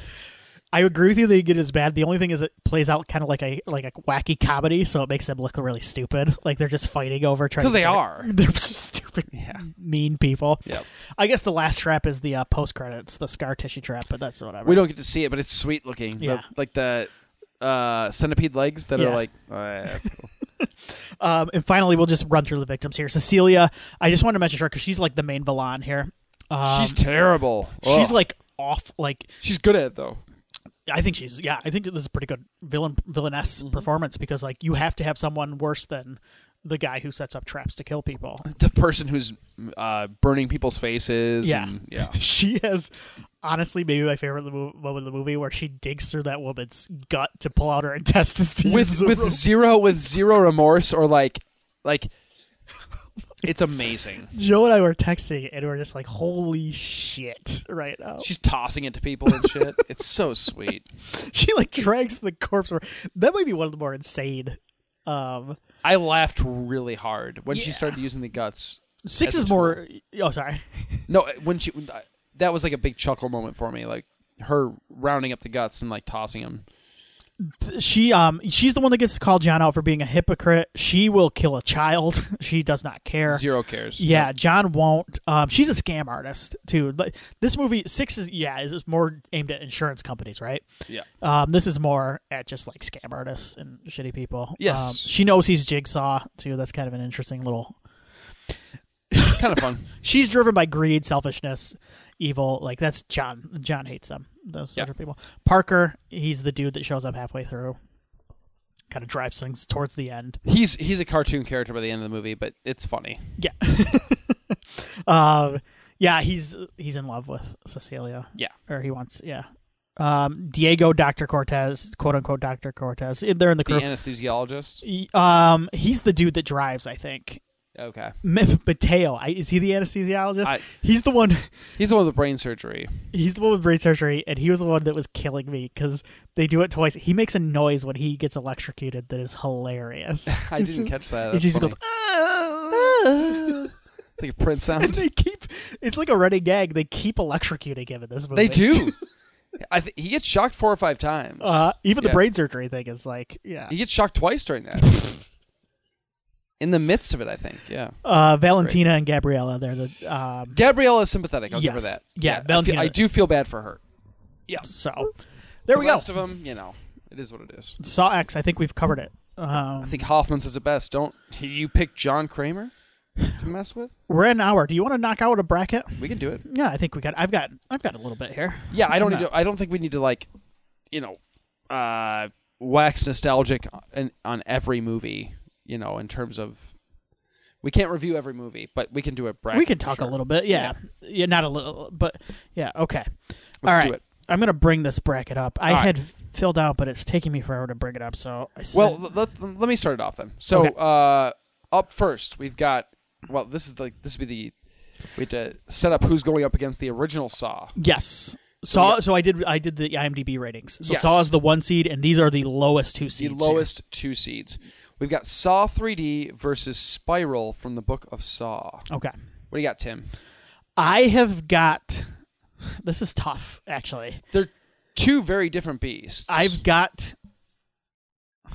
Speaker 1: I agree with you that you get as bad. The only thing is it plays out kind of like a like a wacky comedy, so it makes them look really stupid. Like they're just fighting over trying.
Speaker 2: 'Cause
Speaker 1: to
Speaker 2: they
Speaker 1: figure-
Speaker 2: are.
Speaker 1: They're just stupid,
Speaker 2: Yeah.
Speaker 1: mean people.
Speaker 2: Yep.
Speaker 1: I guess the last trap is the uh, post credits, the scar tissue trap, but that's whatever.
Speaker 2: We don't get to see it, but it's sweet looking. The-
Speaker 1: Yeah.
Speaker 2: like the uh, centipede legs that
Speaker 1: Yeah.
Speaker 2: are like. Oh, yeah, that's cool.
Speaker 1: Um, and finally, we'll just run through the victims here. Cecilia, I just want to mention her because she's like the main villain here. Um,
Speaker 2: she's Oh. terrible.
Speaker 1: she's
Speaker 2: Ugh.
Speaker 1: like off. Like
Speaker 2: she's good at it though.
Speaker 1: I think she's yeah. I think this is a pretty good villain villainess
Speaker 2: Mm-hmm.
Speaker 1: performance because like you have to have someone worse than the guy who sets up traps to kill people.
Speaker 2: The person who's uh, burning people's faces.
Speaker 1: Yeah.
Speaker 2: and- yeah.
Speaker 1: she has honestly maybe my favorite the mo- moment of the movie where she digs through that woman's gut to pull out her intestines to use
Speaker 2: with
Speaker 1: as a
Speaker 2: with
Speaker 1: rope.
Speaker 2: zero with zero remorse or like like it's amazing.
Speaker 1: Joe and I were texting and we are just like holy shit right now
Speaker 2: She's tossing it to people and shit. It's so sweet.
Speaker 1: she like drags the corpse over. that might be one of the more insane um
Speaker 2: I laughed really hard when she
Speaker 1: Yeah.
Speaker 2: started using the guts.
Speaker 1: six
Speaker 2: As a
Speaker 1: is more oh sorry
Speaker 2: No, uh, when she that was like a big chuckle moment for me. Like her rounding up the guts and like tossing them.
Speaker 1: she um she's the one that gets to call John out for being a hypocrite she will kill a child she does not care
Speaker 2: Zero cares.
Speaker 1: Yeah, John won't. Um, she's a scam artist too. Like, This movie six is yeah is more aimed at insurance companies, right?
Speaker 2: Yeah.
Speaker 1: Um, this is more at just like scam artists and shitty people.
Speaker 2: Yes.
Speaker 1: um, she knows he's Jigsaw too. That's kind of an interesting little.
Speaker 2: kind of fun.
Speaker 1: She's driven by greed, selfishness, evil. Like that's John. John hates them. Those
Speaker 2: Yeah.
Speaker 1: other people. Parker, he's the dude that shows up halfway through. Kind of drives things towards the end.
Speaker 2: He's he's a cartoon character by the end of the movie, but it's funny.
Speaker 1: Yeah. um, yeah, he's he's in love with Cecilia.
Speaker 2: Yeah.
Speaker 1: Or he wants yeah. Um, Diego Dr. Cortez, quote unquote Dr. Cortez. in- They're in the
Speaker 2: The
Speaker 1: group.
Speaker 2: anesthesiologist.
Speaker 1: He- um, he's the dude that drives, I think.
Speaker 2: Okay.
Speaker 1: M- Mateo, I, is he the anesthesiologist?
Speaker 2: I-
Speaker 1: he's the one.
Speaker 2: He's the one with the brain surgery.
Speaker 1: He's the one with brain surgery, and he was the one that was killing me because they do it twice. He makes a noise when he gets electrocuted that is hilarious.
Speaker 2: I didn't catch that.
Speaker 1: He
Speaker 2: That's
Speaker 1: just
Speaker 2: funny.
Speaker 1: goes. "Ah."
Speaker 2: It's like a print
Speaker 1: and
Speaker 2: sound.
Speaker 1: they keep it's like a running gag. They keep electrocuting him in this movie.
Speaker 2: They do. I th- he gets shocked four or five times.
Speaker 1: Uh, even
Speaker 2: Yeah.
Speaker 1: the brain surgery thing is like, yeah.
Speaker 2: he gets shocked twice during that. In the midst of it, I think. Yeah.
Speaker 1: Uh, Valentina and Gabriella, they're the um,
Speaker 2: Gabrielle is sympathetic. I'll give her
Speaker 1: Yes.
Speaker 2: that.
Speaker 1: Yeah,
Speaker 2: I, feel-
Speaker 1: Valentina-
Speaker 2: I do feel bad for her.
Speaker 1: so there
Speaker 2: the
Speaker 1: we go.
Speaker 2: rest of them, you know, it is what it is.
Speaker 1: Saw X. I think we've covered it. Um,
Speaker 2: I think Hoffman says it best. Don't you pick John Kramer? to mess with.
Speaker 1: We're at an hour. Do you want to knock out a bracket?
Speaker 2: We can do it.
Speaker 1: Yeah, I think we got. I've got. I've got a little bit here.
Speaker 2: Yeah, I don't
Speaker 1: No.
Speaker 2: need to. I don't think we need to like, you know, uh, wax nostalgic on, on every movie. You know, in terms of, we can't review every movie, but we can do a bracket.
Speaker 1: we can
Speaker 2: for
Speaker 1: talk
Speaker 2: sure.
Speaker 1: a little bit. Yeah. yeah, not a little, but yeah. Okay.
Speaker 2: Let's
Speaker 1: All
Speaker 2: do
Speaker 1: right.
Speaker 2: it.
Speaker 1: I'm gonna bring this bracket up. I
Speaker 2: All right.
Speaker 1: had filled out, but it's taking me forever to bring it up. So I said,
Speaker 2: Well, let, let, let me start it off then. So,
Speaker 1: Okay.
Speaker 2: uh, up first, we've got. Well, this is like this would be the we had to set up who's going up against the original Saw.
Speaker 1: yes.
Speaker 2: we
Speaker 1: Saw.
Speaker 2: got-
Speaker 1: so I did. I did the IMDb ratings. So
Speaker 2: Yes.
Speaker 1: Saw is the one seed, and these are the lowest two
Speaker 2: the
Speaker 1: seeds. here.
Speaker 2: lowest two seeds. We've got Saw 3D versus Spiral from the Book of Saw.
Speaker 1: Okay.
Speaker 2: What do you got, Tim?
Speaker 1: I have got. This is tough, actually.
Speaker 2: They're two very different beasts.
Speaker 1: I've got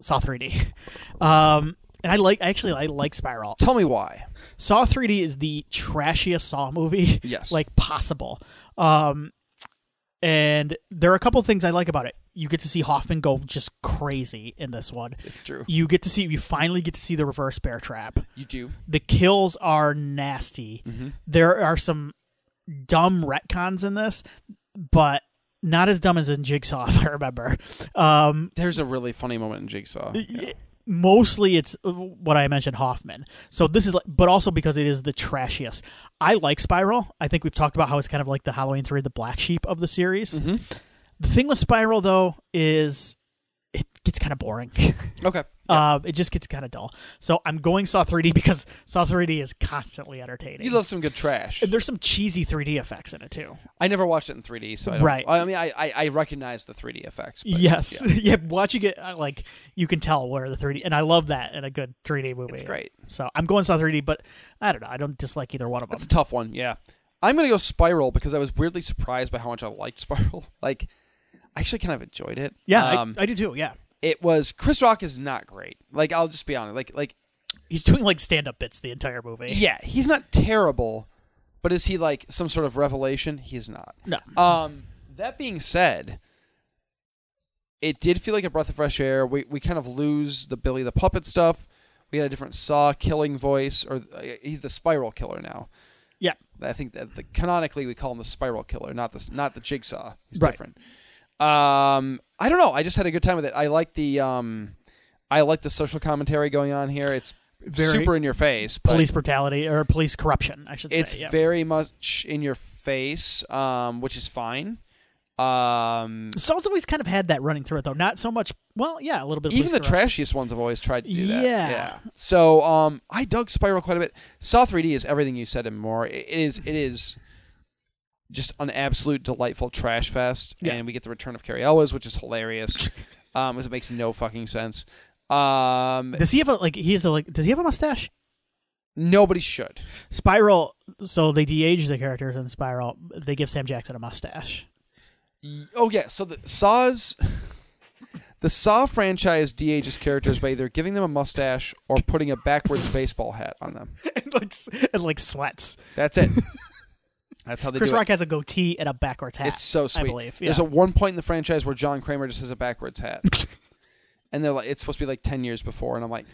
Speaker 1: Saw 3D. Um, and I like actually I like Spiral.
Speaker 2: tell me why.
Speaker 1: Saw 3D is the trashiest Saw movie
Speaker 2: Yes.
Speaker 1: like possible. Um, and there are a couple things I like about it. You get to see Hoffman go just crazy in this one.
Speaker 2: it's true.
Speaker 1: You get to see you finally get to see the reverse bear trap.
Speaker 2: You do.
Speaker 1: The kills are nasty. There are some dumb retcons in this, but not as dumb as in Jigsaw, if I remember. Um,
Speaker 2: There's a really funny moment in Jigsaw. Yeah.
Speaker 1: Mostly it's uh, what I mentioned Hoffman. So this is, like, but also because it is the trashiest. I like Spiral. I think we've talked about how it's kind of like the Halloween 3, the black sheep of the series.
Speaker 2: Mm. Mm-hmm.
Speaker 1: The thing with Spiral, though, is it gets kind of boring.
Speaker 2: Okay.
Speaker 1: Um, it just gets kind of dull. So I'm going Saw 3D because Saw 3D is constantly entertaining.
Speaker 2: You love some good trash.
Speaker 1: And there's some cheesy 3D effects in it too.
Speaker 2: I never watched it in 3D, so I don't,
Speaker 1: Right.
Speaker 2: I mean, I, I, I recognize the 3D effects. But
Speaker 1: yes,
Speaker 2: yeah,
Speaker 1: yeah. Watching it, I like you can tell where the 3D, and I love that in a good 3D movie.
Speaker 2: it's great.
Speaker 1: So I'm going Saw 3D, but I don't know. I don't dislike either one of them.
Speaker 2: It's a tough one. Yeah. I'm gonna go Spiral because I was weirdly surprised by how much I liked Spiral. Like, I actually kind of enjoyed it.
Speaker 1: yeah,
Speaker 2: Um,
Speaker 1: I, I do too. Yeah,
Speaker 2: it was Chris Rock is not great. Like I'll just be honest. Like like
Speaker 1: he's doing like stand-up bits the entire movie.
Speaker 2: yeah, he's not terrible, but is he like some sort of revelation? He's not.
Speaker 1: No.
Speaker 2: Um that being said, it did feel like a breath of fresh air. We we kind of lose the Billy the Puppet stuff. We had a different saw killing voice or uh, he's the spiral killer now.
Speaker 1: Yeah.
Speaker 2: I think that the, canonically we call him the spiral killer, not the not the jigsaw. He's
Speaker 1: Right.
Speaker 2: different. Um, I don't know. I just had a good time with it. I like the um, I like the social commentary going on here. It's
Speaker 1: Very-
Speaker 2: super in your face. But
Speaker 1: Police brutality or police corruption, I should
Speaker 2: it's
Speaker 1: say. Yeah.
Speaker 2: very much in your face, um, which is fine. Um,
Speaker 1: Saw's always kind of had that running through it though. Not so much. Well, yeah, a little bit. of
Speaker 2: even
Speaker 1: police
Speaker 2: the
Speaker 1: corruption.
Speaker 2: trashiest ones have always tried to do that.
Speaker 1: Yeah.
Speaker 2: So um, I dug Spiral quite a bit. Saw 3D is everything you said and more. It is it is just an absolute delightful trash fest,
Speaker 1: Yeah.
Speaker 2: and we get the return of Carrie Elwes, which is hilarious, um, because it makes no fucking sense. Um,
Speaker 1: Does he have a like? He has a like. Does he have a mustache?
Speaker 2: nobody should.
Speaker 1: Spiral. So they de-age the characters in Spiral. They give Sam Jackson a mustache.
Speaker 2: Y- Oh yeah, so the Saws, the Saw franchise DH's characters by either giving them a mustache or putting a backwards baseball hat on them.
Speaker 1: and like s- and like sweats.
Speaker 2: That's it. That's how they
Speaker 1: Chris
Speaker 2: do it.
Speaker 1: Rock has a goatee and a backwards hat.
Speaker 2: It's so
Speaker 1: I
Speaker 2: sweet.
Speaker 1: believe. Yeah.
Speaker 2: There's a one point in the franchise where John Kramer just has a backwards hat. and they're like it's supposed to be like 10 years before and I'm like,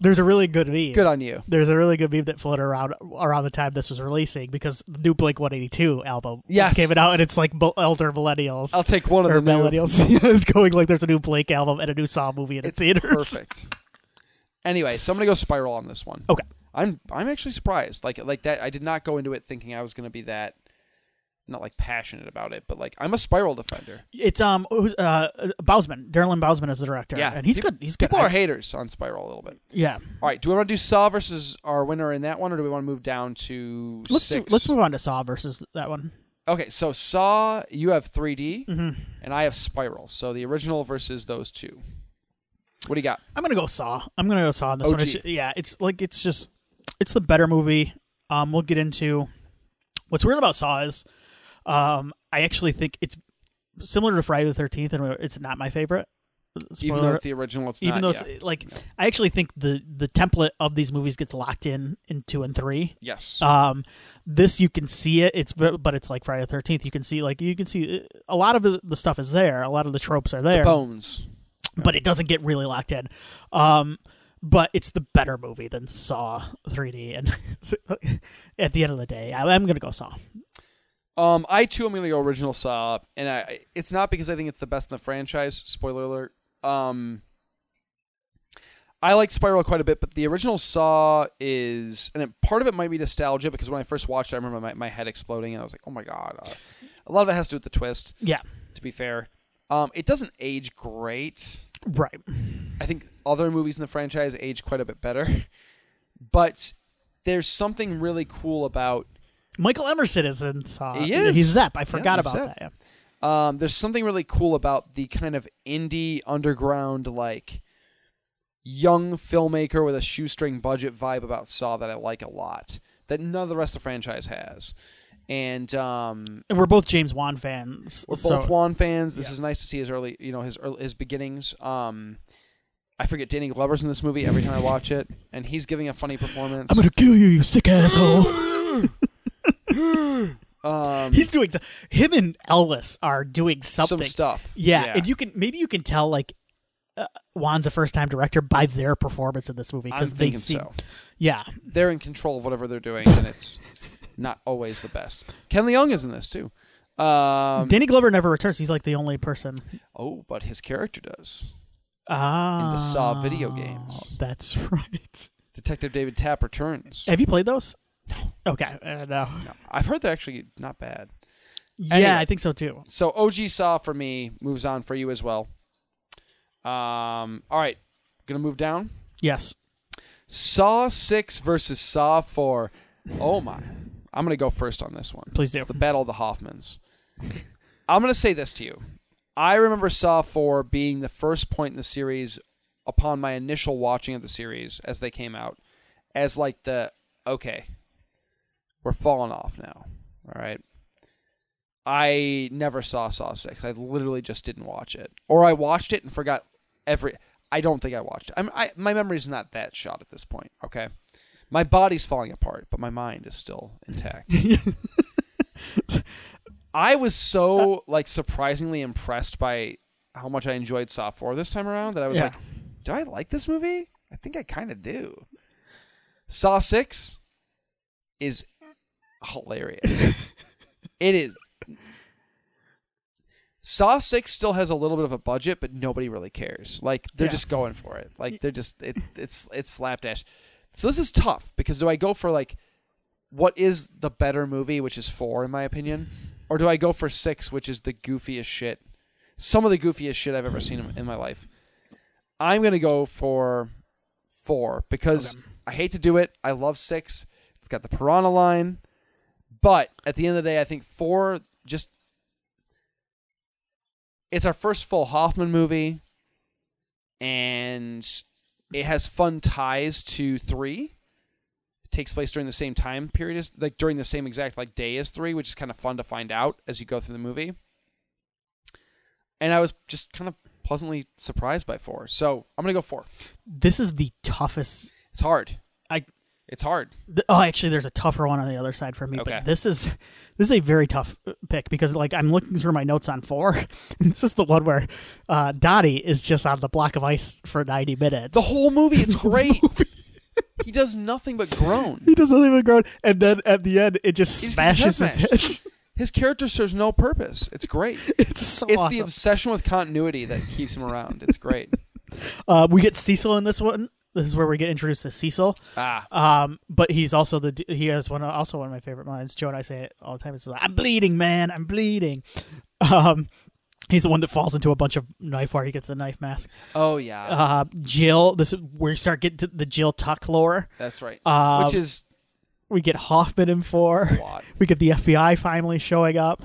Speaker 1: There's a really good meme.
Speaker 2: "Good on you."
Speaker 1: There's a really good meme that floated around around the time this was releasing because the new Blink 182 album just
Speaker 2: Yes.
Speaker 1: came out and it's like bu- elder millennials
Speaker 2: I'll take one of
Speaker 1: or
Speaker 2: the new-
Speaker 1: millennials is going like there's a new Blink album and a new Saw movie in the
Speaker 2: It's
Speaker 1: theaters.
Speaker 2: perfect. anyway, so I'm going to go spiral on this one.
Speaker 1: Okay.
Speaker 2: I'm I'm actually surprised. Like like that I did not go into it thinking I was going to be that not like passionate about it, but like I'm a spiral defender.
Speaker 1: It's um who's uh Bousman, Darren Bousman is the director.
Speaker 2: Yeah.
Speaker 1: and he's good. He's good.
Speaker 2: People
Speaker 1: I-
Speaker 2: are haters on spiral a little bit.
Speaker 1: yeah.
Speaker 2: All right, do we want to do Saw versus our winner in that one or do we want to move down to
Speaker 1: Let's do,
Speaker 2: six?
Speaker 1: let's move on to Saw versus that one. Mm-hmm.
Speaker 2: Okay, so Saw, you have 3D,
Speaker 1: Mm.
Speaker 2: and I have Spiral. So the original versus those two. What do you got?
Speaker 1: I'm gonna go Saw. I'm gonna go Saw on this
Speaker 2: OG.
Speaker 1: one. It's, yeah, it's like it's just it's the better movie. Um, we'll get into what's weird about Saw is, um, I actually think it's similar to Friday the Thirteenth, and it's not my favorite.
Speaker 2: Even though
Speaker 1: Spoiler-
Speaker 2: it's the original, it's
Speaker 1: even
Speaker 2: not.
Speaker 1: though
Speaker 2: yeah.
Speaker 1: it's, like I actually think the the template of these movies gets locked in in two and three.
Speaker 2: yes,
Speaker 1: Um, this you can see it. It's but it's like Friday the Thirteenth. You can see like you can see uh, a lot of the, the stuff is there. A lot of the tropes are there
Speaker 2: Bones.
Speaker 1: but it doesn't get really locked in. Um, but it's the better movie than Saw 3D. And at the end of the day, I- I'm gonna go Saw.
Speaker 2: Um, I too am going to go original Saw, and I it's not because I think it's the best in the franchise. Spoiler alert. Um, I like Spiral quite a bit, but the original Saw is, and it, part of it might be nostalgia because when I first watched, it, I remember my, my head exploding, and I was like, "Oh my god!" Uh, a lot of it has to do with the twist.
Speaker 1: Yeah,
Speaker 2: To be fair, um, it doesn't age great.
Speaker 1: right.
Speaker 2: I think other movies in the franchise age quite a bit better, but there's something really cool about
Speaker 1: Michael Emerson is in Saw.
Speaker 2: He
Speaker 1: Yeah,
Speaker 2: is.
Speaker 1: He's Zepp. I forgot
Speaker 2: he's
Speaker 1: about that.
Speaker 2: Zep.
Speaker 1: Yeah.
Speaker 2: um, there's something really cool about the kind of indie underground like young filmmaker with a shoestring budget vibe about Saw that I like a lot that none of the rest of the franchise has. And um,
Speaker 1: And we're both James Wan fans.
Speaker 2: we're
Speaker 1: so-
Speaker 2: both Juan fans. This
Speaker 1: yeah.
Speaker 2: is nice to see his early, you know, his early, his beginnings. Um, I forget Danny Glover's in this movie every time I watch it, and he's giving a funny performance.
Speaker 1: I'm gonna kill you, you sick asshole.
Speaker 2: um,
Speaker 1: He's doing so- him and Ellis are doing something.
Speaker 2: some stuff.
Speaker 1: Yeah, and you can maybe you can tell like uh, Juan's a first time director by their performance in this movie
Speaker 2: I'm
Speaker 1: because they
Speaker 2: thinking
Speaker 1: seem
Speaker 2: so.
Speaker 1: yeah
Speaker 2: they're in control of whatever they're doing, and it's not always the best. Ken Leung is in this too. Um,
Speaker 1: Danny Glover never returns. He's like the only person.
Speaker 2: oh, but his character does.
Speaker 1: Ah,
Speaker 2: Saw video games.
Speaker 1: That's right.
Speaker 2: Detective David Tapp returns.
Speaker 1: Have you played those? No. Okay. Uh, no.
Speaker 2: No, I've heard they're actually not bad.
Speaker 1: Yeah,
Speaker 2: Anyway.
Speaker 1: I think so too.
Speaker 2: So OG Saw for me moves on for you as well. Um, all right, gonna move down.
Speaker 1: Yes.
Speaker 2: Saw six versus Saw four. Oh my! I'm gonna go first on this one.
Speaker 1: Please do.
Speaker 2: It's the Battle of the Hoffmans. I'm gonna say this to you. I remember Saw four being the first point in the series upon my initial watching of the series as they came out, as like the okay, we're falling off now. All right. I never saw Saw Six. I literally just didn't watch it, or I watched it and forgot every. I don't think I watched. It. I'm. I my memory's not that shot at this point. Okay, my body's falling apart, but my mind is still intact. I was so like surprisingly impressed by how much I enjoyed Saw Four this time around that I was
Speaker 1: Yeah.
Speaker 2: like, "Do I like this movie? I think I kind of do." Saw Six is hilarious. it is. Saw Six still has a little bit of a budget, but nobody really cares. Like they're
Speaker 1: Yeah.
Speaker 2: just going for it. Like they're just it, it's it's slapdash. So this is tough because do I go for like what is the better movie, which is four in my opinion, or do I go for six, which is the goofiest shit, some of the goofiest shit I've ever seen in- in my life? I'm gonna go for four because I hate to do it. I love six. It's got the piranha line, but at the end of the day, I think four just it's our first full Hoffman movie, and it has fun ties to three. It takes place during the same time period as like during the same exact like day as three, which is kind of fun to find out as you go through the movie. And I was just kind of pleasantly surprised by four, so I'm gonna go four.
Speaker 1: This is the toughest.
Speaker 2: It's hard.
Speaker 1: I
Speaker 2: It's hard.
Speaker 1: th- oh, actually, there's a tougher one on the other side for me.
Speaker 2: Okay.
Speaker 1: But this is this is a very tough uh, pick because like I'm looking through my notes on four, and this is the one where uh, Dottie is just on the block of ice for 90 minutes.
Speaker 2: The whole movie, it's great.
Speaker 1: movie.
Speaker 2: he does nothing but groan.
Speaker 1: He doesn't even groan, and then at the end, it just
Speaker 2: He's-
Speaker 1: smashes
Speaker 2: he's
Speaker 1: his
Speaker 2: head
Speaker 1: head.
Speaker 2: His character serves no purpose. It's great.
Speaker 1: It's so
Speaker 2: It's the
Speaker 1: awesome.
Speaker 2: obsession with continuity that keeps him around. It's great.
Speaker 1: uh, we get Cecil in this one. This is where we get introduced to Cecil.
Speaker 2: Ah,
Speaker 1: Um, but he's also the d- he has one also one of my favorite lines. Joe and I say it all the time. It's like, "I'm bleeding, man. I'm bleeding." Um, he's the one that falls into a bunch of knife where he gets the knife mask.
Speaker 2: oh yeah,
Speaker 1: Uh, Jill. This is where we start getting to the Jill Tuck lore.
Speaker 2: that's right.
Speaker 1: Uh,
Speaker 2: Which is
Speaker 1: we get Hoffman in
Speaker 2: a
Speaker 1: four.
Speaker 2: lot.
Speaker 1: We get the FBI finally showing up.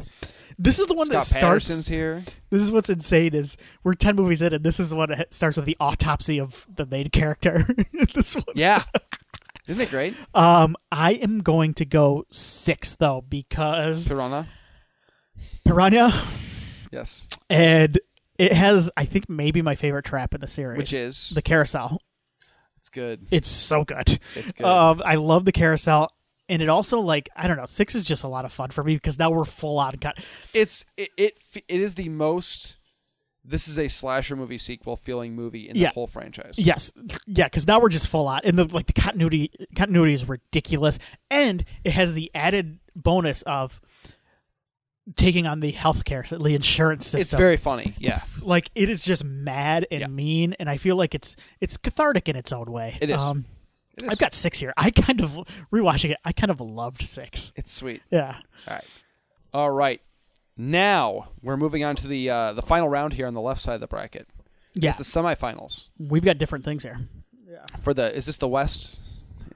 Speaker 1: This is the one
Speaker 2: Scott
Speaker 1: that starts.
Speaker 2: Patterson's here.
Speaker 1: This is what's insane is we're ten movies in, and this is what it starts with the autopsy of the main character. this one,
Speaker 2: Yeah, isn't it great?
Speaker 1: um, I am going to go six though because
Speaker 2: Piranha.
Speaker 1: Piranha,
Speaker 2: Yes,
Speaker 1: and it has I think maybe my favorite trap in the series,
Speaker 2: which is
Speaker 1: the carousel.
Speaker 2: it's good.
Speaker 1: It's so good.
Speaker 2: It's good.
Speaker 1: Um, I love the carousel. And it also like I don't know six is just a lot of fun for me because now we're full on. Con-
Speaker 2: it's it, it f- it is the most this is a slasher movie sequel feeling movie in
Speaker 1: Yeah.
Speaker 2: the whole franchise.
Speaker 1: Yes, yeah, because now we're just full on, and the like the continuity continuity is ridiculous, and it has the added bonus of taking on the healthcare, so the insurance system.
Speaker 2: it's very funny. Yeah,
Speaker 1: like it is just mad and
Speaker 2: Yeah.
Speaker 1: mean, and I feel like it's it's cathartic in its own way.
Speaker 2: It is.
Speaker 1: Um,
Speaker 2: It is.
Speaker 1: I've got six here. I kind of rewatching it. I kind of loved six.
Speaker 2: it's sweet.
Speaker 1: Yeah.
Speaker 2: All right, all right. Now we're moving on to the uh, the final round here on the left side of the bracket.
Speaker 1: Yeah,
Speaker 2: It's the semifinals
Speaker 1: we've got different things here.
Speaker 2: for the. Is this the West?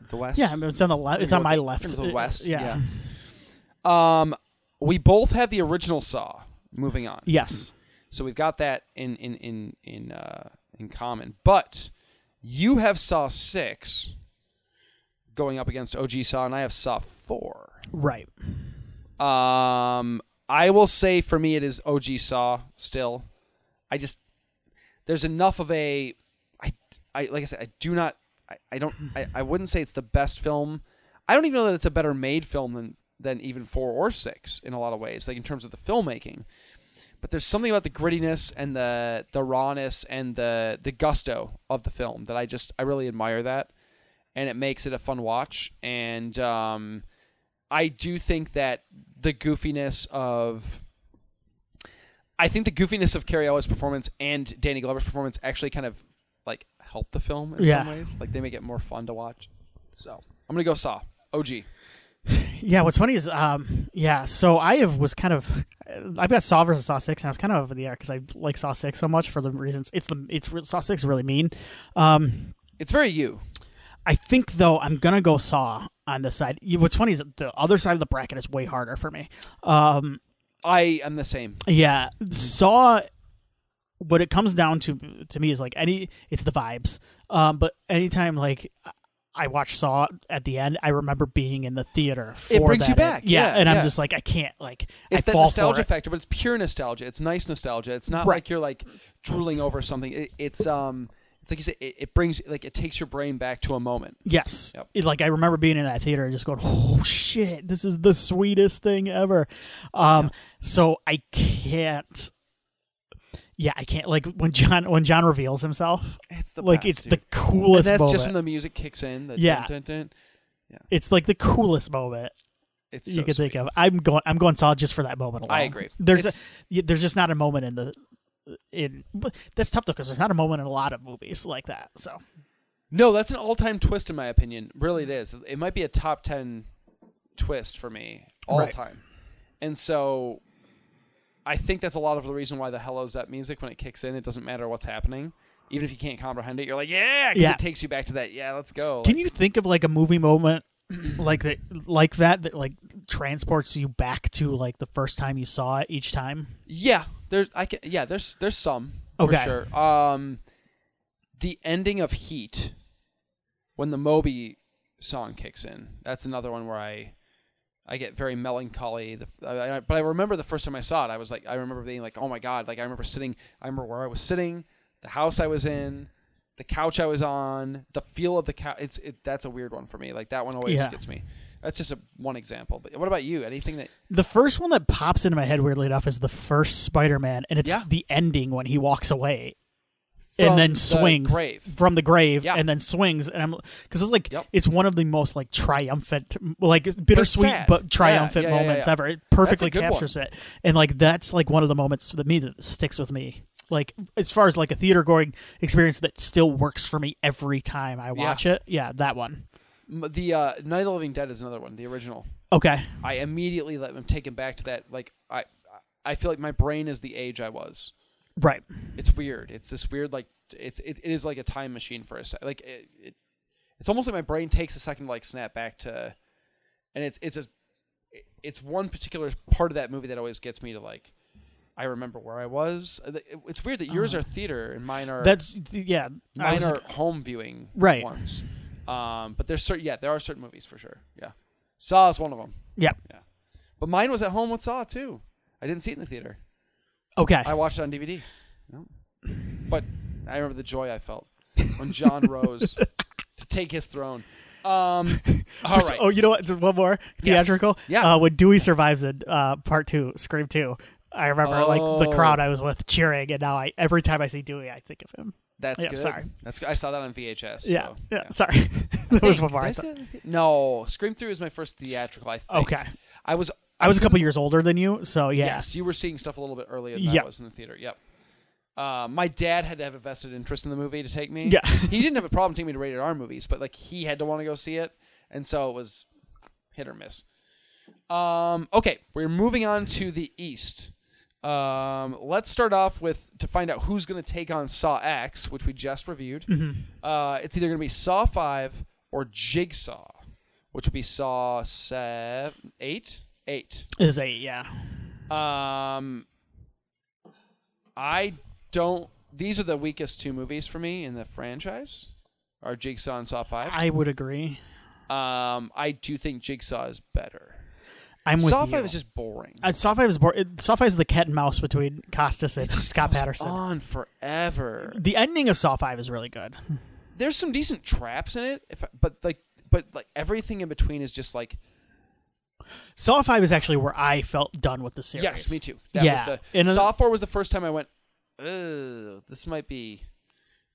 Speaker 2: The West.
Speaker 1: Yeah, I mean, it's on the left. It's on my left.
Speaker 2: To the West. uh,
Speaker 1: Yeah.
Speaker 2: Yeah. Um, we both have the original Saw. Moving on.
Speaker 1: Yes.
Speaker 2: So we've got that in in in in uh, in common. But you have Saw six going up against OG Saw, and I have Saw four.
Speaker 1: Right.
Speaker 2: Um, I will say for me it is OG Saw still. I just there's enough of a I I like I said I do not I, I don't I, I wouldn't say it's the best film. I don't even know that it's a better made film than than even four or six in a lot of ways, like in terms of the filmmaking. But there's something about the grittiness and the the rawness and the the gusto of the film that I just I really admire that, and it makes it a fun watch. And um, I do think that the goofiness of I think the goofiness of Carriella's performance and Danny Glover's performance actually kind of like help the film in
Speaker 1: Yeah.
Speaker 2: some ways. Like they make it more fun to watch. So I'm gonna go Saw. OG.
Speaker 1: Yeah, what's funny is, um, yeah. So I have was kind of, I've got Saw versus Saw Six, and I was kind of over the air because I like Saw Six so much for the reasons it's the it's re- Saw Six is really mean. Um,
Speaker 2: It's very you.
Speaker 1: I think though I'm gonna go Saw on this side. You- What's funny is that the other side of the bracket is way harder for me. Um,
Speaker 2: I am the same.
Speaker 1: Yeah, Saw. What it comes down to to me is like any. It's the vibes. Um, but anytime like I watch Saw at the end, I remember being in the theater. For
Speaker 2: It brings
Speaker 1: that
Speaker 2: you back,
Speaker 1: yeah,
Speaker 2: yeah,
Speaker 1: and
Speaker 2: yeah.
Speaker 1: I'm just like I can't like
Speaker 2: It's
Speaker 1: I
Speaker 2: that
Speaker 1: fall
Speaker 2: nostalgia
Speaker 1: for it.
Speaker 2: factor, but it's pure nostalgia. It's nice nostalgia. It's not
Speaker 1: Right.
Speaker 2: like you're like drooling over something. It, it's um, it's like you said. It, it brings like it takes your brain back to a moment.
Speaker 1: Yes,
Speaker 2: Yep.
Speaker 1: It- like I remember being in that theater and just going, "Oh shit, this is the sweetest thing ever." Um, so I can't. Yeah, I can't like when John when John reveals himself.
Speaker 2: It's the
Speaker 1: like
Speaker 2: best,
Speaker 1: it's
Speaker 2: dude.
Speaker 1: the coolest.
Speaker 2: And that's
Speaker 1: moment.
Speaker 2: just when the music kicks in. The
Speaker 1: Yeah.
Speaker 2: Dun, dun, dun.
Speaker 1: it's like the coolest moment.
Speaker 2: It's
Speaker 1: you
Speaker 2: so
Speaker 1: can
Speaker 2: sweet.
Speaker 1: think of. I'm going. I'm going solid just for that moment alone.
Speaker 2: I agree.
Speaker 1: There's a,
Speaker 2: It's-
Speaker 1: yeah, there's just not a moment in the in but that's tough though because there's not a moment in a lot of movies like that. So
Speaker 2: No, that's an all-time twist in my opinion. Really, it is. It might be a top ten twist for me all
Speaker 1: Right.
Speaker 2: time, and so I think that's a lot of the reason why the "Hello's Up" music when it kicks in, it doesn't matter what's happening, even if you can't comprehend it. You're like, yeah, because
Speaker 1: Yeah.
Speaker 2: it takes you back to that. Yeah, let's go.
Speaker 1: can you think of like a movie moment like that like that that like transports you back to like the first time you saw it each time?
Speaker 2: Yeah, there's I can yeah, there's there's some for
Speaker 1: Okay.
Speaker 2: sure. Um the ending of Heat when the Moby song kicks in. That's another one where I I get very melancholy. The, I, I- but I remember the first time I saw it, I was like I remember being like, "Oh my god, like I remember sitting, I remember where I was sitting, the house I was in, the couch I was on, the feel of the couch. It's it, that's a weird one for me. Like that one always
Speaker 1: Yeah.
Speaker 2: gets me. That's just a one example. But what about you? Anything that
Speaker 1: The first one that pops into my head weirdly enough is the first Spider-Man, and it's
Speaker 2: Yeah.
Speaker 1: the ending when he walks away
Speaker 2: from
Speaker 1: and then
Speaker 2: the
Speaker 1: swings
Speaker 2: grave.
Speaker 1: from the grave
Speaker 2: Yeah.
Speaker 1: and then swings and I'm because it's like
Speaker 2: Yep.
Speaker 1: it's one of the most like triumphant like bittersweet
Speaker 2: sad.
Speaker 1: but triumphant
Speaker 2: Yeah, yeah, yeah,
Speaker 1: moments
Speaker 2: yeah.
Speaker 1: ever it perfectly
Speaker 2: good one.
Speaker 1: captures it and like that's like one of the moments that me that sticks with me like as far as like a theater going experience that still works for me every time I watch it yeah that one
Speaker 2: M- The uh, Night of the Living Dead is another one. The original.
Speaker 1: okay
Speaker 2: I immediately let them taken back to that. Like I, I feel like my brain is the age I was.
Speaker 1: right
Speaker 2: It's weird. It's this weird like it's it, it is like a time machine for a sec. Like it, it, it's almost like my brain takes a second to like snap back to, and it's it's a, it's one particular part of that movie that always gets me to like. I remember where I was. Uh, it- It's weird that yours are theater and mine are
Speaker 1: Uh-huh. that's yeah I
Speaker 2: mine
Speaker 1: was-
Speaker 2: are home viewing
Speaker 1: Right.
Speaker 2: ones. Um, but there's certain yeah, there are certain movies for sure. Yeah, Saw is one of them.
Speaker 1: yeah
Speaker 2: But mine was at home with Saw too. I didn't see it in the theater.
Speaker 1: okay
Speaker 2: I watched it on DVD. No. But I remember the joy I felt when John rose to take his throne. Um, all
Speaker 1: For-
Speaker 2: right.
Speaker 1: Oh, you know what? Just one more
Speaker 2: Yes.
Speaker 1: theatrical.
Speaker 2: Yeah.
Speaker 1: Uh, when Dewey survives in uh, part two, Scream two, I remember like
Speaker 2: Oh.
Speaker 1: the crowd I was with cheering, and now I every time I see Dewey, I think of him.
Speaker 2: That's
Speaker 1: Yeah,
Speaker 2: good.
Speaker 1: sorry.
Speaker 2: That's good. I saw that on VHS.
Speaker 1: Yeah,
Speaker 2: so,
Speaker 1: yeah, Sorry, that was before I
Speaker 2: Did
Speaker 1: saw.
Speaker 2: I see that? No, Scream Three was my first theatrical. I think.
Speaker 1: Okay,
Speaker 2: I was.
Speaker 1: I was a couple years older than you, so yeah.
Speaker 2: Yes, you were seeing stuff a little bit earlier than
Speaker 1: Yep.
Speaker 2: I was in the theater. Yep. Uh, my dad had to have a vested interest in the movie to take me.
Speaker 1: Yeah.
Speaker 2: he didn't have a problem taking me to rated R movies, but like he had to want to go see it, and so it was hit or miss. Um, okay, we're moving on to the East. Um, let's start off with to find out who's going to take on Saw X, which we just reviewed.
Speaker 1: Mm-hmm.
Speaker 2: Uh, it's either going to be Saw Five or Jigsaw, which would be Saw Seven, Eight, Eight.
Speaker 1: Is a yeah.
Speaker 2: Um, I don't. These are the weakest two movies for me in the franchise. Are Jigsaw and Saw Five?
Speaker 1: I would agree.
Speaker 2: Um, I do think Jigsaw is better.
Speaker 1: I'm with
Speaker 2: Saw
Speaker 1: you.
Speaker 2: Five is just boring.
Speaker 1: Uh, Saw Five is bor- it- Saw Five is the cat and mouse between Costas and Scott Patterson.
Speaker 2: On forever.
Speaker 1: The ending of Saw Five is really good.
Speaker 2: There's some decent traps in it, if I, but like, but like everything in between is just like
Speaker 1: Saw Five is actually where I felt done with the series.
Speaker 2: yes, me too. That
Speaker 1: Yeah,
Speaker 2: was the
Speaker 1: and, uh,
Speaker 2: Saw Four was the first time I went. Ugh, this might be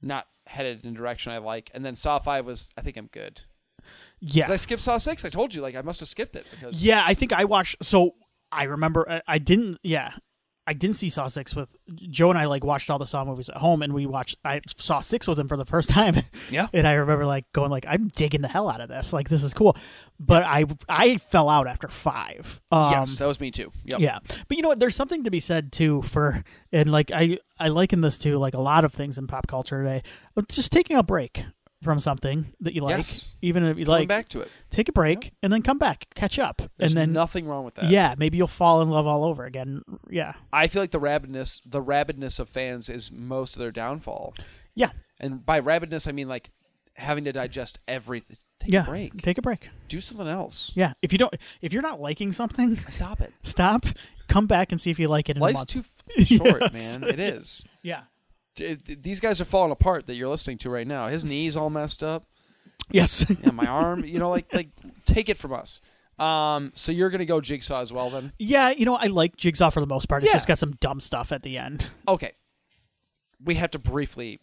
Speaker 2: not headed in a direction I like, and then Saw Five was. I think I'm good.
Speaker 1: Yeah,
Speaker 2: Did I skip Saw Six? I told you, like I must have skipped it because
Speaker 1: Yeah, I think I watched. So I remember I, I didn't. Yeah, I didn't see Saw Six with Joe and I. Like watched all the Saw movies at home, and we watched. I saw Six with him for the first time.
Speaker 2: Yeah.
Speaker 1: and I remember like going like I'm digging the hell out of this. Like this is cool, but I I fell out after five. Um,
Speaker 2: yes, that was me too. Yep.
Speaker 1: yeah, but you know what? There's something to be said too for and like I I liken this to like a lot of things in pop culture today. But Just taking a break from something that you like,
Speaker 2: Yes.
Speaker 1: even if you
Speaker 2: Going
Speaker 1: like,
Speaker 2: back to it,
Speaker 1: take a break and then come back, catch up,
Speaker 2: there's
Speaker 1: and then
Speaker 2: nothing wrong with that.
Speaker 1: yeah, maybe you'll fall in love all over again. Yeah,
Speaker 2: I feel like the rabidness, the rabidness of fans is most of their downfall,
Speaker 1: yeah,
Speaker 2: and by rabidness I mean like having to digest everything. Take
Speaker 1: yeah.
Speaker 2: a break.
Speaker 1: Take a break.
Speaker 2: Do something else.
Speaker 1: Yeah, if you don't, if you're not liking something,
Speaker 2: Stop it.
Speaker 1: stop. Come back and see if you like it in a
Speaker 2: Life's
Speaker 1: month.
Speaker 2: too f- short,
Speaker 1: Yes.
Speaker 2: man. It is.
Speaker 1: yeah,
Speaker 2: D- d- These guys are falling apart that you're listening to right now. His knees all messed up.
Speaker 1: yes,
Speaker 2: Yeah, my arm. You know, like like take it from us. Um, so you're gonna go jigsaw as well then.
Speaker 1: yeah. You know, I like Jigsaw for the most part. It's
Speaker 2: Yeah.
Speaker 1: just got some dumb stuff at the end.
Speaker 2: okay. We have to briefly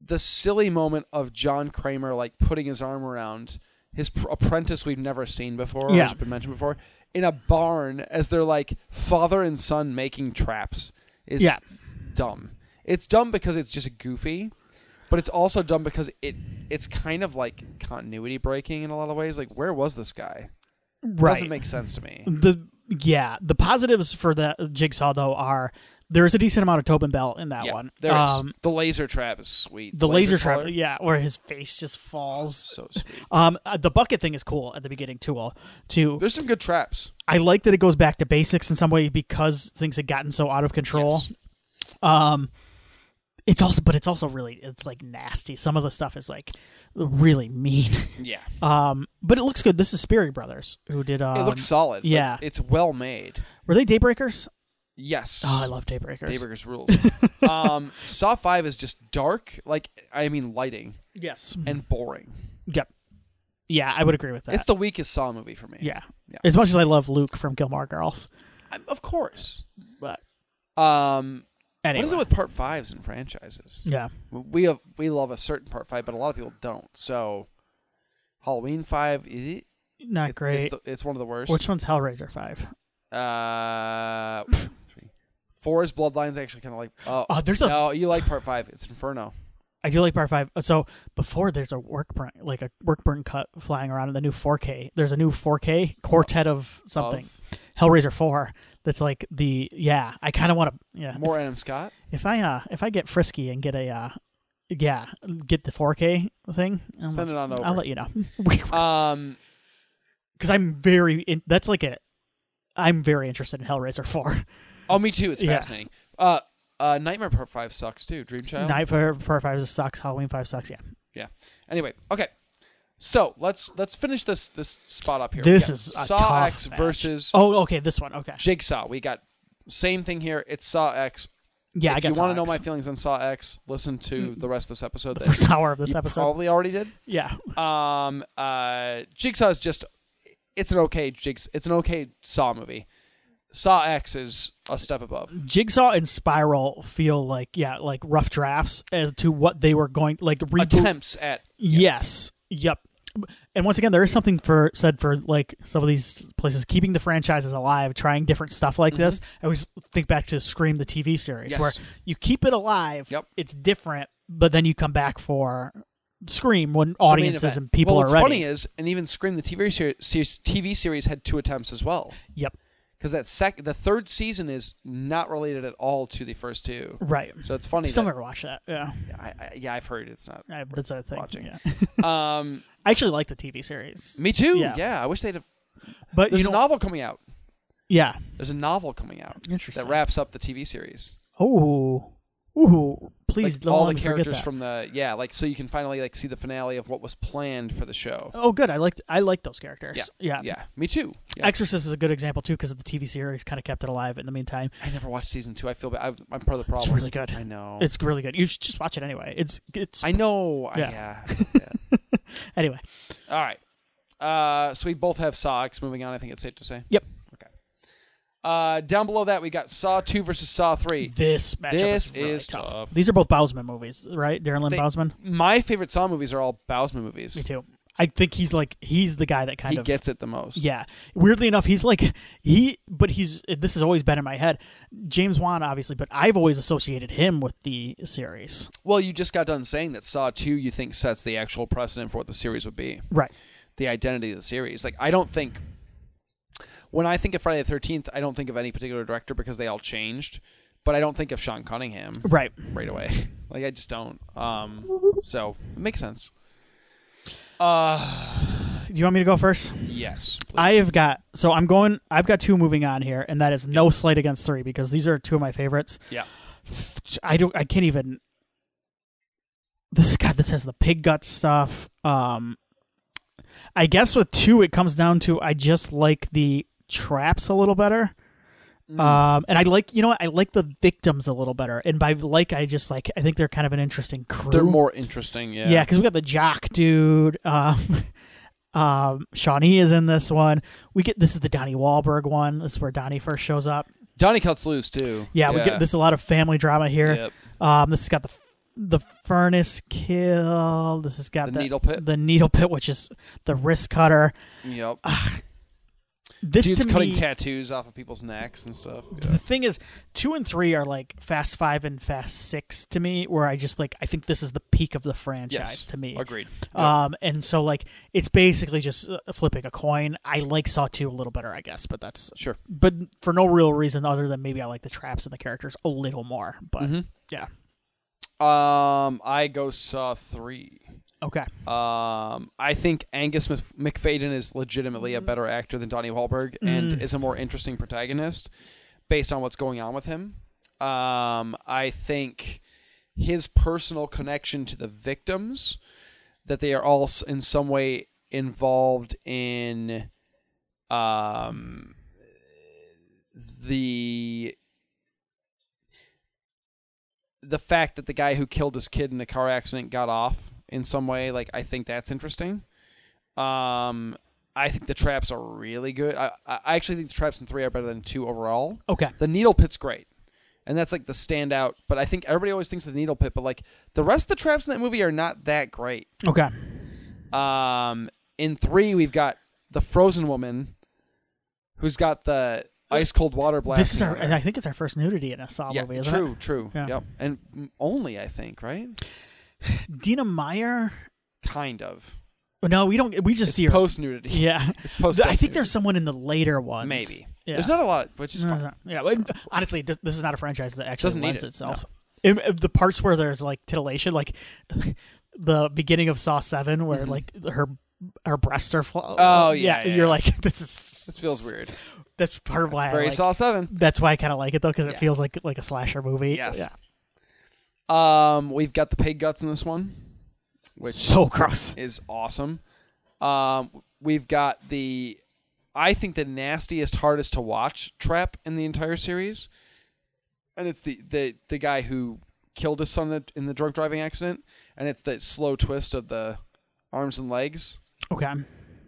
Speaker 2: the silly moment of John Kramer like putting his arm around his pr- apprentice we've never seen before,
Speaker 1: Yeah.
Speaker 2: or has been mentioned before, in a barn as they're like father and son making traps is
Speaker 1: Yeah.
Speaker 2: dumb. It's dumb because it's just goofy, but it's also dumb because it it's kind of like continuity breaking in a lot of ways. Like where was this guy?
Speaker 1: Right.
Speaker 2: Doesn't make sense to me.
Speaker 1: the yeah, the positives for the Jigsaw though are there is a decent amount of Tobin Bell in that
Speaker 2: yeah,
Speaker 1: one.
Speaker 2: there is.
Speaker 1: um,
Speaker 2: the laser trap is sweet.
Speaker 1: the laser, trap.
Speaker 2: color,
Speaker 1: Yeah, where his face just falls.
Speaker 2: so sweet.
Speaker 1: Um, uh, the bucket thing is cool at the beginning too. uh, Too.
Speaker 2: There's some good traps.
Speaker 1: I like that it goes back to basics in some way because things had gotten so out of control. Um, it's also, but it's also really, it's like nasty. Some of the stuff is like really mean.
Speaker 2: Yeah.
Speaker 1: Um, but it looks good. This is Spirit Brothers who did. Um,
Speaker 2: it looks solid. Like,
Speaker 1: yeah.
Speaker 2: it's well made.
Speaker 1: Were they Daybreakers?
Speaker 2: Yes.
Speaker 1: Oh, I love Daybreakers.
Speaker 2: Daybreakers rules. um, Saw 5 is just dark, like, I mean, lighting
Speaker 1: Yes.
Speaker 2: and boring.
Speaker 1: Mm-hmm. Yep. Yeah, I would agree with Mm. that.
Speaker 2: It's the weakest Saw movie for me.
Speaker 1: yeah.
Speaker 2: Yeah.
Speaker 1: As much as I love Luke from Gilmore Girls,
Speaker 2: I- of course.
Speaker 1: but
Speaker 2: Um,
Speaker 1: anyway.
Speaker 2: What is it with part fives and franchises?
Speaker 1: yeah.
Speaker 2: We have, we love a certain part five, but a lot of people don't. So, Halloween 5, eh,
Speaker 1: Not
Speaker 2: it-
Speaker 1: great.
Speaker 2: It's, the, it's one of the worst.
Speaker 1: Which one's Hellraiser 5?
Speaker 2: Uh, three. Four is Bloodlines, actually kind of like. Oh,
Speaker 1: Oh, there's a
Speaker 2: no, you like part five. It's Inferno.
Speaker 1: I do like part five. Uh, So before there's a work burn, like a work burn cut flying around in the new 4K. There's a new 4K quartet of something,
Speaker 2: Of
Speaker 1: Hellraiser 4. That's like the yeah. I kind of want to yeah.
Speaker 2: more
Speaker 1: if,
Speaker 2: Adam Scott.
Speaker 1: if I uh if I get frisky and get a uh yeah get the 4K thing, I'll
Speaker 2: Send
Speaker 1: let-
Speaker 2: it on over.
Speaker 1: I'll let you know
Speaker 2: Um,
Speaker 1: because I'm very in, that's like a I'm very interested in Hellraiser 4.
Speaker 2: oh, me too. It's
Speaker 1: Yeah.
Speaker 2: fascinating. Uh, uh, Nightmare Part Five sucks too. Dream Child.
Speaker 1: Night for part five sucks. Halloween five sucks. Yeah,
Speaker 2: yeah. Anyway, okay. So let's let's finish this this spot up here.
Speaker 1: This
Speaker 2: Yeah.
Speaker 1: is a
Speaker 2: Saw
Speaker 1: tough
Speaker 2: X
Speaker 1: match.
Speaker 2: versus
Speaker 1: Oh, okay. This one. Okay.
Speaker 2: Jigsaw. We got same thing here. It's Saw X.
Speaker 1: Yeah,
Speaker 2: if
Speaker 1: I guess
Speaker 2: you want to know
Speaker 1: Alex.
Speaker 2: my feelings on Saw X, listen to the rest of this episode.
Speaker 1: Mm. the
Speaker 2: that
Speaker 1: first hour of this
Speaker 2: you
Speaker 1: episode.
Speaker 2: probably already did.
Speaker 1: yeah.
Speaker 2: Um, uh, Jigsaw's just it's an okay jigs. It's an okay Saw movie. Saw X is a step above.
Speaker 1: Jigsaw and Spiral feel like yeah, like rough drafts as to what they were going like reboot.
Speaker 2: Attempts at
Speaker 1: Yes. Yep. And once again, there is something for said for like some of these places keeping the franchises alive, trying different stuff like this. I always think back to Scream, the TV series,
Speaker 2: Mm-hmm. Yes.
Speaker 1: where you keep it alive.
Speaker 2: Yep.
Speaker 1: It's different, but then you come back for Scream when audiences and people
Speaker 2: well,
Speaker 1: are
Speaker 2: what's
Speaker 1: ready.
Speaker 2: funny is, and even Scream the TV series, TV series had two attempts as well.
Speaker 1: yep.
Speaker 2: Because that sec- the third season is not related at all to the first two.
Speaker 1: Right.
Speaker 2: So it's funny.
Speaker 1: Someone
Speaker 2: That,
Speaker 1: ever watch that. Yeah.
Speaker 2: I, I, yeah, I've heard it's not.
Speaker 1: I, that's a thing.
Speaker 2: Watching.
Speaker 1: Yeah.
Speaker 2: Um,
Speaker 1: I actually like the TV series,
Speaker 2: me too.
Speaker 1: Yeah.
Speaker 2: Yeah. I wish they'd have.
Speaker 1: but
Speaker 2: There's
Speaker 1: you know,
Speaker 2: a novel coming out.
Speaker 1: yeah.
Speaker 2: There's a novel coming out
Speaker 1: Interesting.
Speaker 2: that wraps up the TV series.
Speaker 1: Oh, ooh! Please
Speaker 2: Like,
Speaker 1: don't
Speaker 2: all
Speaker 1: let
Speaker 2: the
Speaker 1: me forget
Speaker 2: characters
Speaker 1: that.
Speaker 2: from the yeah, like so you can finally like see the finale of what was planned for the show.
Speaker 1: Oh, good. I liked I like those characters. Yeah.
Speaker 2: Yeah, me too. Yeah.
Speaker 1: Exorcist is a good example too because the TV series kind of kept it alive in the meantime.
Speaker 2: I never watched season two. I feel bad. I- I'm part of the
Speaker 1: It's
Speaker 2: problem.
Speaker 1: really good.
Speaker 2: I know.
Speaker 1: It's really good. You should just watch it anyway. It's it's
Speaker 2: I know. I-
Speaker 1: Yeah.
Speaker 2: Yeah.
Speaker 1: anyway.
Speaker 2: All right. Uh, so we both have Saw X. Moving on, I think it's safe to say.
Speaker 1: Yep.
Speaker 2: Okay. Uh, down below that, we got Saw Two versus Saw Three.
Speaker 1: This matchup
Speaker 2: This
Speaker 1: is, really
Speaker 2: is
Speaker 1: tough.
Speaker 2: tough.
Speaker 1: These are both Bowsman movies, right? Darren Lynn
Speaker 2: They-
Speaker 1: Bousman.
Speaker 2: My favorite Saw movies are all Bowsman movies.
Speaker 1: Me too. I think he's like he's the guy that kind
Speaker 2: He
Speaker 1: of
Speaker 2: gets it the most.
Speaker 1: Yeah. Weirdly enough, he's like he, but he's this has always been in my head. James Wan, obviously, but I've always associated him with the series.
Speaker 2: Well, you just got done saying that Saw Two you think sets the actual precedent for what the series would be,
Speaker 1: Right.
Speaker 2: the identity of the series. Like I don't think when I think of Friday the Thirteenth, I don't think of any particular director because they all changed. But I don't think of Sean Cunningham
Speaker 1: Right.
Speaker 2: right away. like I just don't. Um, so it makes sense. Uh,
Speaker 1: Do you want me to go first?
Speaker 2: yes. please.
Speaker 1: I have got so I'm going. I've got two moving on here, and that is no slight against three because these are two of my favorites.
Speaker 2: yeah.
Speaker 1: I don't. I can't even. This God, this has the pig gut stuff. Um, I guess with two, it comes down to I just like the traps a little better.
Speaker 2: Mm. Mm-hmm.
Speaker 1: Um, and I like you know what I like the victims a little better, and by like I just like I think they're kind of an interesting crew.
Speaker 2: They're more interesting. Yeah.
Speaker 1: Yeah, because we got the jock dude. Um, um, Shawnee is in this one. We get this is the Donnie Wahlberg one. This is where Donnie first shows up.
Speaker 2: Donnie cuts loose too.
Speaker 1: Yeah, we get this is a lot of family drama here.
Speaker 2: Yep.
Speaker 1: Um, this has got the the furnace kill. This has got
Speaker 2: The needle pit.
Speaker 1: The needle pit, which is the wrist cutter.
Speaker 2: Yep.
Speaker 1: Uh, This
Speaker 2: Dude's
Speaker 1: to me,
Speaker 2: cutting tattoos off of people's necks and stuff. Yeah.
Speaker 1: the thing is, two and three are like Fast Five and Fast Six to me, where I just like I think this is the peak of the franchise
Speaker 2: Yes.
Speaker 1: to me.
Speaker 2: Agreed.
Speaker 1: Um, and so like it's basically just uh, flipping a coin. I like Saw Two a little better, I guess, but that's
Speaker 2: Sure.
Speaker 1: but for no real reason other than maybe I like the traps and the characters a little more. But
Speaker 2: Mm-hmm.
Speaker 1: yeah,
Speaker 2: Um, I go Saw three.
Speaker 1: okay,
Speaker 2: Um, I think Angus Mc- McFadden is legitimately a better actor than Donnie Wahlberg and is a more interesting protagonist based on what's going on with him. Um, I think his personal connection to the victims, that they are all s- in some way involved in um, the the fact that the guy who killed his kid in a car accident got off in some way, like I think that's interesting. Um, I think the traps are really good. I, I I actually think the traps in three are better than two overall.
Speaker 1: okay,
Speaker 2: The needle pit's great, and that's like the standout. But I think everybody always thinks of the needle pit, but like the rest of the traps in that movie are not that great.
Speaker 1: okay,
Speaker 2: Um, in three, we've got the frozen woman, who's got the ice cold water blast.
Speaker 1: this is our. I think it's our first nudity in a Saw
Speaker 2: yeah,
Speaker 1: movie, isn't
Speaker 2: true, true.
Speaker 1: Yeah.
Speaker 2: Yep, and only I think right,
Speaker 1: it? Dina Meyer.
Speaker 2: kind of.
Speaker 1: No, we don't. We just see her.
Speaker 2: post nudity.
Speaker 1: yeah,
Speaker 2: It's post.
Speaker 1: I think there's someone in the later ones.
Speaker 2: maybe.
Speaker 1: Yeah.
Speaker 2: There's not a lot, which is
Speaker 1: No,
Speaker 2: fine.
Speaker 1: it's not. Yeah, but honestly, th- this is not a franchise that actually
Speaker 2: Doesn't need
Speaker 1: lends
Speaker 2: it,
Speaker 1: itself. Im- im- the parts where there's like titillation, like the beginning of Saw Seven, where like her her breasts are. Fl-
Speaker 2: Mm-hmm. Oh, yeah, yeah,
Speaker 1: you're
Speaker 2: yeah.
Speaker 1: like this is
Speaker 2: This feels weird.
Speaker 1: That's part of why I
Speaker 2: Very
Speaker 1: like-
Speaker 2: Saw Seven.
Speaker 1: That's why I kind of like it though, because it
Speaker 2: Yeah.
Speaker 1: feels like like a slasher movie.
Speaker 2: Yes.
Speaker 1: yeah,
Speaker 2: Um, we've got the pig guts in this one, which
Speaker 1: so gross.
Speaker 2: is awesome. Um, we've got the, I think the nastiest, hardest to watch trap in the entire series, and it's the the the guy who killed his son in the, in the drunk driving accident, and it's the slow twist of the arms and legs
Speaker 1: Okay.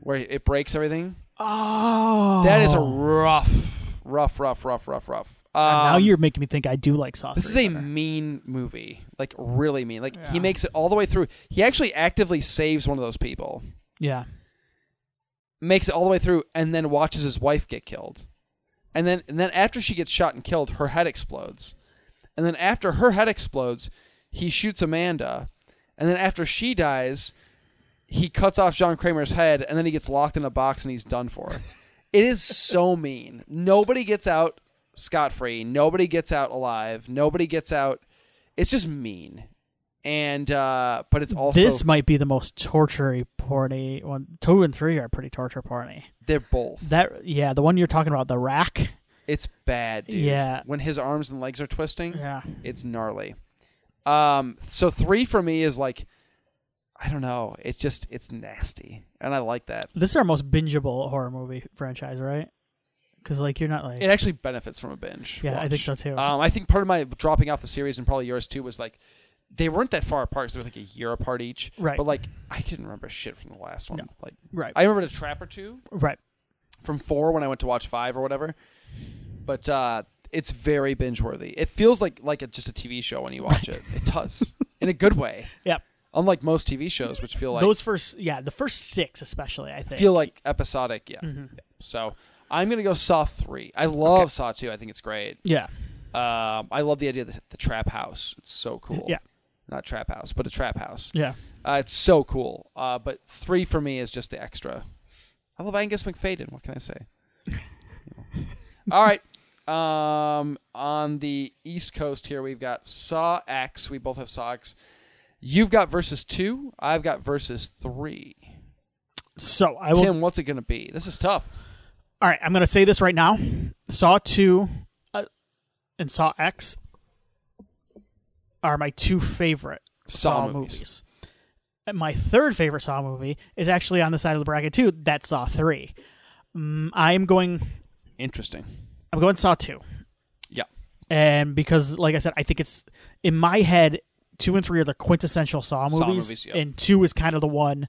Speaker 2: where it breaks everything.
Speaker 1: Oh,
Speaker 2: That is a rough, rough, rough, rough, rough, rough.
Speaker 1: And now
Speaker 2: Um,
Speaker 1: you're making me think I do like Saw.
Speaker 2: This is
Speaker 1: 3
Speaker 2: a
Speaker 1: better.
Speaker 2: mean movie, like really mean. Like
Speaker 1: Yeah.
Speaker 2: he makes it all the way through. He actually actively saves one of those people,
Speaker 1: yeah.
Speaker 2: makes it all the way through, and then watches his wife get killed. And then, and then after she gets shot and killed, her head explodes. And then after her head explodes, he shoots Amanda. And then after she dies, he cuts off John Kramer's head, and then he gets locked in a box and he's done for. it is so mean. Nobody gets out scot free. Nobody gets out alive. Nobody gets out. It's just mean. And uh but it's also
Speaker 1: this might be the most torture porny one. Two and three are pretty torture porny.
Speaker 2: they're both.
Speaker 1: That yeah, the one you're talking about, the rack.
Speaker 2: it's bad, dude.
Speaker 1: Yeah.
Speaker 2: When his arms and legs are twisting.
Speaker 1: Yeah,
Speaker 2: It's gnarly. Um, so three for me is like, I don't know. It's just it's nasty, and I like that.
Speaker 1: this is our most bingeable horror movie franchise, right? Because like you're not like
Speaker 2: It actually benefits from a binge.
Speaker 1: yeah, I think so
Speaker 2: watch.
Speaker 1: too.
Speaker 2: Um, I think part of my dropping off the series and probably yours too was like they weren't that far apart. 'cause they were like a year apart each.
Speaker 1: Right.
Speaker 2: But like I couldn't remember shit from the last one.
Speaker 1: No.
Speaker 2: Like
Speaker 1: right,
Speaker 2: I remembered a trap or two
Speaker 1: right.
Speaker 2: from four when I went to watch five or whatever. But uh, it's very binge worthy. It feels like like a, just a TV show when you watch it. It does in a good way.
Speaker 1: Yep.
Speaker 2: Unlike most TV shows, which feel like
Speaker 1: Those first yeah, the first six especially. I think
Speaker 2: feel like episodic. Yeah.
Speaker 1: Mm-hmm.
Speaker 2: So I'm gonna go Saw three. I love Saw two. I think it's great.
Speaker 1: yeah,
Speaker 2: Um, I love the idea of the, the trap house. It's so cool.
Speaker 1: Yeah.
Speaker 2: Not trap house, but a trap house.
Speaker 1: yeah.
Speaker 2: Uh, it's so cool. Uh, but three for me is just the extra. I love Angus McFadden. What can I say? All right. Um, on the East Coast here, we've got Saw X. We both have Saw X. You've got versus two. I've got versus three.
Speaker 1: So I will.
Speaker 2: Tim, what's it going to be? This is tough.
Speaker 1: All right, I'm gonna say this right now. Saw two, uh, and Saw X are my two favorite Saw, movies. And my third favorite Saw movie is actually on the side of the bracket too. That's Saw three. Mm, I'm going.
Speaker 2: Interesting.
Speaker 1: I'm going Saw two,
Speaker 2: Yeah.
Speaker 1: and because, like I said, I think it's in my head. Two and three are the quintessential Saw movies,
Speaker 2: Saw movies, yeah.
Speaker 1: and two is kind of the one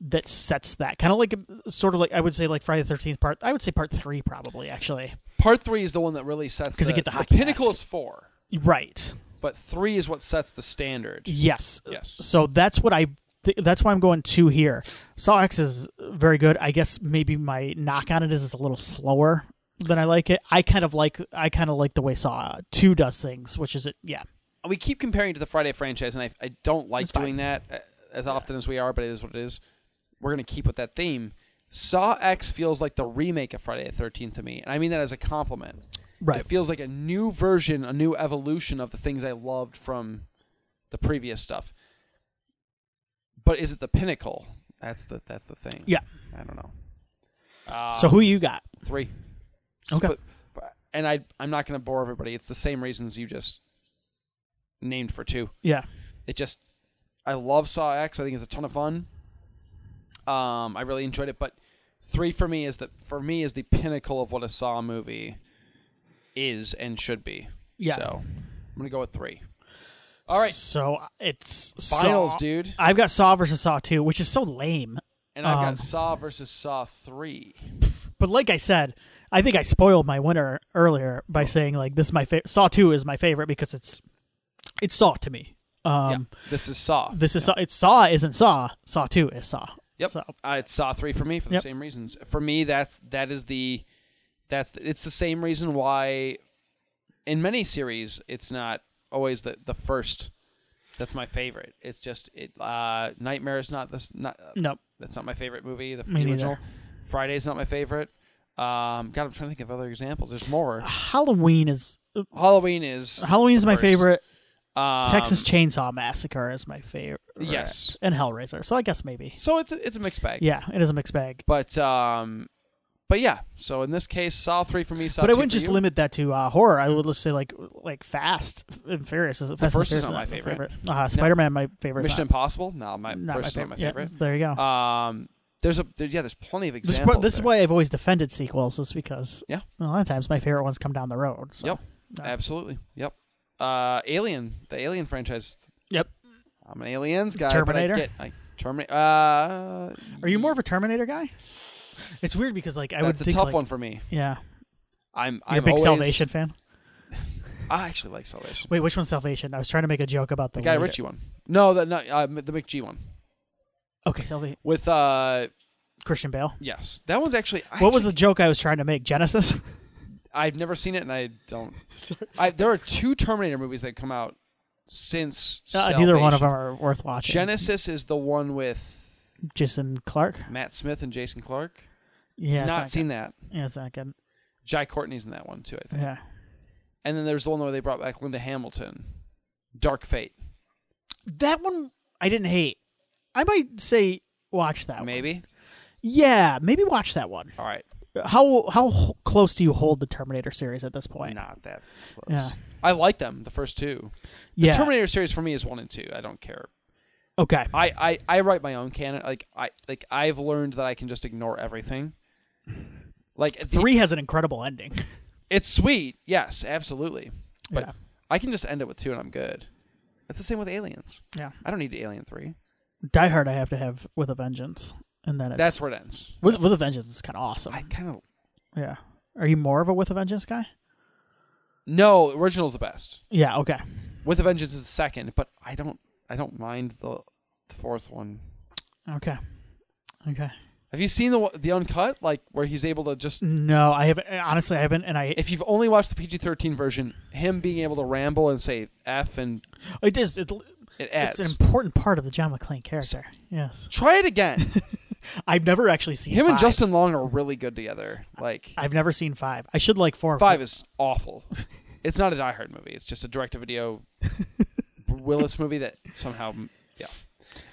Speaker 1: that sets that. Kind of like, sort of like I would say, like Friday the Thirteenth Part. I would say Part three probably actually.
Speaker 2: Part three is the one that really sets
Speaker 1: 'Cause you get the hockey
Speaker 2: pinnacle
Speaker 1: mask.
Speaker 2: is four,
Speaker 1: Right.
Speaker 2: but three is what sets the standard.
Speaker 1: Yes.
Speaker 2: Yes.
Speaker 1: So that's what I. Th- that's why I'm going two here. Saw X is very good. I guess maybe my knock on it is it's a little slower than I like it. I kind of like I kind of like the way Saw Two does things, which is it. Yeah.
Speaker 2: We keep comparing to the Friday franchise, and I, I don't like
Speaker 1: It's fine.
Speaker 2: doing that that uh, as often as we are, but it is what it is. We're gonna keep with that theme. Saw X feels like the remake of Friday the Thirteenth to me, and I mean that as a compliment.
Speaker 1: Right.
Speaker 2: It feels like a new version, a new evolution of the things I loved from the previous stuff. But is it the pinnacle? That's the that's the thing.
Speaker 1: Yeah.
Speaker 2: I don't know. Uh,
Speaker 1: So who you got?
Speaker 2: Three.
Speaker 1: Okay.
Speaker 2: But- but- and I, I'm not going to bore everybody. It's the same reasons you just named for two.
Speaker 1: Yeah.
Speaker 2: It just, I love Saw X. I think it's a ton of fun. Um, I really enjoyed it, but three for me is the for me is the pinnacle of what a Saw movie is and should be.
Speaker 1: Yeah.
Speaker 2: So I'm gonna go with three. All right,
Speaker 1: So it's
Speaker 2: finals,
Speaker 1: Saw.
Speaker 2: dude.
Speaker 1: I've got Saw versus Saw Two, which is so lame.
Speaker 2: And I've
Speaker 1: Um,
Speaker 2: got Saw versus Saw three.
Speaker 1: But like I said, I think I spoiled my winner earlier
Speaker 2: Oh.
Speaker 1: by saying like this is my fa- Saw Two is my favorite because it's it's Saw to me. Um,
Speaker 2: Yeah, this is Saw.
Speaker 1: This is Saw. It's Saw isn't Saw. Saw Two is Saw.
Speaker 2: Yep.
Speaker 1: So,
Speaker 2: Uh, it's Saw three for me for the
Speaker 1: Yep.
Speaker 2: same reasons. For me, that's that is the that's it's the same reason why in many series it's not always the the first. That's my favorite. It's just it. Uh, Nightmare is not this. Not uh,
Speaker 1: no.
Speaker 2: that's not my favorite movie. The
Speaker 1: Me neither.
Speaker 2: original. Friday's not my favorite. Um, God, I'm trying to think of other examples. There's more.
Speaker 1: Halloween is
Speaker 2: Halloween is
Speaker 1: Halloween is my
Speaker 2: First.
Speaker 1: favorite.
Speaker 2: um,
Speaker 1: Texas Chainsaw Massacre is my favorite.
Speaker 2: Yes.
Speaker 1: And Hellraiser. So I guess maybe.
Speaker 2: So it's a, it's a mixed bag.
Speaker 1: Yeah, it is a mixed bag.
Speaker 2: But um, but yeah. So in this case, Saw three for me. Saw
Speaker 1: But I
Speaker 2: two
Speaker 1: wouldn't
Speaker 2: for
Speaker 1: just
Speaker 2: you. Mm.
Speaker 1: limit that to uh, horror. I would just say like like Fast and Furious. Is, Fast and
Speaker 2: first is
Speaker 1: Furious
Speaker 2: not my favorite.
Speaker 1: Uh, Spider Man, my favorite.
Speaker 2: Mission Impossible. No, my
Speaker 1: not,
Speaker 2: first
Speaker 1: my
Speaker 2: one, my
Speaker 1: Yeah,
Speaker 2: favorite.
Speaker 1: there you go.
Speaker 2: Um, there's a there, yeah, there's plenty of
Speaker 1: this is,
Speaker 2: examples.
Speaker 1: why- this is
Speaker 2: there.
Speaker 1: why I've always defended sequels, is because
Speaker 2: Yeah.
Speaker 1: a lot of times my favorite ones come down the road. So.
Speaker 2: Yep. absolutely. Yep. Uh, Alien, the Alien franchise.
Speaker 1: Yep.
Speaker 2: I'm an Aliens guy.
Speaker 1: Terminator?
Speaker 2: But I get, Terminator. Uh,
Speaker 1: Are you more of a Terminator guy? It's weird because like I would
Speaker 2: that's a
Speaker 1: think
Speaker 2: tough
Speaker 1: like,
Speaker 2: one for me.
Speaker 1: Yeah.
Speaker 2: I'm
Speaker 1: You're
Speaker 2: I'm
Speaker 1: a big
Speaker 2: always-
Speaker 1: Salvation fan.
Speaker 2: I actually like Salvation.
Speaker 1: Wait, which one's Salvation? I was trying to make a joke about the,
Speaker 2: the Guy
Speaker 1: lead-
Speaker 2: Ritchie one. No, the no, uh, the McG one
Speaker 1: Okay, Salvation.
Speaker 2: with uh
Speaker 1: Christian Bale.
Speaker 2: yes, that one's actually. I
Speaker 1: What was the
Speaker 2: actually-
Speaker 1: joke I was trying to make? Genesis.
Speaker 2: I've never seen it, and I don't. I, there are two Terminator movies that come out since.
Speaker 1: Uh, neither one of
Speaker 2: Salvation.
Speaker 1: them are worth watching.
Speaker 2: Genesis is the one with
Speaker 1: Jason Clark.
Speaker 2: Matt Smith and Jason Clark.
Speaker 1: Yeah, it's
Speaker 2: Not,
Speaker 1: not
Speaker 2: seen that.
Speaker 1: Good. Yeah, it's not good.
Speaker 2: Jai Courtney's in that one too, I think.
Speaker 1: Yeah,
Speaker 2: And then there's the one where they brought back Linda Hamilton, Dark Fate.
Speaker 1: that one I didn't hate. I might say watch that. one.
Speaker 2: Maybe.
Speaker 1: Yeah, maybe watch that one.
Speaker 2: All right.
Speaker 1: How how ho- close do you hold the Terminator series at this point?
Speaker 2: Not that close.
Speaker 1: Yeah.
Speaker 2: I like them, the first two. The
Speaker 1: yeah.
Speaker 2: Terminator series for me is one and two. I don't care.
Speaker 1: okay.
Speaker 2: I, I, I write my own canon. Like I like I've learned that I can just ignore everything. Like the-
Speaker 1: Three has an incredible ending.
Speaker 2: it's sweet, yes, absolutely. But
Speaker 1: Yeah.
Speaker 2: I can just end it with two and I'm good. It's the same with aliens.
Speaker 1: Yeah.
Speaker 2: I don't need Alien Three.
Speaker 1: Die Hard, I have to have with a vengeance, and then it's,
Speaker 2: That's where it ends.
Speaker 1: with, with a vengeance is kind of awesome.
Speaker 2: I kind of
Speaker 1: yeah. Are you more of a with a vengeance guy?
Speaker 2: no. Original's the best.
Speaker 1: Yeah. Okay.
Speaker 2: With a Vengeance is second, but I don't I don't mind the, the fourth one.
Speaker 1: Okay. Okay.
Speaker 2: Have you seen the one- the uncut like where he's able to just
Speaker 1: No, I haven't. Honestly, I haven't. And I
Speaker 2: if you've only watched the PG thirteen version, him being able to ramble and say f and
Speaker 1: it is it,
Speaker 2: it
Speaker 1: it's
Speaker 2: adds.
Speaker 1: an important part of the John McClane character. Yes.
Speaker 2: Try it again.
Speaker 1: I've never actually seen
Speaker 2: Him and
Speaker 1: five.
Speaker 2: Justin Long are really good together. Like
Speaker 1: I've never seen five. I should like four. and
Speaker 2: five is awful. It's not a Die Hard movie. It's just a direct to video Willis movie that somehow yeah.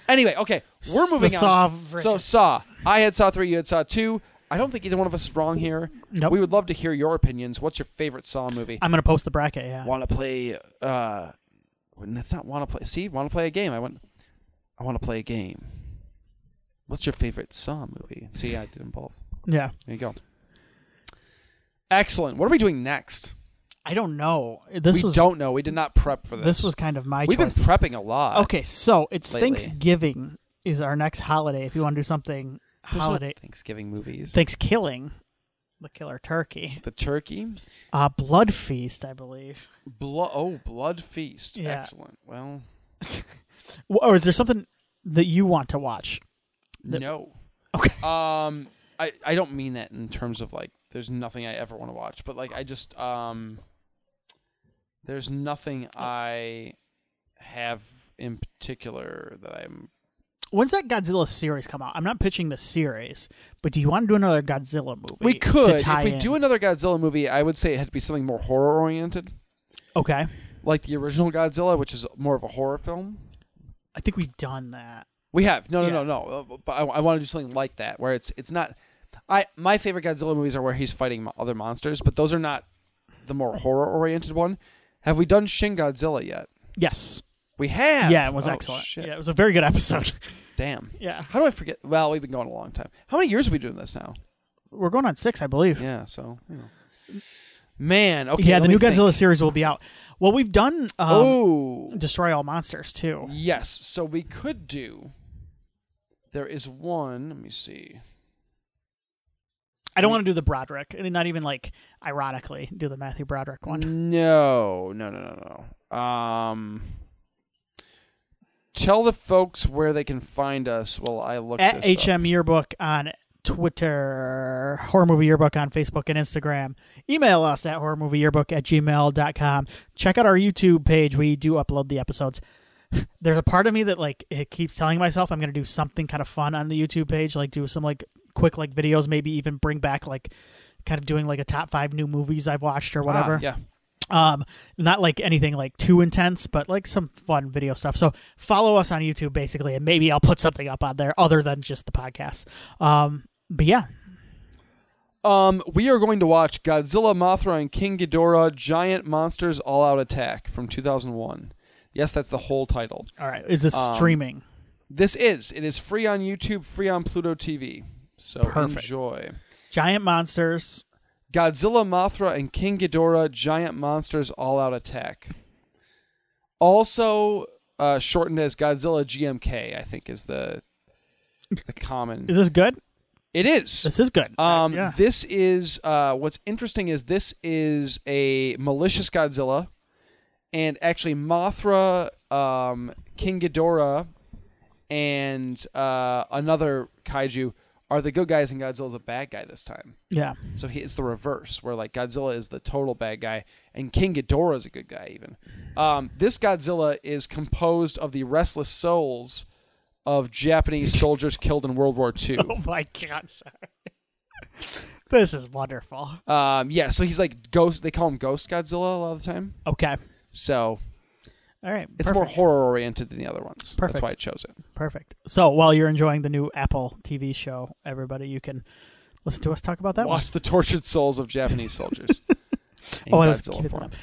Speaker 2: Anyway, okay, we're
Speaker 1: The
Speaker 2: moving on.
Speaker 1: Saw
Speaker 2: So
Speaker 1: version.
Speaker 2: Saw. I had Saw three. You had Saw two. I don't think either one of us is wrong here.
Speaker 1: Nope.
Speaker 2: We would love to hear your opinions. What's your favorite Saw movie?
Speaker 1: I'm gonna post the bracket. Yeah.
Speaker 2: want to play? Uh, that's not want to play. See, want to play a game. I want. I want to play a game. What's your favorite Saw movie? See, I did both.
Speaker 1: Yeah.
Speaker 2: There you go. Excellent. What are we doing next?
Speaker 1: I don't know. This
Speaker 2: we
Speaker 1: was
Speaker 2: don't know. We did not prep for this.
Speaker 1: this was kind of my
Speaker 2: We've been
Speaker 1: choice.
Speaker 2: prepping a lot.
Speaker 1: okay, so it's
Speaker 2: lately.
Speaker 1: Thanksgiving is our next holiday. If you want to do something
Speaker 2: There's no
Speaker 1: holiday,
Speaker 2: Thanksgiving movies.
Speaker 1: Thanksgiving, the killer turkey,
Speaker 2: the turkey.
Speaker 1: uh, blood feast, I believe.
Speaker 2: Blo- oh, Blood Feast.
Speaker 1: Yeah.
Speaker 2: Excellent. Well,
Speaker 1: W- Or is there something that you want to watch? The-
Speaker 2: no.
Speaker 1: Okay.
Speaker 2: Um, I I don't mean that in terms of like there's nothing I ever want to watch, but like I just um, there's nothing I have in particular that I'm.
Speaker 1: When's that Godzilla series come out? I'm not pitching the series, but do you want to do another Godzilla movie?
Speaker 2: We
Speaker 1: to
Speaker 2: could
Speaker 1: tie
Speaker 2: if we
Speaker 1: in?
Speaker 2: do another Godzilla movie, I would say it had to be something more horror oriented,
Speaker 1: Okay,
Speaker 2: like the original Godzilla, which is more of a horror film.
Speaker 1: I think we've done that.
Speaker 2: We have no, no,
Speaker 1: Yeah.
Speaker 2: no, no. Uh, But I, I want to do something like that where it's it's not. I my favorite Godzilla movies are where he's fighting mo- other monsters, but those are not the more horror oriented one. Have we done Shin Godzilla yet?
Speaker 1: Yes.
Speaker 2: We have.
Speaker 1: Yeah, it was
Speaker 2: Oh,
Speaker 1: excellent.
Speaker 2: shit.
Speaker 1: Yeah, it was a very good episode.
Speaker 2: Damn.
Speaker 1: yeah,
Speaker 2: How do I forget? Well, we've been going a long time. How many years are we doing this now?
Speaker 1: we're going on six, I believe.
Speaker 2: Yeah. So. You know. Man. Okay.
Speaker 1: yeah,
Speaker 2: let
Speaker 1: the new
Speaker 2: me think.
Speaker 1: Godzilla series will be out. Well, we've done um,
Speaker 2: oh.
Speaker 1: Destroy All Monsters too.
Speaker 2: Yes. So we could do. There is one. Let me see.
Speaker 1: I don't want to do the Broderick, and not even like ironically do the Matthew Broderick one.
Speaker 2: No, no, no, no, no. Um, tell the folks where they can find us while I look
Speaker 1: At
Speaker 2: this up.
Speaker 1: HM Yearbook on Twitter, Horror Movie Yearbook on Facebook and Instagram. Email us at horrormovieyearbook at gmail.com. Check out our YouTube page. We do upload the episodes. There's a part of me that like it keeps telling myself I'm gonna do something kind of fun on the YouTube page, like do some like quick like videos, maybe even bring back like kind of doing like a top five new movies I've watched or whatever.
Speaker 2: Ah, yeah,
Speaker 1: um not like anything like too intense but like some fun video stuff so follow us on youtube basically and maybe i'll put something up on there other than just the podcast um but yeah
Speaker 2: um, we are going to watch Godzilla, Mothra, and King Ghidorah: Giant Monsters All Out Attack from 2001. Yes, that's the whole title.
Speaker 1: all right is this
Speaker 2: Um,
Speaker 1: streaming
Speaker 2: This is. It is free on YouTube, free on Pluto TV. So
Speaker 1: Perfect.
Speaker 2: enjoy.
Speaker 1: giant monsters
Speaker 2: Godzilla, Mothra, and King Ghidorah giant monsters all out attack. Also uh, shortened as Godzilla GMK, I think is the the common.
Speaker 1: is this good
Speaker 2: It is.
Speaker 1: This is good.
Speaker 2: Um,
Speaker 1: Uh, yeah.
Speaker 2: This is uh, what's interesting is this is a malicious Godzilla, and actually Mothra, um, King Ghidorah, and uh, another kaiju are the good guys, and Godzilla's a bad guy this time.
Speaker 1: yeah.
Speaker 2: So he, it's the reverse, where like Godzilla is the total bad guy, and King Ghidorah is a good guy. Even um, this Godzilla is composed of the restless souls of Japanese soldiers killed in World War II.
Speaker 1: Oh my god, sorry. this is wonderful.
Speaker 2: Um, yeah, so he's like ghost. They call him Ghost Godzilla a lot of the time.
Speaker 1: Okay.
Speaker 2: So
Speaker 1: All right.
Speaker 2: it's
Speaker 1: perfect.
Speaker 2: more horror oriented than the other ones. That's
Speaker 1: Perfect.
Speaker 2: why I chose it.
Speaker 1: perfect. So while you're enjoying the new Apple TV show, everybody, you can listen to us talk about that one.
Speaker 2: Watch the tortured souls of Japanese soldiers. in
Speaker 1: Oh, I was
Speaker 2: Godzilla
Speaker 1: keeping
Speaker 2: form.
Speaker 1: it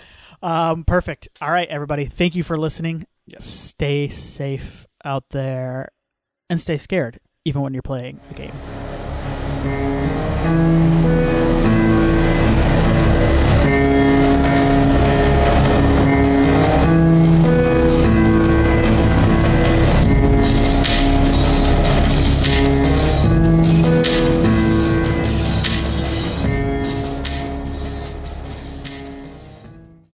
Speaker 1: Um, perfect. All right, everybody. Thank you for listening.
Speaker 2: Yes.
Speaker 1: Stay safe out there and stay scared, even when you're playing a game.